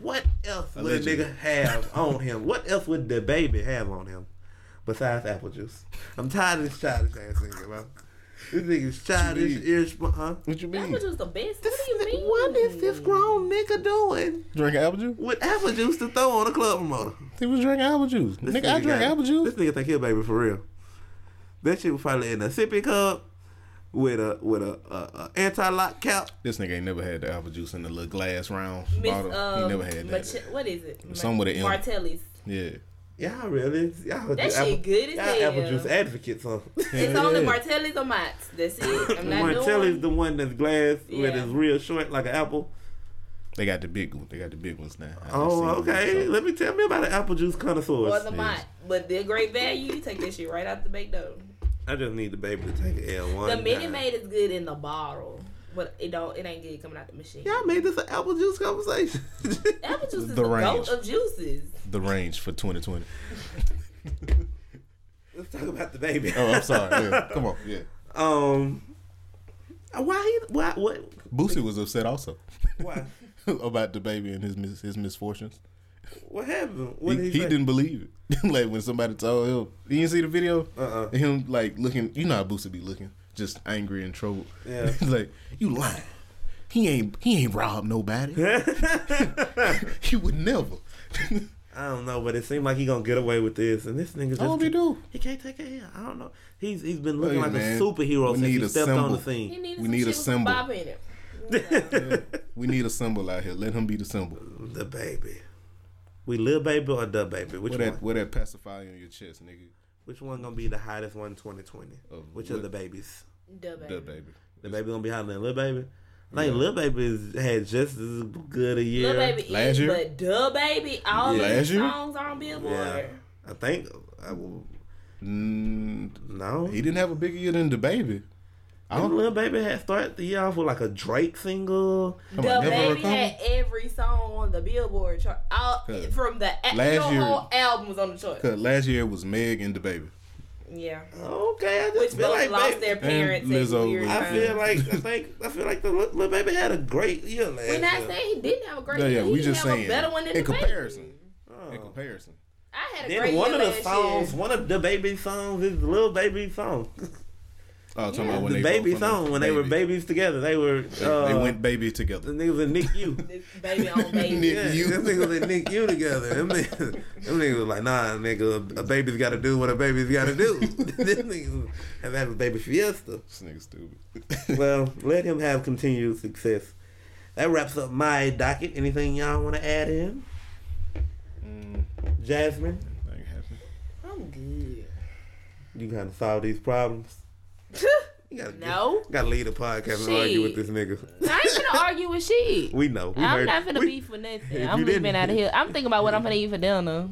Speaker 3: "What else would a
Speaker 5: Allegedly.
Speaker 3: nigga have on him? What else would the baby have on him besides apple juice?" I'm tired of this childish ass nigga, bro. This nigga's childish,
Speaker 5: mean?
Speaker 3: irresponsible. Huh?
Speaker 5: What you
Speaker 4: That
Speaker 5: mean?
Speaker 4: was just the best.
Speaker 3: This,
Speaker 4: what do you
Speaker 3: ni-
Speaker 4: mean?
Speaker 3: what is this grown nigga doing
Speaker 5: Drinking apple juice?
Speaker 3: with apple juice to throw on a club promoter?
Speaker 5: He was drinking apple juice.
Speaker 3: This
Speaker 5: nigga, I drank
Speaker 3: got-
Speaker 5: apple juice.
Speaker 3: This nigga think he a baby for real. That shit was probably in a sippy cup with a with a, a, a anti lock cap.
Speaker 5: This nigga ain't never had the apple juice in the little glass round
Speaker 4: Miss,
Speaker 5: bottle.
Speaker 4: um,
Speaker 5: he never had that.
Speaker 4: Mach- what is it?
Speaker 5: Some with a M.
Speaker 4: Martellis.
Speaker 5: yeah.
Speaker 3: Y'all really? Y'all
Speaker 4: That
Speaker 3: ju-
Speaker 4: shit good as
Speaker 3: y'all
Speaker 4: hell.
Speaker 3: apple juice advocates, huh?
Speaker 4: It's only
Speaker 5: yeah.
Speaker 4: Martellis or Mott's. That's it. I'm not
Speaker 3: Martelli's
Speaker 4: doing.
Speaker 3: the one that's glass with
Speaker 4: Yeah.
Speaker 3: his real short like an apple.
Speaker 5: They got the big one. They got the big ones now. I done
Speaker 3: Oh,
Speaker 5: seen them,
Speaker 3: okay.
Speaker 5: so-
Speaker 3: Let me tell me about the apple juice
Speaker 7: Or
Speaker 3: connoisseurs.
Speaker 7: the mont. But the great value, you take that shit right out the bake dough.
Speaker 3: I just need the baby to take an L one.
Speaker 7: The Minute Maid is good in the bottle, but it don't. It ain't good coming out the machine.
Speaker 3: Y'all made this an apple juice conversation.
Speaker 7: Apple juice is
Speaker 5: The
Speaker 7: the, goat
Speaker 5: range.
Speaker 7: of juices.
Speaker 5: The range for 2020.
Speaker 3: Let's talk about the baby.
Speaker 5: Oh, I'm sorry. Yeah. Come on. Yeah.
Speaker 3: Um, why? He, why? What?
Speaker 5: Boosie was upset also
Speaker 3: Why?
Speaker 5: about the baby and his mis- his misfortunes.
Speaker 3: What happened?
Speaker 5: He,
Speaker 3: What did he,
Speaker 5: he
Speaker 3: say?
Speaker 5: didn't believe it. like when somebody told him, you didn't see the video.
Speaker 3: Uh-uh.
Speaker 5: Him like looking. You know how Boosie be looking, just angry and troubled.
Speaker 3: Yeah.
Speaker 5: He's like you lying. He ain't he ain't robbed nobody. he would never.
Speaker 3: I don't know, but it seemed like he gonna get away with this, and this nigga just
Speaker 5: All we do.
Speaker 3: He can't take it. I don't know. He's he's been looking
Speaker 5: Hey,
Speaker 3: like
Speaker 5: man,
Speaker 3: a superhero
Speaker 5: we
Speaker 3: since
Speaker 5: need
Speaker 3: he
Speaker 5: a
Speaker 3: stepped on the
Speaker 5: symbol.
Speaker 3: scene.
Speaker 7: need
Speaker 5: We need a symbol.
Speaker 7: Bob in it.
Speaker 5: We need a symbol out here. Let him be the symbol.
Speaker 3: The baby. We little baby or the baby? Which
Speaker 5: What
Speaker 3: one?
Speaker 5: that what that pacifier on your chest, nigga?
Speaker 3: Which one gonna be the hottest one? in 2020.
Speaker 5: Of
Speaker 3: Which
Speaker 5: what?
Speaker 3: of the babies?
Speaker 7: Duh, baby.
Speaker 5: The baby.
Speaker 3: The baby gonna be hotter than little baby. I think little baby is- had just as good a year.
Speaker 7: Lil baby
Speaker 5: Last
Speaker 7: is,
Speaker 5: year?
Speaker 7: but duh baby, all
Speaker 5: Yeah. Last
Speaker 7: these
Speaker 5: year?
Speaker 7: songs are on Billboard.
Speaker 3: Yeah, I think. I, will-
Speaker 5: Mm,
Speaker 3: no,
Speaker 5: he didn't have a bigger year than the baby. I
Speaker 3: Didn't
Speaker 5: don't.
Speaker 3: Lil Baby had started the year off with like a Drake single.
Speaker 5: Come
Speaker 7: The
Speaker 5: on, never
Speaker 7: baby
Speaker 5: recover?
Speaker 7: had every song on the Billboard chart. All,
Speaker 5: Huh.
Speaker 7: from the a-
Speaker 5: Last
Speaker 7: your
Speaker 5: year-
Speaker 7: whole album was on the chart.
Speaker 5: Cause last year it was Meg and the baby.
Speaker 7: Yeah,
Speaker 3: Okay, I just
Speaker 7: which
Speaker 3: feel
Speaker 7: both
Speaker 3: like
Speaker 7: lost
Speaker 3: baby,
Speaker 7: their parents.
Speaker 5: And
Speaker 7: at
Speaker 5: Lizzo
Speaker 7: weird
Speaker 5: was-
Speaker 3: I
Speaker 7: times.
Speaker 3: feel like I think I feel like the Lil Lil Baby had a great year last
Speaker 7: We're not
Speaker 3: year.
Speaker 7: saying he didn't have a great
Speaker 5: No,
Speaker 7: year.
Speaker 5: yeah,
Speaker 7: He
Speaker 5: we just
Speaker 7: have
Speaker 5: saying
Speaker 7: a better one than
Speaker 5: in
Speaker 7: the baby.
Speaker 5: comparison. In
Speaker 3: Oh.
Speaker 5: comparison,
Speaker 7: I had a
Speaker 3: Then
Speaker 7: great
Speaker 3: one
Speaker 7: year
Speaker 3: of the
Speaker 7: last
Speaker 3: songs,
Speaker 7: year.
Speaker 3: one of the baby songs is Lil Baby song.
Speaker 5: oh, talking about when
Speaker 3: the
Speaker 5: they
Speaker 3: baby
Speaker 5: both on
Speaker 3: song
Speaker 5: the
Speaker 3: when they were babies together. They were
Speaker 5: They,
Speaker 3: uh,
Speaker 5: they went baby
Speaker 3: the
Speaker 5: together.
Speaker 3: niggas in Nick U.
Speaker 7: This baby on baby.
Speaker 5: Nick
Speaker 3: Yeah,
Speaker 5: U.
Speaker 3: them niggas in Nick U together. Them niggas, them niggas was like, nah, nigga, a baby's got to do what a baby's got to do. them niggas have had a baby fiesta.
Speaker 5: This nigga stupid.
Speaker 3: Well, let him have continued success. That wraps up my docket. Anything y'all want to add in?
Speaker 5: Mm,
Speaker 3: Jasmine,
Speaker 5: that ain't happening.
Speaker 7: I'm good.
Speaker 3: you gotta solve these problems. You gotta,
Speaker 4: No.
Speaker 3: Gotta lead a podcast and argue with
Speaker 4: Shit.
Speaker 3: this nigga.
Speaker 4: I ain't gonna argue with shit.
Speaker 3: We know. We
Speaker 4: I'm
Speaker 3: heard-
Speaker 4: not finna
Speaker 3: we-
Speaker 4: beef for nothing.
Speaker 3: If
Speaker 4: I'm
Speaker 3: you
Speaker 4: leaving
Speaker 3: didn't-
Speaker 4: out of here. I'm thinking about what I'm gonna eat for dinner.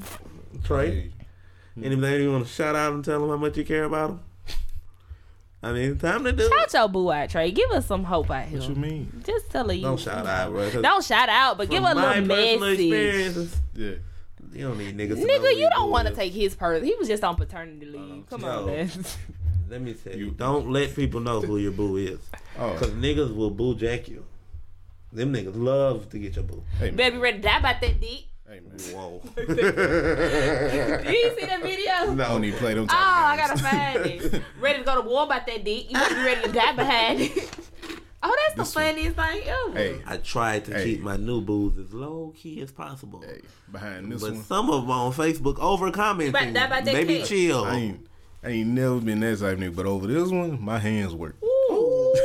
Speaker 3: Trey,
Speaker 5: Hey,
Speaker 3: anything you want to shout out and tell him how much you care about him? I mean, it's time to do it.
Speaker 4: Shout your boo out, Trey. Give us some hope out here.
Speaker 5: what you mean?
Speaker 4: Just tell her you.
Speaker 3: Don't shout out, bro. 'cause
Speaker 4: Don't shout out, but
Speaker 3: from
Speaker 4: give her a
Speaker 3: my
Speaker 4: little
Speaker 3: personal
Speaker 4: message.
Speaker 3: experiences,
Speaker 5: Yeah.
Speaker 3: You don't need niggas. to know who
Speaker 4: Nigga, you don't
Speaker 3: boo
Speaker 4: want to
Speaker 3: is.
Speaker 4: take his purse. He was just on paternity
Speaker 5: Oh,
Speaker 4: leave. Come
Speaker 3: No.
Speaker 4: on, man.
Speaker 3: Let me tell you.
Speaker 5: You-
Speaker 3: Don't let people know who your boo is. Cause
Speaker 5: Oh,
Speaker 3: niggas will boo jack you. Them niggas love to get your boo.
Speaker 5: hey man.
Speaker 4: Baby, ready to die about that dick.
Speaker 5: Hey man.
Speaker 3: Whoa.
Speaker 4: Did you see that video?
Speaker 5: I don't even play them.
Speaker 4: Oh,
Speaker 5: type of
Speaker 4: I
Speaker 5: games.
Speaker 4: gotta find it. Ready to go to war about that dick. You better be ready to die behind it. Oh, that's
Speaker 5: This
Speaker 4: the
Speaker 5: one.
Speaker 4: funniest thing ever.
Speaker 5: Hey,
Speaker 3: I tried to
Speaker 5: Hey.
Speaker 3: keep my new boos as low key as possible.
Speaker 5: hey, behind this
Speaker 3: But
Speaker 5: one,
Speaker 3: some of them on Facebook over commenting.
Speaker 4: But that- but they
Speaker 3: Baby
Speaker 4: can't.
Speaker 3: chill.
Speaker 5: I ain't, I ain't never been that type of nigga. But over this one, my hands work.
Speaker 3: Ooh,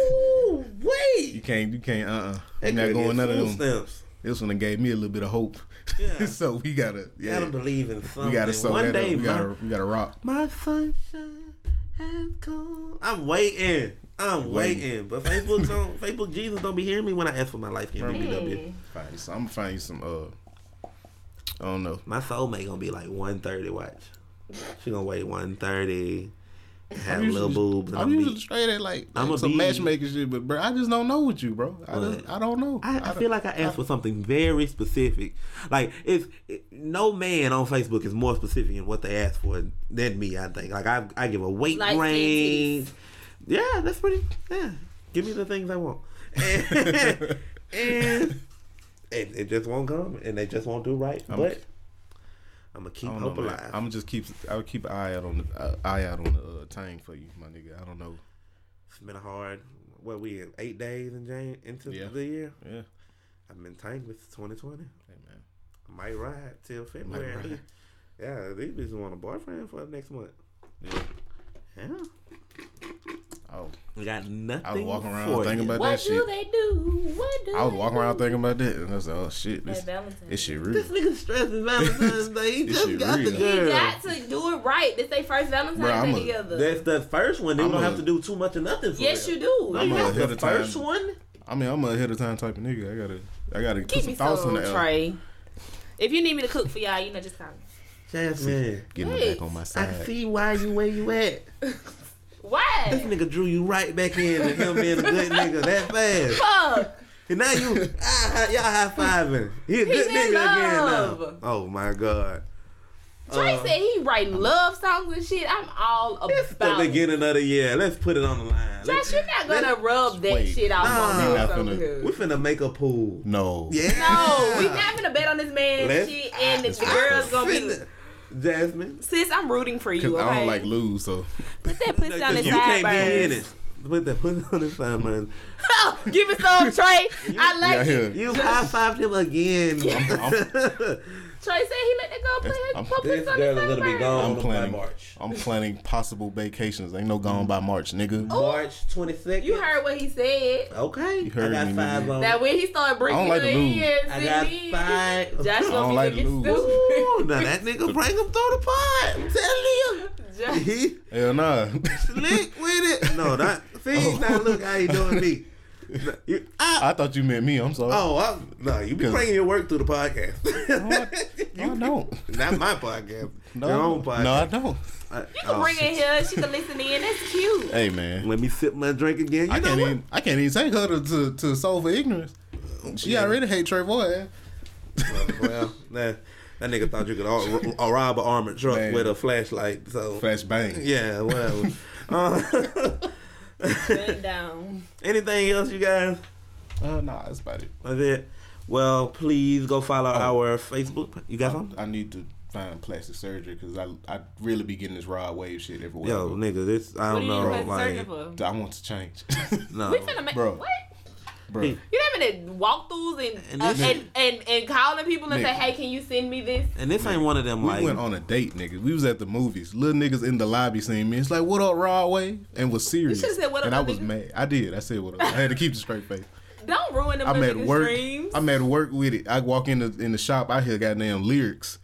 Speaker 5: You
Speaker 3: wait.
Speaker 5: can't, you can't. Uh, uh-uh.
Speaker 3: They
Speaker 5: you not
Speaker 3: could
Speaker 5: going
Speaker 3: get
Speaker 5: none of
Speaker 3: food
Speaker 5: them.
Speaker 3: Stamps.
Speaker 5: This one done gave me a little bit of hope.
Speaker 3: Yeah.
Speaker 5: so we gotta, yeah,
Speaker 3: Gotta believe in something.
Speaker 5: we gotta sew
Speaker 3: One
Speaker 5: that
Speaker 3: day,
Speaker 5: up. We
Speaker 3: my,
Speaker 5: gotta, we gotta rock.
Speaker 3: my sunshine has come. I'm waiting. I'm
Speaker 5: Waiting.
Speaker 3: waiting. But Facebook don't. Facebook Jesus don't be hearing me when I ask for my life in BBW.
Speaker 5: Find you some, I'm gonna find you some. Uh, I don't know.
Speaker 3: My soulmate gonna be like 130 watch. She gonna weigh 130, have little boobs, and
Speaker 5: I'm
Speaker 3: I'm
Speaker 5: usually
Speaker 3: be,
Speaker 5: straight at like,
Speaker 3: I'ma
Speaker 5: like some
Speaker 3: be-
Speaker 5: matchmaking shit, but bro, I just don't know with you, bro. I
Speaker 3: What?
Speaker 5: just, I don't know.
Speaker 3: I, I
Speaker 5: don't-
Speaker 3: feel like I asked for something very specific. Like it's it, no man on Facebook is more specific in what they ask for than me. I think. Like I I give a weight
Speaker 4: Like
Speaker 3: range. Yeah, that's pretty. Yeah, give me the things I want. And, and it, it just won't come, and they just won't do right.
Speaker 5: I'm-
Speaker 3: but I'm gonna keep
Speaker 5: I don't
Speaker 3: hope
Speaker 5: know,
Speaker 3: alive.
Speaker 5: I'm just keep. I'll keep an eye out on the uh, eye out on the uh, time for you, my nigga. I don't know.
Speaker 3: it's been a hard. What we in eight days in Jan- into
Speaker 5: Yeah.
Speaker 3: the year.
Speaker 5: Yeah,
Speaker 3: I've been tanked with 2020.
Speaker 5: hey man.
Speaker 3: I might ride till February.
Speaker 5: ride.
Speaker 3: Yeah, these bitches want a boyfriend for next month.
Speaker 5: Yeah.
Speaker 3: Yeah.
Speaker 5: Oh,
Speaker 3: We got nothing.
Speaker 5: I was walking around
Speaker 3: for
Speaker 5: thinking
Speaker 3: you.
Speaker 5: about that
Speaker 4: what do
Speaker 5: shit.
Speaker 4: they do? What do
Speaker 5: I was
Speaker 4: they
Speaker 5: walking
Speaker 4: do?
Speaker 5: around thinking about that, and I was like, oh shit,
Speaker 7: Hey,
Speaker 5: this,
Speaker 7: Valentine.
Speaker 5: this shit real.
Speaker 3: This nigga stressing Valentine's Day. He
Speaker 5: This
Speaker 3: just
Speaker 5: shit
Speaker 3: got the
Speaker 5: real.
Speaker 4: He
Speaker 3: girl.
Speaker 4: got to do it right. This their first Valentine's
Speaker 5: Bruh, I'm
Speaker 4: Day
Speaker 5: a-
Speaker 4: together.
Speaker 3: That's the first one. They
Speaker 5: I'm
Speaker 3: don't
Speaker 5: a-
Speaker 3: have to do too much of nothing for
Speaker 4: yes,
Speaker 3: real.
Speaker 4: you do.
Speaker 3: No, you
Speaker 5: I'm a
Speaker 3: have
Speaker 5: ahead
Speaker 3: the
Speaker 5: of time.
Speaker 3: first one.
Speaker 5: I mean, I'm a ahead of time type of nigga. I gotta, I gotta put
Speaker 7: Keep
Speaker 5: some
Speaker 7: me
Speaker 5: thoughts in
Speaker 7: sold,
Speaker 5: there.
Speaker 7: Trey.
Speaker 4: If you need me to cook for y'all, you know, just call me.
Speaker 3: Jasmine,
Speaker 5: Getting
Speaker 4: Yes.
Speaker 5: her back on my
Speaker 3: I
Speaker 5: side.
Speaker 3: see why you where you at. This
Speaker 4: What?
Speaker 3: nigga drew you right back in to him being a good nigga that fast.
Speaker 4: Fuck.
Speaker 3: And now you, ah, y'all high fiving. He a good
Speaker 4: in
Speaker 3: nigga again now.
Speaker 4: love.
Speaker 3: Oh my god.
Speaker 4: Trey
Speaker 3: Uh,
Speaker 4: said he writing love songs and shit. I'm all
Speaker 3: It's the
Speaker 4: about it.
Speaker 3: beginning of the year. Let's put it on the line.
Speaker 4: Josh, you're not gonna rub that
Speaker 5: Wait.
Speaker 4: shit off
Speaker 3: Nah.
Speaker 4: on
Speaker 5: We
Speaker 4: me.
Speaker 5: not
Speaker 7: So
Speaker 5: finna-
Speaker 7: good.
Speaker 3: we finna make a pool.
Speaker 5: No.
Speaker 3: Yeah.
Speaker 4: No, we not gonna bet on this man's
Speaker 3: Let's-
Speaker 4: shit, and the, the
Speaker 5: I'm
Speaker 4: girl's gonna be.
Speaker 3: Finna- Jasmine.
Speaker 7: Sis, I'm rooting for
Speaker 5: Cause
Speaker 7: you. Okay?
Speaker 5: I don't like lose, so
Speaker 4: Put that pussy on
Speaker 3: you
Speaker 4: his
Speaker 3: can't be in
Speaker 4: sideburns.
Speaker 3: it. Put that pussy on his sideburns.
Speaker 4: Give it some, Trey. I
Speaker 5: yeah,
Speaker 4: like it.
Speaker 5: here.
Speaker 3: You high fived him again.
Speaker 5: I'm,
Speaker 4: Trey said he let that go put
Speaker 5: I'm-
Speaker 4: his put
Speaker 3: this
Speaker 4: pussy on
Speaker 3: girl
Speaker 4: his
Speaker 3: is gonna be
Speaker 4: sideburns.
Speaker 3: gone
Speaker 5: I'm
Speaker 3: by
Speaker 5: planning.
Speaker 3: March.
Speaker 5: I'm planning possible vacations. Ain't no gone by March, nigga.
Speaker 3: March 22nd.
Speaker 4: You heard what he said.
Speaker 3: Okay.
Speaker 5: You heard
Speaker 3: I got
Speaker 5: me,
Speaker 3: five
Speaker 5: nigga.
Speaker 3: on.
Speaker 4: Now when he started
Speaker 5: I
Speaker 4: breaking
Speaker 5: don't like to
Speaker 4: in,
Speaker 5: lose.
Speaker 3: I
Speaker 4: see
Speaker 3: got
Speaker 4: me?
Speaker 3: five.
Speaker 4: Josh
Speaker 5: I don't
Speaker 4: gonna
Speaker 5: like
Speaker 4: be
Speaker 5: to
Speaker 4: looking
Speaker 5: lose.
Speaker 3: Ooh,
Speaker 4: stupid.
Speaker 3: now that nigga bring him through the pot. I'm telling you.
Speaker 4: Josh-
Speaker 3: He
Speaker 5: Hell nah.
Speaker 3: slick with it. No, not. See, now look how you doing me. No, you- I-
Speaker 5: Oh. I thought you meant me. I'm sorry.
Speaker 3: oh, I, no, you be bringing your work through the podcast.
Speaker 5: No, Oh, I, oh, no, I don't.
Speaker 3: Not my podcast.
Speaker 5: No,
Speaker 3: your own podcast.
Speaker 5: no, I don't.
Speaker 3: I-
Speaker 4: You can
Speaker 3: oh,
Speaker 4: bring it here. She can listen in. That's cute.
Speaker 5: Hey man,
Speaker 3: Let me sip my drink again. You
Speaker 5: I
Speaker 3: know
Speaker 5: can't
Speaker 3: what?
Speaker 5: even. I can't even take her to to, to solve for ignorance. She already hate Trayvon.
Speaker 3: well, that that nigga thought you could all, all rob an armored truck
Speaker 5: Man.
Speaker 3: with a flashlight. So
Speaker 5: Flash bang.
Speaker 3: yeah, well. uh,
Speaker 4: Bend down.
Speaker 3: anything else, you guys?
Speaker 5: Uh, nah, that's about it.
Speaker 3: That's it. Well, please go follow
Speaker 5: Oh.
Speaker 3: our Facebook. pa- You got something?
Speaker 5: I need to find plastic surgery because I I really be getting this Rod Wave shit everywhere. I
Speaker 3: Yo,
Speaker 5: go.
Speaker 3: nigga, this I
Speaker 4: What
Speaker 3: don't
Speaker 4: do you
Speaker 3: know.
Speaker 4: want
Speaker 3: Like,
Speaker 4: for?
Speaker 5: I want to change,
Speaker 4: We
Speaker 3: no,
Speaker 4: finna make
Speaker 5: Bro.
Speaker 4: what?
Speaker 5: bro.
Speaker 4: You having to walkthroughs
Speaker 3: And
Speaker 4: and uh,
Speaker 3: this-
Speaker 4: and, and and calling people and say,
Speaker 5: Nigga.
Speaker 4: hey, can you send me this?
Speaker 3: and this ain't one of them.
Speaker 5: We
Speaker 3: Like,
Speaker 5: went on a date, nigga. We was at the movies. Little niggas in the lobby seen me. It's like, what up, Rod Wave? And was serious.
Speaker 4: should've said, "What up,
Speaker 5: and I
Speaker 4: my
Speaker 5: was
Speaker 4: nigga?"
Speaker 5: mad. I did. I said, what up? I had to keep the straight face.
Speaker 4: Don't ruin them
Speaker 5: I'm at
Speaker 4: little niggas'
Speaker 5: work.
Speaker 4: dreams.
Speaker 5: I'm at work with it. I walk in the in the shop. I hear goddamn lyrics.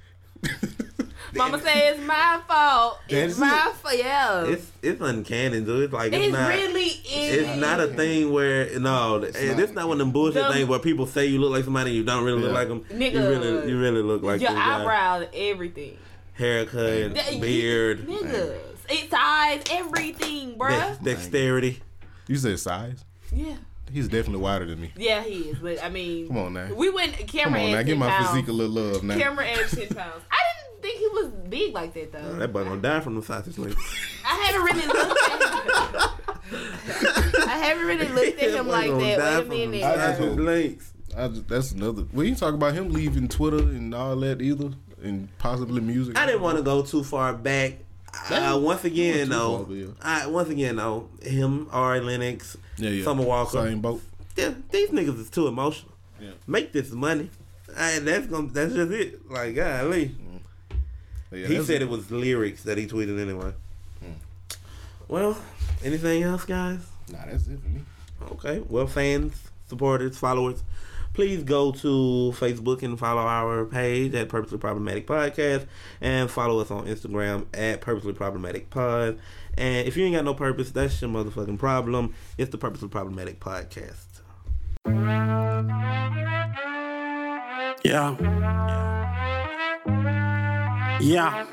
Speaker 4: Mama say it's my fault.
Speaker 5: That's
Speaker 4: it's my
Speaker 5: it.
Speaker 4: fault. Yeah. It's,
Speaker 3: it's it's uncanny, dude. It's like it's, not.
Speaker 4: really is.
Speaker 3: It's not a thing where no, it's,
Speaker 5: not.
Speaker 3: it's not one of them bullshit
Speaker 4: The-
Speaker 3: things where people say you look like somebody and you don't really look
Speaker 5: Yeah.
Speaker 3: like them. you
Speaker 4: Nigga.
Speaker 3: really, you really look like
Speaker 4: Your
Speaker 3: this guy.
Speaker 4: eyebrows, everything.
Speaker 3: haircut,
Speaker 4: That- you-
Speaker 3: beard,
Speaker 4: Niggas. It's eyes, everything, bruh.
Speaker 3: dexterity.
Speaker 5: You said size.
Speaker 4: Yeah.
Speaker 5: He's definitely wider than me.
Speaker 4: Yeah, he is. But I mean,
Speaker 5: Come on now.
Speaker 4: we went
Speaker 5: Come
Speaker 4: camera
Speaker 5: on now.
Speaker 4: at
Speaker 5: Give
Speaker 4: 10
Speaker 5: my
Speaker 4: pounds.
Speaker 5: physique a little love now.
Speaker 4: Camera at 10 pounds. I didn't think he was big like that, though.
Speaker 3: That boy gonna die from the sausage link.
Speaker 4: I haven't really looked at him. I haven't really looked at him like that. Wait a minute.
Speaker 5: I just-
Speaker 3: Sausage links.
Speaker 5: I just, that's another. We ain't talk about him leaving Twitter and all that either, and possibly music.
Speaker 3: I didn't want to go too far back. Uh, once again,
Speaker 5: too far,
Speaker 3: though,
Speaker 5: but yeah.
Speaker 3: I, once again, though, him, Ari Lennox,
Speaker 5: Yeah, yeah.
Speaker 3: Summer Walker,
Speaker 5: Same boat.
Speaker 3: Yeah, these niggas is too emotional.
Speaker 5: Yeah.
Speaker 3: Make this money. And that's gonna that's just it. Like golly.
Speaker 5: Yeah,
Speaker 3: he
Speaker 5: that's- Hmm.
Speaker 3: said it was lyrics that he tweeted anyway. Well, anything else, guys?
Speaker 5: Nah, that's it for me.
Speaker 3: Okay. Well, fans, supporters, followers, please go to Facebook and follow our page at Purposely Problematic Podcast and follow us on Instagram at Purposely Problematic Pod. And if you ain't got no purpose, that's your motherfucking problem. It's the Purposely Problematic Podcast.
Speaker 8: Yeah. Yeah.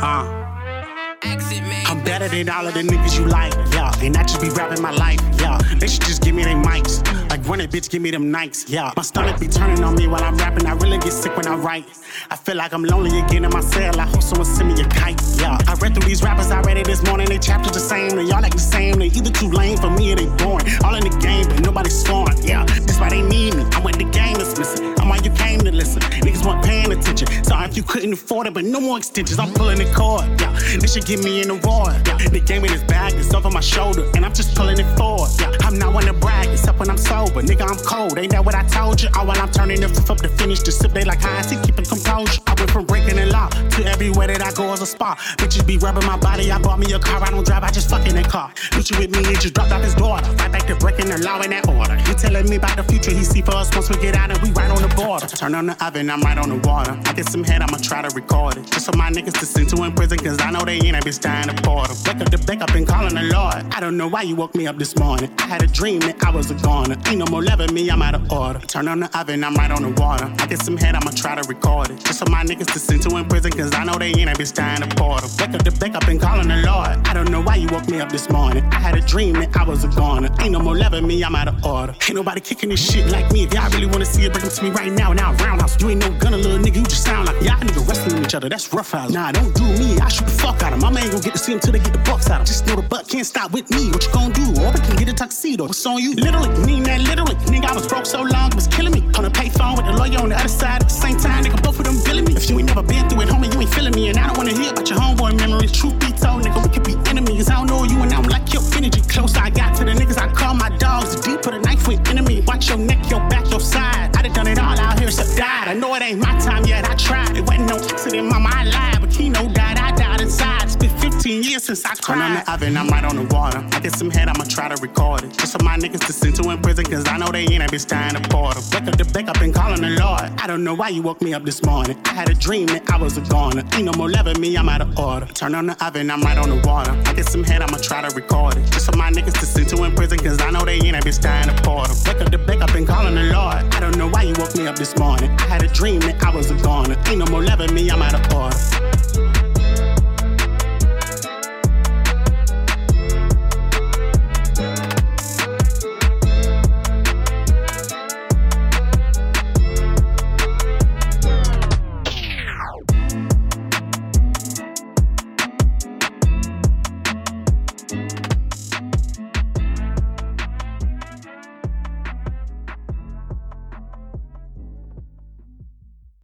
Speaker 8: Uh. I'm better than all of the niggas you like, yeah. And I just be rapping my life, yeah. They should just give me their mics. Like, run it, bitch, give me them Nikes, yeah. My stomach be turning on me while I'm rapping. I really get sick when I write. I feel like I'm lonely again in my cell. I hope someone send me a kite, yeah. I read through these rappers already this morning. They chapters the same. They all act the same. They either too lame for me or they boring. All in the game, but nobody's scoring, yeah. That's why they need me. I'm what the game is missing. I'm why you came to listen. Niggas weren't paying attention. Sorry if you couldn't afford it, but no more extensions. I'm pulling the cord, yeah. This should get me in the roar, yeah. The game in this bag is over my shoulder, and I'm just pulling it forward, yeah. I'm not one to brag, except when I'm sober. Nigga, I'm cold. Ain't that what I told you? All while I'm turning the fifth up to finish the sip, they like high see keeping composure. I went from breaking the law to everywhere that I go is a spa. Bitches be rubbing my body. I bought me a car. I don't drive, I just fuck in a car. Bitch, you with me, and just dropped off his daughter. Right back to breaking the law in that order. You telling me about the future he see for us once we get out and we right on the border. Turn on the oven, I'm right on the water. I get some head, I'ma try to record it. Just for my niggas to send to in prison, cause I know they ain't a bitch dying to boredom. Back up the back up and calling the Lord. I don't know why you woke me up this morning. I had a dream that I was a goner. Ain't no more loving me, I'm out of order. Turn on the oven, I'm right on the water. I get some head, I'ma try to record it. Just for my niggas to send to in prison, cause I know they ain't a bitch dying to boredom. Back up the back up and calling the Lord. I don't know why you woke me up this morning. I had a dream that I was a goner. Ain't no more loving me, I'm out of order. Ain't nobody kicking this shit like me. If y'all really wanna see it, bring it to me right now. Now roundhouse, you ain't no gunner, little nigga. You just sound like y'all nigga wrestling each other. That's rough house. Nah, don't do me. I shoot the fuck out of Mama ain't gonna get to see him till they get the bucks out of Just know the buck can't stop with me. What you gonna do? Or we can get a tuxedo. What's on you? Literally, mean that literally. Nigga, I was broke so long, it was killing me. On a payphone with the lawyer on the other side. At the same time, nigga, both of them billing me. If you ain't never been through it, homie, you ain't feeling me. And I don't wanna hear about your homeboy memories. Truth be told, nigga, we could be enemies. I don't know you and I'm like your energy. Closer I got to the niggas, I call my dogs. The deeper the knife with enemy. Watch your neck, your back, your side. I done done it all out here, so died. I know it ain't my time yet, I tried. It wasn't no accident, mama, I lied. But Keno died, I died inside. It's been 15 years since I cried. Turn on the oven, I'm right on the water. I get some head, I'ma try to record it. Just for my niggas to send to in prison, cause I know they ain't a bitch dying to border. Back up the back up and calling the Lord. I don't know why you woke me up this morning. I had a dream that I was a goner. Ain't no more loving me, I'm out of order. Turn on the oven, I'm right on the water. I get some head, I'ma try to record it. Just for my niggas to send to in prison, cause I know they ain't a bitch dying to border. Back up the back up and calling the Lord. I don't know why you woke me up this morning. I had a dream that I was a goner. Ain't no more loving me, I'm out of order.